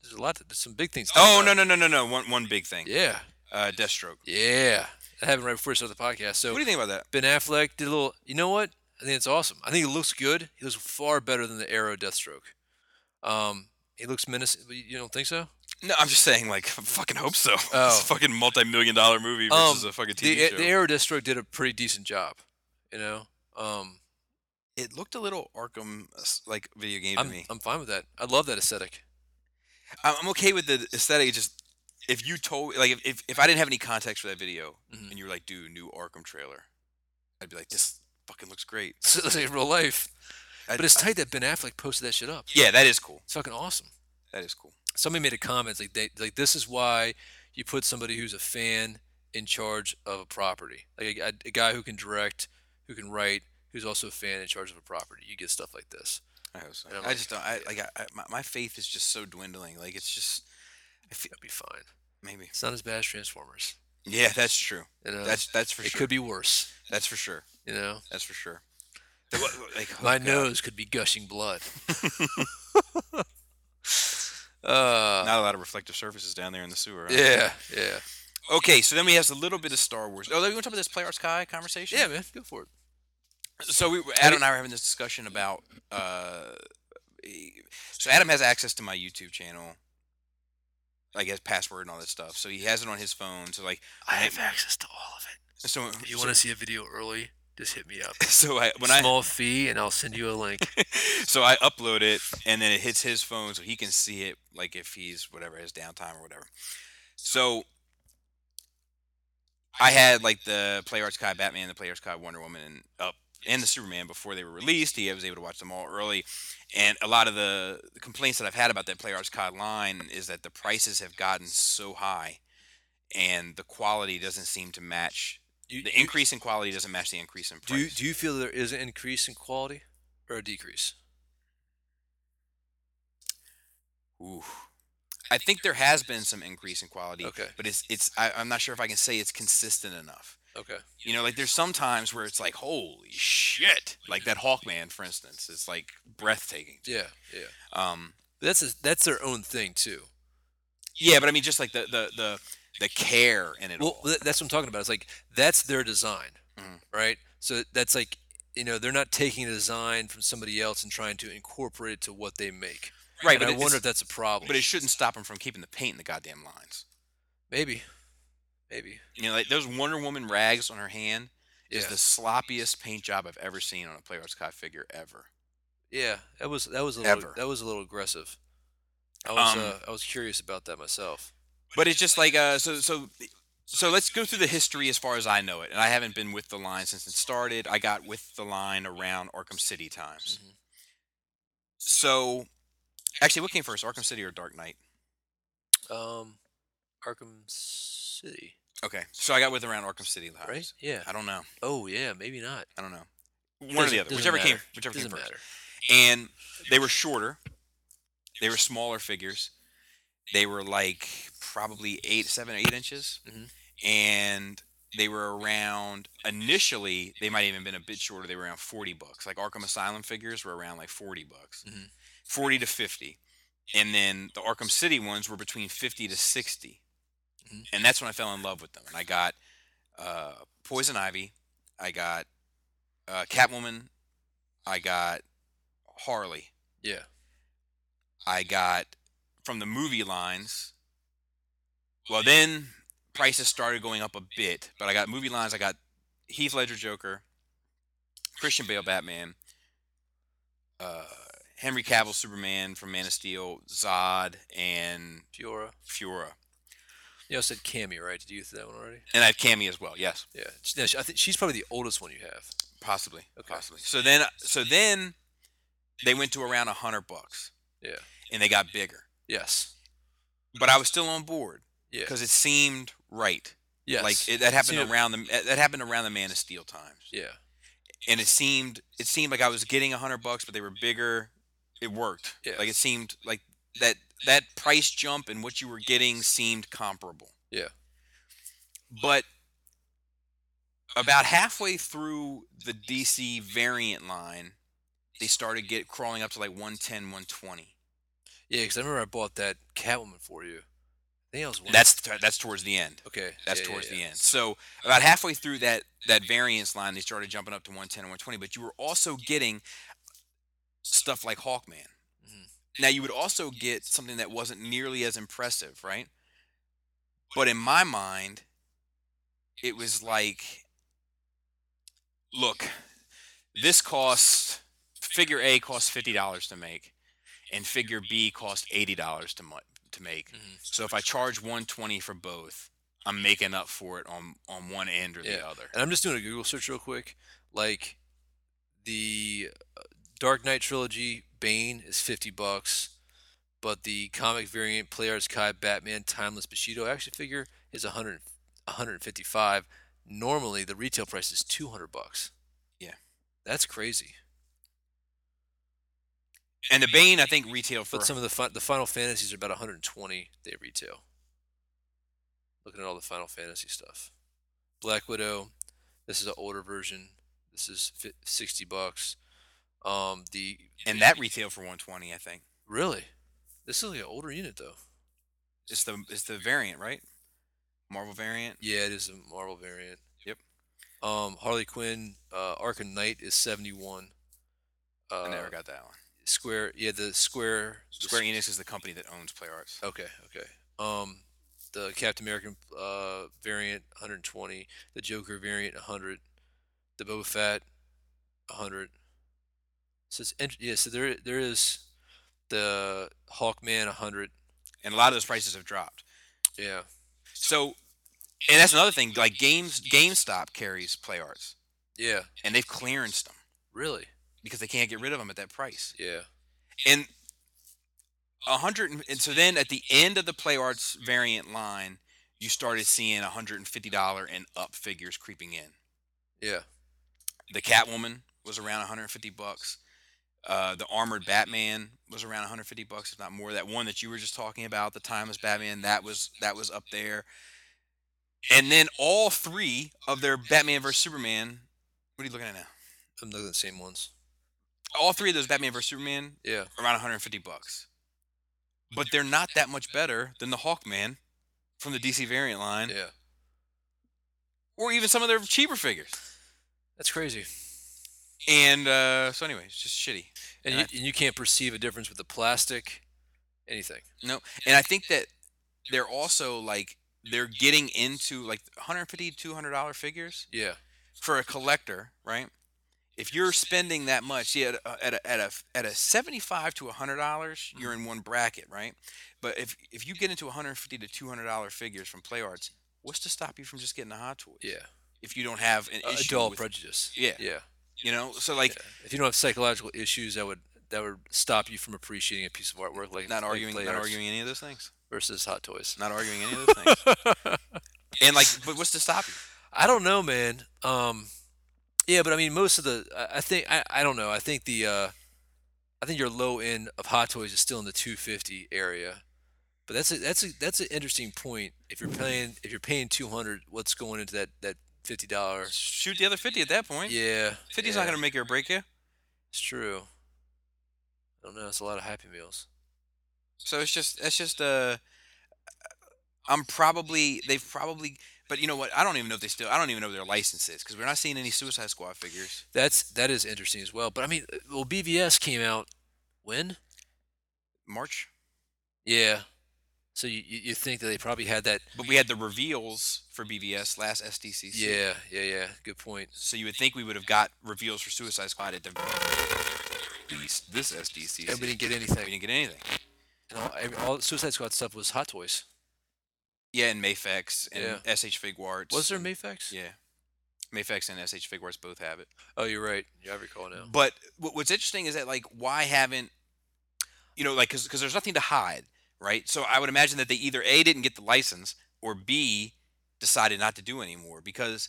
S2: There's a lot. There's some big things. to talk
S3: Oh
S2: about.
S3: no no no no no! One one big thing.
S2: Yeah.
S3: Uh, Deathstroke.
S2: Yeah. That happened right before we started the podcast. So
S3: What do you think about that?
S2: Ben Affleck did a little. You know what? I think it's awesome. I think he looks good. He looks far better than the Arrow Deathstroke. Um, he looks menacing. You you don't think so?
S3: No, I'm just saying, like, I fucking hope so.
S2: Oh.
S3: It's a fucking multi-million dollar movie
S2: Um,
S3: versus a fucking TV
S2: the,
S3: show.
S2: the Arrow Deathstroke did a pretty decent job. You know, um,
S3: it looked a little Arkham uh, s- like video game to
S2: I'm
S3: me.
S2: I'm fine with that. I love that aesthetic.
S3: I'm, I'm okay with the aesthetic. it Just if you told, like, if if, if I didn't have any context for that video
S2: Mhm.
S3: and you were like, "Dude, new Arkham trailer," I'd be like, "This fucking looks great.
S2: So it's like real life.
S3: I-
S2: But it's
S3: I-
S2: tight that Ben Affleck posted that shit up.
S3: yeah, that is cool.
S2: It's fucking awesome.
S3: That is cool.
S2: Somebody made a comment like they like this is why you put somebody who's a fan in charge of a property, like a, a guy who can direct, who can write, who's also a fan in charge of a property. You get stuff like this.
S3: I hope so.
S2: And I'm
S3: I
S2: like,
S3: just don't. I like. I, I, my, my faith is just so dwindling. Like it's just
S2: It'll be fine.
S3: maybe.
S2: It's not as bad as Transformers.
S3: Yeah, that's true.
S2: You know,
S3: That's that's for
S2: it
S3: sure.
S2: could be worse.
S3: That's for sure.
S2: You know,
S3: That's for sure. The what- what- like, oh,
S2: my
S3: God.
S2: nose could be gushing blood. uh,
S3: Not a lot of reflective surfaces down there in the sewer. huh?
S2: yeah, yeah,
S3: Okay, so then we have a little bit of Star Wars. Oh, you want to talk about this Play Arts Kai conversation?
S2: yeah, man, go for it.
S3: So we, Adam and I were having this discussion about. Uh, e, so Adam has access to my YouTube channel, like has password and all that stuff. So he has it on his phone. So like,
S2: I have access to all of it.
S3: so
S2: If you want to see a video early, just hit me up.
S3: So I when I
S2: Small fee, and I'll send you a link.
S3: so I upload it, and then it hits his phone, so he can see it, like if he's whatever his downtime or whatever. So I had like the Play Arts Kai Batman, the Play Arts Kai Wonder Woman up, and the Superman before they were released. He was able to watch them all early, and a lot of the complaints that I've had about that Play Arts Kai line is that the prices have gotten so high, and the quality doesn't seem to match.
S2: You,
S3: The increase in quality doesn't match the increase in
S2: Do you,
S3: price.
S2: do you feel there is an increase in quality or a decrease?
S3: Ooh. I think there has been some increase in quality.
S2: Okay.
S3: But it's it's I, I'm not sure if I can say it's consistent enough.
S2: Okay.
S3: You know, like there's some times where it's like, holy shit. Like that Hawkman, for instance, it's like breathtaking.
S2: Yeah, yeah.
S3: Um
S2: That's a, that's their own thing too.
S3: Yeah, but I mean just like the the the, the care in it
S2: Well,
S3: all.
S2: th- that's what I'm talking about. It's like that's their design,
S3: Mhm.
S2: right? So that's like you know they're not taking a design from somebody else and trying to incorporate it to what they make.
S3: Right,
S2: And
S3: but
S2: I
S3: it-
S2: wonder
S3: it's-
S2: if that's a problem.
S3: But it shouldn't stop him from keeping the paint in the goddamn lines.
S2: maybe, maybe.
S3: You know, like those Wonder Woman rags on her hand is
S2: Yeah.
S3: the sloppiest paint job I've ever seen on a Player Arts Kai figure ever.
S2: Yeah, that was that was a little,
S3: Ever.
S2: that was a little aggressive. I was
S3: Um,
S2: uh, I was curious about that myself.
S3: but it's just like uh so so so let's go through the history as far as I know it, and I haven't been with the line since it started. I got with the line around Arkham City times.
S2: Mhm.
S3: So, actually, what came first, Arkham City or Dark Knight?
S2: Um, Arkham City,
S3: Okay, so I got with around Arkham City times.
S2: right? Yeah.
S3: I don't know.
S2: Oh yeah, maybe not.
S3: I don't know. One or the
S2: Doesn't-
S3: other,
S2: doesn't
S3: whichever came,
S2: matter.
S3: whichever came
S2: doesn't
S3: first.
S2: matter.
S3: And they were shorter. They were smaller figures. They were like probably eight, seven, or eight inches.
S2: Mhm.
S3: And they were around initially. They might even been a bit shorter. They were around forty bucks. Like Arkham Asylum figures were around like forty bucks,
S2: Mhm.
S3: forty to fifty. And then the Arkham City ones were between fifty to 60
S2: Mhm.
S3: And that's when I fell in love with them. And I got uh, Poison Ivy. I got uh, Catwoman. I got Harley.
S2: Yeah.
S3: I got from the movie lines. Well, then prices started going up a bit, but I got movie lines. I got Heath Ledger Joker, Christian Bale Batman, uh, Henry Cavill Superman from Man of Steel, Zod, and
S2: Fiora.
S3: Fiora.
S2: You also said Cammy, right? Did you do that one already?
S3: And I have Cammy as well. Yes,
S2: Yeah. She- no, she- I think she's probably the oldest one you have.
S3: possibly,
S2: Okay.
S3: possibly. So then, so then they went to around a hundred bucks,
S2: Yeah.
S3: and they got bigger.
S2: Yes.
S3: But I was still on board
S2: Yeah.
S3: because it seemed right.
S2: Yes.
S3: Like it, that
S2: Seen
S3: happened
S2: it-
S3: around the eh, that- that happened around the Man of Steel times,
S2: Yeah.
S3: and it seemed it seemed like I was getting a hundred bucks, but they were bigger. It worked.
S2: Yeah.
S3: Like it seemed like that that price jump and what you were getting seemed comparable.
S2: Yeah.
S3: But about halfway through the DC variant line, they started get crawling up to like 110, 120.
S2: Yeah. Because I remember I bought that Catwoman for you. I think I was one.
S3: That's that's towards the end.
S2: okay.
S3: That's
S2: yeah, yeah,
S3: towards the
S2: yeah.
S3: end. So about halfway through that that variance line, they started jumping up to 110 and 120. But you were also getting stuff like Hawkman.
S2: Mhm.
S3: Now you would also get something that wasn't nearly as impressive, right? But in my mind, it was like, look, this costs figure A costs fifty dollars to make, and figure B costs eighty dollars to mu- to make.
S2: Mhm.
S3: So if I charge 120 for both, I'm making up for it on on one end or the
S2: Yeah.
S3: other.
S2: And I'm just doing a Google search real quick. Like the uh, Dark Knight trilogy Bane is 50 bucks, but the comic variant Player Kai Batman Timeless Bushido action figure is 100 155. Normally the retail price is 200 bucks.
S3: Yeah.
S2: That's crazy.
S3: And the Bane, I think, retail for
S2: But some of the fi- the Final Fantasies are about 120 they retail. Looking at all the Final Fantasy stuff. Black Widow, this is an older version. This is fi- 60 bucks. Um the
S3: and that retail for 120. I think
S2: really this is like an older unit though.
S3: it's the it's the variant, right? Marvel variant.
S2: Yeah, it is a Marvel variant.
S3: Yep.
S2: Um Harley Quinn uh Arkham Knight is 71. Uh
S3: I never got that one.
S2: Square yeah, the Square the
S3: Square Enix is the company that owns Play Arts.
S2: Okay, okay. Um, the Captain American uh, variant 120, the Joker variant 100, the Boba Fett 100. So it's int- yeah. So there there is the Hawkman 100.
S3: and a lot of those prices have dropped.
S2: Yeah,
S3: So, and that's another thing. Like games, GameStop carries Play Arts,
S2: yeah.
S3: and they've clearanced them
S2: Really?
S3: because they can't get rid of them at that price.
S2: Yeah,
S3: And a hundred, and- and so then at the end of the Play Arts variant line, you started seeing a hundred and fifty dollar and up figures creeping in.
S2: yeah,
S3: The Catwoman was around one hundred and fifty bucks. Uh, the armored Batman was around 150 bucks, if not more. That one that you were just talking about, the timeless Batman, that was that was up there. And then all three of their Batman vs Superman. What are you looking at now?
S2: I'm looking at the same ones.
S3: All three of those Batman vs Superman
S2: Yeah,
S3: around 150 bucks. But they're not that much better than the Hawkman from the DC variant line,
S2: yeah.
S3: or even some of their cheaper figures.
S2: That's crazy.
S3: And uh, so anyway, it's just shitty.
S2: And,
S3: And
S2: you, and you can't perceive a difference with the plastic, anything.
S3: No, and I think that they're also like they're getting into like 150 200 dollar figures
S2: Yeah,
S3: for a collector, right? If you're spending that much, yeah, at a at a at a, at a 75 to 100 dollars, you're in one bracket, right? But if if you get into 150 to 200 dollar figures from Play Arts, what's to stop you from just getting a Hot Toys?
S2: yeah.
S3: If you don't have an
S2: Uh,
S3: issue
S2: adult
S3: with,
S2: prejudice.
S3: Yeah.
S2: yeah.
S3: you know, so like
S2: Yeah. if you don't have psychological issues that would that would stop you from appreciating a piece of artwork like
S3: not
S2: like
S3: arguing,
S2: Play
S3: not
S2: Arts
S3: arguing any of those things,
S2: versus Hot Toys.
S3: not arguing any of those things. and like, but what's to stop you?
S2: I don't know, man. Um, yeah, but I mean, most of the I, I think I, I don't know. I think the uh, I think your low end of Hot Toys is still in the 250 area, but that's a, that's a, that's an interesting point. If you're paying if you're paying 200, what's going into that that fifty dollar?
S3: Shoot the other 50 at that point.
S2: Yeah,
S3: 50's
S2: yeah,
S3: not going to make you or break you.
S2: It's true. I don't know. It's a lot of Happy Meals.
S3: So it's just it's just uh I'm probably they've probably but you know what? I don't even know if they still I don't even know their licenses cuz we're not seeing any Suicide Squad figures.
S2: That's that is interesting as well. But I mean, uh, well, BVS came out when?
S3: March.
S2: Yeah. So you you you think that they probably had that?
S3: But we had the reveals for BVS last SDCC.
S2: Yeah, yeah, yeah. Good point.
S3: So you would think we would have got reveals for Suicide Squad at the least this SDCC.
S2: And we didn't get
S3: We
S2: anything.
S3: didn't get anything.
S2: And all, every- all Suicide Squad stuff was Hot Toys.
S3: Yeah, and Mayfex and SH Figuarts.
S2: Was there
S3: and-
S2: Mayfax?
S3: Yeah. Mayfex and SH Figuarts both have it.
S2: Oh, you're right. Yeah, I recall now.
S3: But what, what's interesting is that like why haven't you know like because there's nothing to hide, right? So I would imagine that they either a didn't get the license or b decided not to do anymore because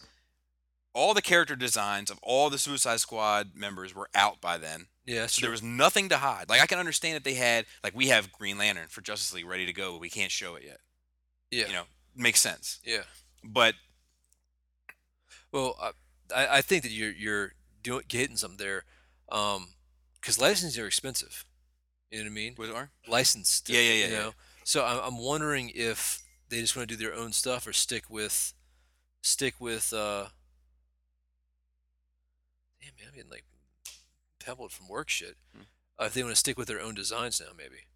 S3: all the character designs of all the Suicide Squad members were out by then.
S2: Yeah, that's
S3: So
S2: true.
S3: there was nothing to hide. Like I can understand that they had like we have Green Lantern for Justice League ready to go, but we can't show it yet.
S2: yeah,
S3: You know, makes sense.
S2: yeah.
S3: But
S2: Well, I- I I think that you're you're doing getting something there, um, because licenses are expensive. You know what I mean?
S3: was it Lauren?
S2: licensed.
S3: Yeah, yeah, yeah,
S2: You
S3: yeah.
S2: know? So I'm, I'm wondering if they just want to do their own stuff or stick with, stick with. uh Damn man, I'm getting like pebbled from work shit.
S3: Hmm.
S2: Uh, if they want to stick with their own designs now, maybe,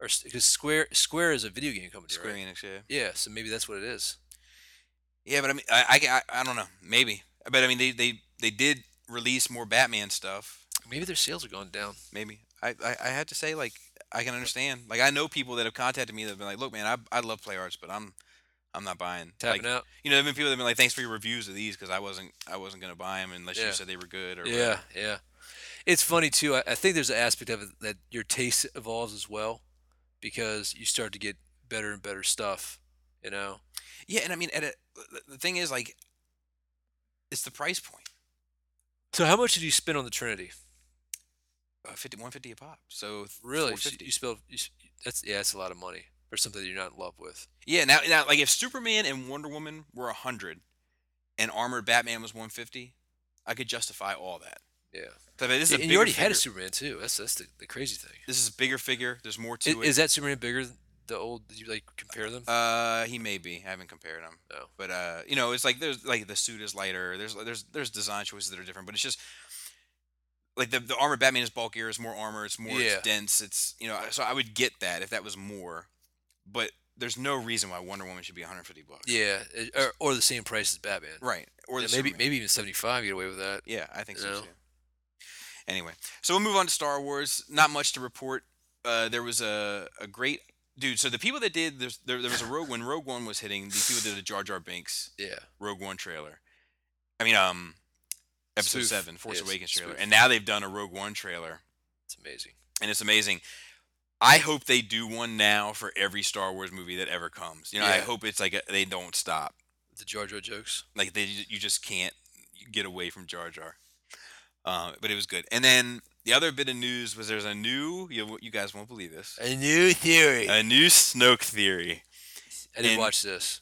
S2: or because Square Square is a video game company,
S3: Square
S2: right?
S3: Enix, yeah.
S2: Yeah, so maybe that's what it is.
S3: Yeah, but I mean, I, I, I- I don't know. Maybe, but I mean, they, they, they did release more Batman stuff.
S2: Maybe their sales are going down.
S3: Maybe I, I, I had to say like I can understand. Like I know people that have contacted me that have been like, look, man, I, I love Play Arts, but I'm, I'm not buying.
S2: Tapping
S3: like,
S2: out.
S3: You know, there've been people that've been like, thanks for your reviews of these because I wasn't, I wasn't gonna buy them unless
S2: Yeah.
S3: you said they were good or
S2: Yeah,
S3: whatever.
S2: yeah. it's funny too. I, I think there's an aspect of it that your taste evolves as well, because you start to get better and better stuff. You know,
S3: Yeah, and I mean, at a, the- the thing is, like, it's the price point.
S2: So how much did you spend on the Trinity?
S3: Uh, 50, 150 a pop. So th-
S2: Really? You,
S3: 450.
S2: you spelled you, s- that's yeah, that's a lot of money for something that you're not in love with.
S3: Yeah, now now like if Superman and Wonder Woman were 100 and armored Batman was 150, I could justify all that.
S2: Yeah.
S3: So, I mean, this is a
S2: and
S3: bigger
S2: you already
S3: figure.
S2: had a Superman too. That's that's the, the crazy thing.
S3: This is a bigger figure. There's more
S2: I- Is
S3: to it.
S2: that Superman bigger than the old? Did you like compare them?
S3: Uh, he may be. I haven't compared him.
S2: No.
S3: But uh, you know, it's like there's like the suit is lighter. There's there's there's design choices that are different, but it's just like the the armor Batman is bulkier. It's more armor. It's more
S2: Yeah.
S3: it's dense. It's you know. So I would get that if that was more, but there's no reason why Wonder Woman should be 150 bucks.
S2: yeah, it- or, or the same price as Batman.
S3: Right. Or
S2: Yeah,
S3: the
S2: maybe
S3: Superman.
S2: maybe even seventy five. Get away with that.
S3: Yeah, I think
S2: You
S3: so
S2: know?
S3: too. Anyway, so we'll move on to Star Wars. Not much to report. Uh, there was a, a great dude. So the people that did there's, there there was a Rogue when Rogue One was hitting, these people did a Jar Jar Binks
S2: Yeah.
S3: Rogue One trailer. I mean, um, Episode
S2: Spoof.
S3: Seven, Force
S2: Yes,
S3: Awakens trailer,
S2: spoof.
S3: and now they've done a Rogue One trailer,
S2: It's amazing.
S3: and it's amazing. I hope they do one now for every Star Wars movie that ever comes. You know, I
S2: Yeah.
S3: hope it's like a, they don't stop.
S2: The Jar Jar jokes.
S3: Like they, you just can't get away from Jar Jar. Uh, but it was good. And then the other bit of news was there's a new. You, you guys won't believe this.
S2: A new theory. I,
S3: A new Snoke theory.
S2: didn't
S3: and-
S2: watch this.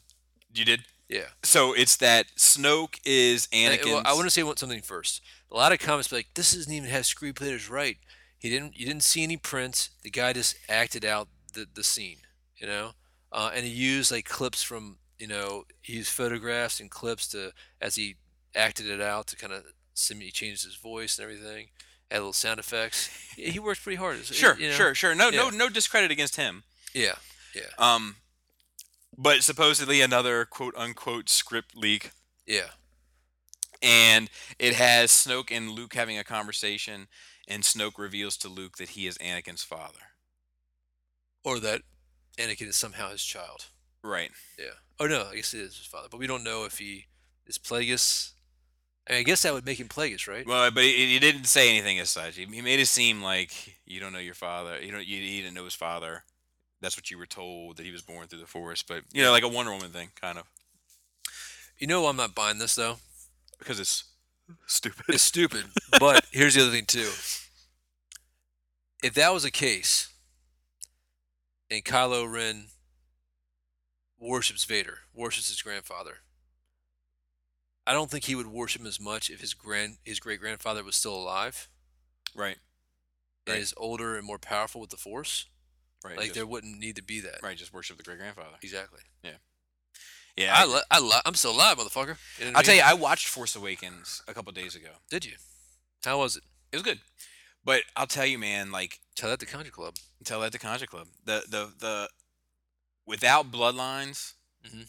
S3: You did.
S2: Yeah.
S3: So it's that Snoke is
S2: And-
S3: Anakin.
S2: well, I want to say one- something first. A lot of comments be like this doesn't even have screenplay that's right. He didn't. You didn't see any prints. The guy just acted out the, the scene. You know, uh, and he used like clips from you know he used photographs and clips to as he acted it out to kind of sim. He changed his voice and everything. Had little sound effects. He he worked pretty hard. It's- it-
S3: Sure,
S2: you know,
S3: sure, sure. No, no,
S2: Yeah.
S3: no discredit against him.
S2: Yeah, yeah,
S3: Um, but supposedly another quote unquote script leak,
S2: yeah.
S3: and it has Snoke and Luke having a conversation, and Snoke reveals to Luke that he is Anakin's father.
S2: Or that Anakin is somehow his child.
S3: Right.
S2: Yeah. Oh no, I guess it is his father, but we don't know if he is Plagueis. I, mean, I guess that would make him Plagueis, right?
S3: Well, but he, he didn't say anything as such. He, he made it seem like you don't know your father. You don't. You, you didn't know his father. That's what you were told that he was born through the force. But you know, like a Wonder Woman thing, kind of,
S2: You know, I'm not buying this though.
S3: because it's stupid.
S2: It's stupid. but here's the other thing too. If that was a case, and Kylo Ren worships Vader, worships his grandfather, I don't think he would worship him as much if his grand his great grandfather was still alive
S3: right. Right.
S2: and is older and more powerful with the Force.
S3: Right.
S2: like
S3: just,
S2: there wouldn't need to be that.
S3: right. Just worship the great grandfather.
S2: Exactly.
S3: Yeah.
S2: I, li- I li- I'm still alive, motherfucker. You know what I
S3: I'll tell
S2: mean?
S3: you, I watched Force Awakens a couple days ago.
S2: Did you? How was it?
S3: It was good, but I'll tell you, man, like
S2: Tell that to Conjure Club.
S3: tell that to Contra Club. The the the without bloodlines,
S2: Mhm.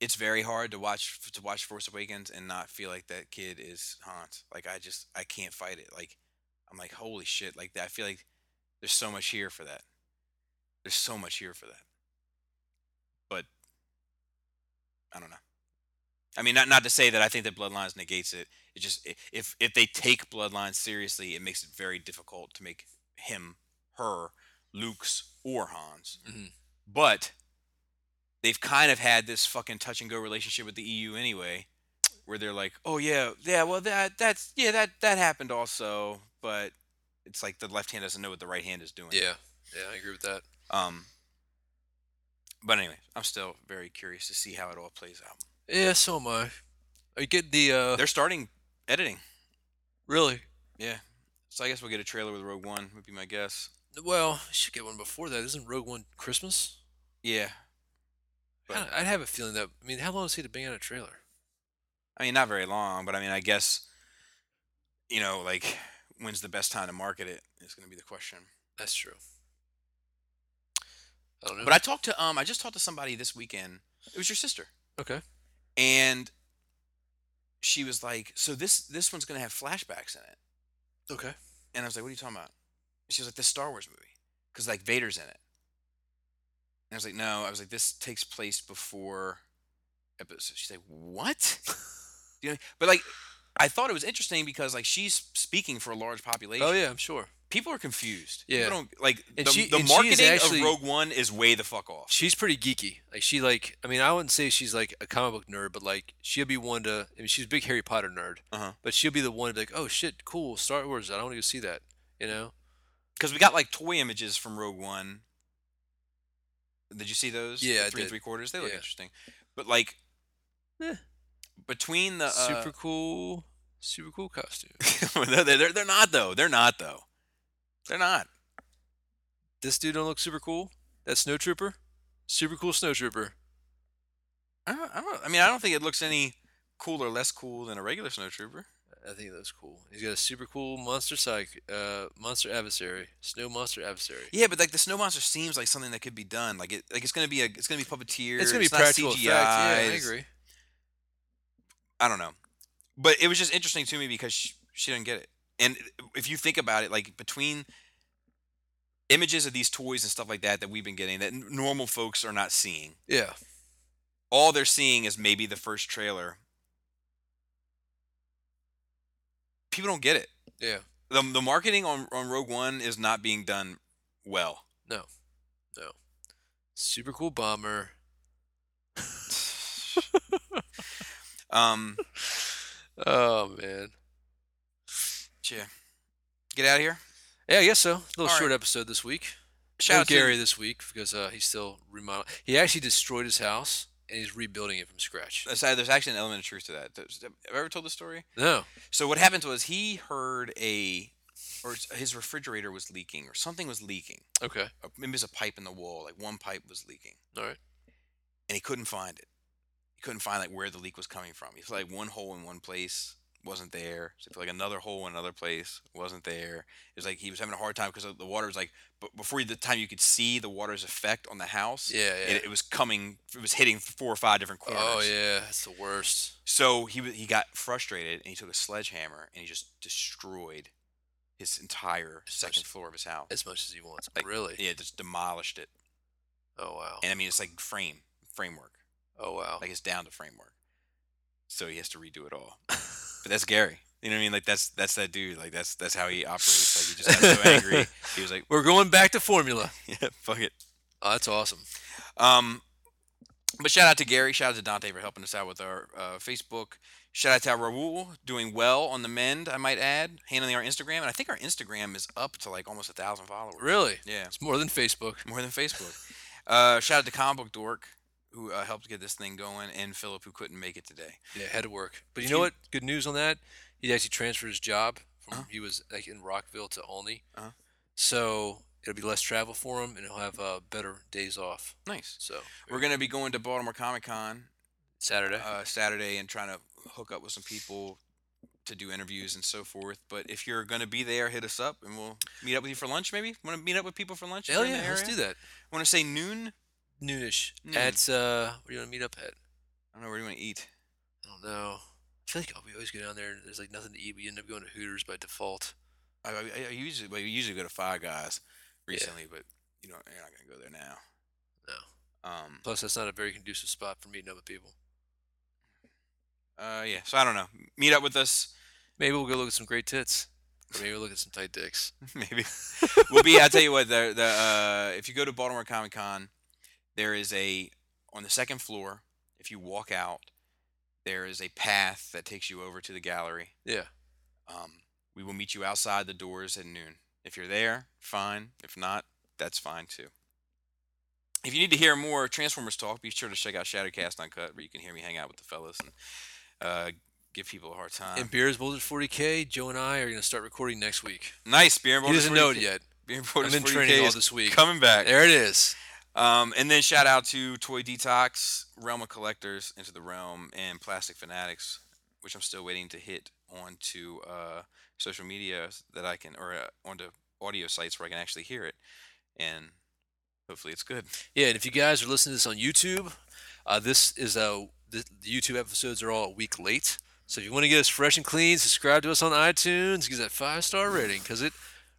S3: it's very hard to watch to watch Force Awakens and not feel like that kid is Hans. Like I just I can't fight it. Like I'm like holy shit. Like that. I feel like there's so much here for that. There's so much here for that. But I don't know. I mean, not not to say that I think that Bloodlines negates it. It just i- if if they take Bloodlines seriously, it makes it very difficult to make him, her, Luke's, or Hans.
S2: Mhm.
S3: But they've kind of had this fucking touch and go relationship with the EU anyway, where they're like, oh yeah, yeah, well that that's yeah that that happened also, but it's like the left hand doesn't know what the right hand is doing.
S2: Yeah, yeah, I agree with that.
S3: Um. But anyway, I'm still very curious to see how it all plays out.
S2: Yeah, so am I. Are you getting the uh?
S3: They're starting editing.
S2: really?
S3: Yeah. So I guess we'll get a trailer with Rogue One, would be my guess.
S2: Well, I should get one before that. Isn't Rogue One Christmas?
S3: Yeah.
S2: I,
S3: But
S2: I'd have a feeling that. I mean, how long does he to bring out a trailer?
S3: I mean, not very long, but I mean, I guess, you know, like, when's the best time to market it is going to be the question.
S2: That's true. I don't know.
S3: But I talked to, um, I just talked to somebody this weekend. It was your sister.
S2: okay.
S3: And she was like, so this, this one's going to have flashbacks in it.
S2: Okay.
S3: And I was like, what are you talking about? And she was like, this Star Wars movie. Because, like, Vader's in it. And I was like, no. I was like, this takes place before episode. She's like, what? you know, but, like, I thought it was interesting because like she's speaking for a large population.
S2: Oh yeah, I'm sure.
S3: People are confused.
S2: Yeah.
S3: People don't like
S2: And
S3: the,
S2: she-
S3: the
S2: and she is
S3: marketing
S2: actually-
S3: of Rogue One is way the fuck off.
S2: She's pretty geeky. Like she like I mean I wouldn't say she's like a comic book nerd, but like she'll be one to I mean she's a big Harry Potter nerd.
S3: Uh-huh.
S2: But she'll be the one to be like, Oh shit, cool, Star Wars, I wanna go see that. You know?
S3: Because we got like toy images from Rogue One. Did you see those? The
S2: Yeah, I did.
S3: three and three quarters. They look
S2: Yeah.
S3: interesting, but like
S2: Eh.
S3: between the uh,
S2: super cool super cool costume.
S3: they're, they're they're not though. They're not though. They're not.
S2: this dude don't look super cool? That snowtrooper? Super cool snowtrooper.
S3: I don't, I don't. I mean, I don't think it looks any cool or less cool than a regular snowtrooper.
S2: I think that's cool. He's got a super cool monster psych uh monster adversary. Snow monster adversary.
S3: Yeah, but like the snow monster seems like something that could be done. Like it, like it's gonna be a, it's gonna be puppeteer.
S2: It's gonna be
S3: not
S2: practical effects.
S3: CGI.
S2: Yeah, I
S3: it's-
S2: agree.
S3: I don't know, but it was just interesting to me because she, she didn't get it. And if you think about it, like between images of these toys and stuff like that that we've been getting that n- normal folks are not seeing,
S2: Yeah.
S3: all they're seeing is maybe the first trailer. People don't get it.
S2: Yeah.
S3: the The marketing on on Rogue One is not being done well.
S2: No. No. Super cool bomber.
S3: Um,
S2: Oh man.
S3: yeah. Get out of here.
S2: Yeah, I guess so. A little
S3: All
S2: short
S3: right.
S2: episode this week.
S3: Shout
S2: no
S3: out to-
S2: Gary this week because uh, he's still remodeling. He actually destroyed his house and he's rebuilding it from scratch.
S3: There's uh, there's actually an element of truth to that. There's- Have I ever told the story?
S2: No.
S3: So what happened was he heard a, or s- his refrigerator was leaking, or something was leaking.
S2: Okay.
S3: Or maybe it was a pipe in the wall, like one pipe was leaking,
S2: All right.
S3: and he couldn't find it. He couldn't find like where the leak was coming from. He felt like one hole in one place wasn't there. So he felt like another hole in another place wasn't there. It was like he was having a hard time because the water was like, but before the time you could see the water's effect on the house,
S2: Yeah, yeah.
S3: it, it was coming, it was hitting four or five different corners.
S2: Oh yeah, that's the worst.
S3: So he wa- he got frustrated and he took a sledgehammer and he just destroyed his entire second floor of his house.
S2: As much as he wants.
S3: Like,
S2: really?
S3: Yeah, just demolished it.
S2: Oh wow.
S3: And I mean, it's like frame framework.
S2: Oh wow.
S3: Like it's down to framework. So he has to redo it all. but that's Gary. You know what I mean? Like that's that's that dude. Like that's that's how he operates. Like he just got so angry. He was like,
S2: We're going back to formula.
S3: yeah, fuck it.
S2: Oh, that's awesome.
S3: Um, but shout out to Gary. Shout out to Dante for helping us out with our uh, Facebook. Shout out to Raul doing well on the mend. I might add, handling our Instagram, and I think our Instagram is up to like almost a thousand followers.
S2: Really?
S3: Yeah,
S2: It's more than Facebook.
S3: more than Facebook. uh, shout out to Comic Book Dork who uh, helped get this thing going, and Philip who couldn't make it today.
S2: Yeah, had to work. But you
S3: If
S2: know
S3: you-
S2: what? Good news on that. He actually transferred his job from he was like in Rockville to Olney.
S3: Uh-huh.
S2: So it'll be less travel for him, and he'll have uh, better days off.
S3: Nice.
S2: So
S3: We're gonna be going to Baltimore Comic Con
S2: Saturday.
S3: uh, Saturday and trying to hook up with some people to do interviews and so forth. But if you're going to be there, hit us up and we'll meet up with you for lunch. Maybe want to meet up with people for lunch?
S2: Hell yeah, let's do that.
S3: Want to say noon?
S2: Noonish.
S3: Noon.
S2: At uh, where do you want to meet up at?
S3: I don't know where you want to eat.
S2: I don't know. I feel like oh, we always go down there. and There's like nothing to eat. We end up going to Hooters by default.
S3: I, I, I usually well, you usually go to Five Guys
S2: Yeah.
S3: recently, but you know you're not going to go there now.
S2: No.
S3: Um.
S2: Plus, that's not a very conducive spot for meeting up with people.
S3: Uh. Yeah. So I don't know. Meet up with us.
S2: Maybe we'll go look at some great tits. Or maybe we'll look at some tight dicks.
S3: Maybe we'll be. I tell you what. The the uh, if you go to Baltimore Comic Con, there is a on the second floor. If you walk out, there is a path that takes you over to the gallery.
S2: Yeah.
S3: Um, we will meet you outside the doors at noon. If you're there, fine. If not, that's fine too. If you need to hear more Transformers talk, be sure to check out Shattercast Uncut, where you can hear me hang out with the fellas and uh, give people a hard time.
S2: And Beers Boulder 40K, Joe and I are going to start recording next week.
S3: nice, Beer and
S2: He
S3: Borders
S2: doesn't know it
S3: 40K
S2: yet.
S3: Beer and
S2: I'm
S3: Borders
S2: in
S3: 40K
S2: training all
S3: is
S2: this week.
S3: Coming back.
S2: There it is.
S3: Um, and then shout out to Toy Detox, Realm of Collectors, Into the Realm, and Plastic Fanatics, which I'm still waiting to hit onto uh, social media that I can, or uh, onto audio sites where I can actually hear it. And hopefully it's good.
S2: Yeah, and if you guys are listening to this on YouTube, uh, this is uh, the, the YouTube episodes are all a week late. So if you want to get us fresh and clean, subscribe to us on iTunes, give us that five star rating because it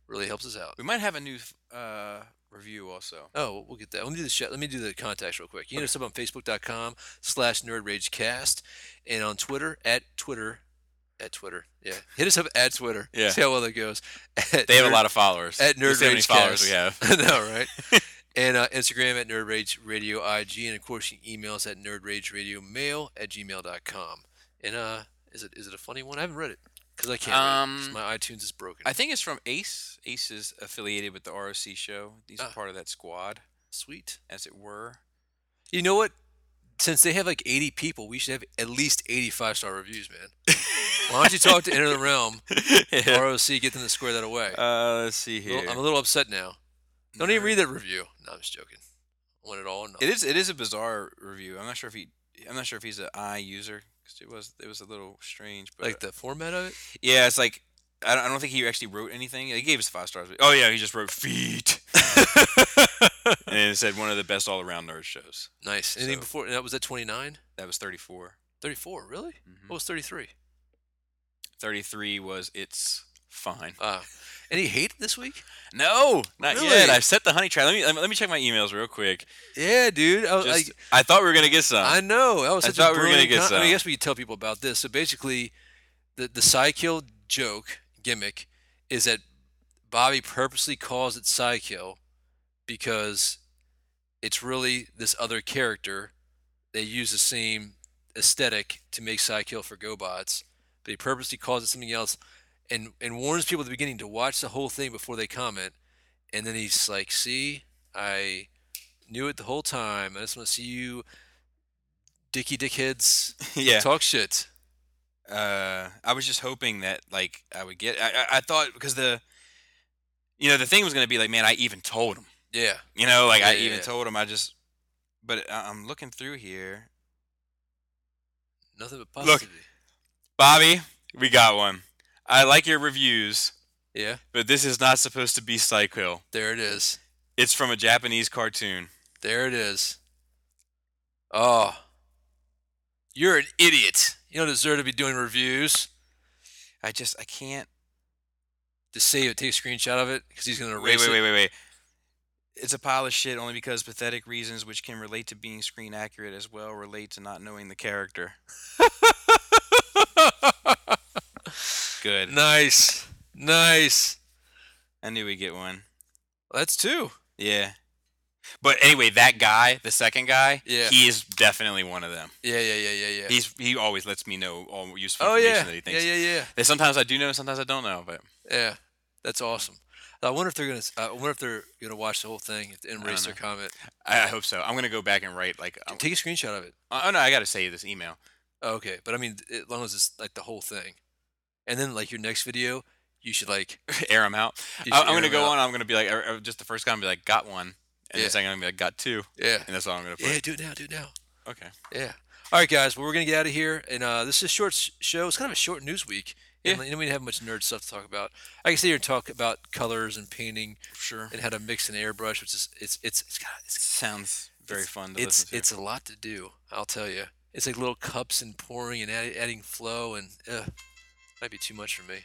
S2: really helps us out.
S3: We might have a new uh, review also.
S2: Oh, well, we'll get that. Let me do the shout. Let me do the contacts real quick. You can hit us up on Facebook.com/slash NerdRageCast and on Twitter at Twitter At Twitter. Yeah. Hit us up at Twitter.
S3: Yeah.
S2: See how well that goes. At
S3: They have a
S2: Nerd-
S3: lot of followers.
S2: at
S3: Let's
S2: Nerd
S3: see how many
S2: Rage
S3: followers we
S2: Cast.
S3: have.
S2: I know, right? and uh, Instagram at Nerd Rage Radio IG, and of course, you can email us at nerdrageradiomail at gmail.com. And uh, is it is it a funny one? I haven't read it because I can't. read it, 'cause
S3: Um,
S2: my iTunes is broken.
S3: I think it's from Ace. Ace is affiliated with the ROC show. He's
S2: Ah.
S3: part of that squad,
S2: Sweet.
S3: as it were.
S2: You know what? Since they have like 80 people, we should have at least 85 star reviews, man. Why don't you talk to Enter the Realm, ROC, get them to square that away?
S3: Uh, let's see here.
S2: Well, I'm a little upset now. Don't even read that review. No, I'm just joking. I want it all. or nothing.
S3: It is it is a bizarre review. I'm not sure if he I'm not sure if he's an I user because it was it was a little strange. But uh,
S2: like the format of it.
S3: yeah, it's like I don't, I don't think he actually wrote anything. He gave us five stars. but- Oh yeah, he just wrote feet. and it said one of the best all around nerd shows.
S2: Nice. Anything
S3: So-
S2: before that was at 29,
S3: That was 34.
S2: 34. Really?
S3: Mm-hmm.
S2: What was 33?
S3: 33 was it's fine.
S2: Uh, any hate this week?
S3: No, not yet.
S2: Really?
S3: I've set the honey trap. Let me let me, let me check my emails real quick.
S2: Yeah, dude. I, was
S3: Just, I, thought we were gonna get some.
S2: I know. That was
S3: I
S2: such
S3: thought
S2: a
S3: we were gonna
S2: brilliant
S3: get
S2: con- I, mean, I
S3: some.
S2: guess we could tell people about this. So basically, the the Psykill joke gimmick is that Bobby purposely calls it Psykill because it's really this other character. They use the same aesthetic to make Psykill for GoBots, but he purposely calls it something else, and and warns people at the beginning to watch the whole thing before they comment. And then he's like, "See, I." Knew it the whole time. I just want to see you dicky dickheads
S3: yeah.
S2: talk shit.
S3: uh, I was just hoping that like I would get. I, I, I thought because the, you know, the thing was gonna be like, man, I even told him.
S2: Yeah.
S3: You know, like I
S2: Yeah, yeah,
S3: even
S2: yeah.
S3: told him. I just, but I, I'm looking through here.
S2: Nothing but
S3: Look.
S2: positivity.
S3: Bobby, we got one. I like your reviews,
S2: Yeah.
S3: but this is not supposed to be Psycho.
S2: There it is.
S3: It's from a Japanese cartoon.
S2: There it is. Oh. You're an idiot. You don't deserve to be doing reviews.
S3: I just I can't.
S2: Just save it, take a screenshot of it, because he's going to
S3: Wait,
S2: erase
S3: wait,
S2: it.
S3: wait, wait, wait. It's a pile of shit only because pathetic reasons, which can relate to being screen accurate as well, relate to not knowing the character. Good.
S2: Nice. Nice.
S3: I knew we'd get one.
S2: That's two.
S3: Yeah. But anyway, that guy, the second guy,
S2: Yeah.
S3: he is definitely one of them.
S2: Yeah, yeah, yeah, yeah, yeah.
S3: He's he always lets me know all useful
S2: oh,
S3: information
S2: yeah.
S3: that he
S2: Yeah,
S3: thinks.
S2: yeah, yeah.
S3: And sometimes I do know, sometimes I don't know, but
S2: Yeah. That's awesome. I wonder if they're gonna. I wonder if they're gonna watch the whole thing and erase their comment.
S3: I, I hope so. I'm gonna go back and write like um,
S2: Take a screenshot of it.
S3: oh no, I gotta save this email.
S2: Okay, but I mean, as long as it's like the whole thing, and then like your next video, you should like
S3: air them out.
S2: You
S3: I,
S2: should
S3: I'm
S2: air
S3: gonna
S2: 'em
S3: go
S2: out.
S3: on. I'm gonna be like er, er, just the first guy. I'm gonna be like got one, and
S2: Yeah.
S3: the second I'm gonna be like got two,
S2: yeah,
S3: and that's all I'm gonna put.
S2: yeah, do it now, do it now,
S3: Okay.
S2: yeah. All right, guys, well, we're gonna get out of here, and uh, this is a short s- show. It's kind of a short news week, and,
S3: Yeah.
S2: like, we didn't have much nerd stuff to talk about. I can sit here and talk about colors and painting
S3: Sure.
S2: and how to mix an airbrush, which is it's it's it's got it's
S3: Sounds very
S2: it's-
S3: fun to
S2: it's
S3: listen to.
S2: it's a lot to do. I'll tell you, it's like little cups and pouring and add, adding flow, and uh, might be too much for me.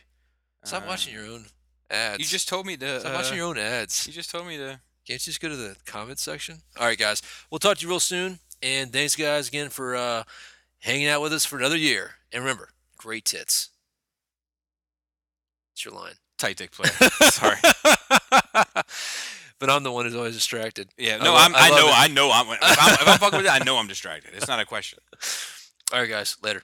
S2: Stop watching your own ads.
S3: Um, you just told me to.
S2: Stop watching
S3: uh,
S2: your own ads.
S3: You just told me to.
S2: Can't you just go to the comment section? All right, guys. We'll talk to you real soon. And thanks, guys, again for uh, hanging out with us for another year. And remember, great tits. It's your line.
S3: Tight dick player. Sorry.
S2: but I'm the one who's always distracted.
S3: Yeah.
S2: I
S3: No,
S2: lo-
S3: I'm. I,
S2: love
S3: know.
S2: it.
S3: I know. I'm. If I'm, if I'm fucking with it, I know I'm distracted. It's not a question.
S2: All right, guys. Later.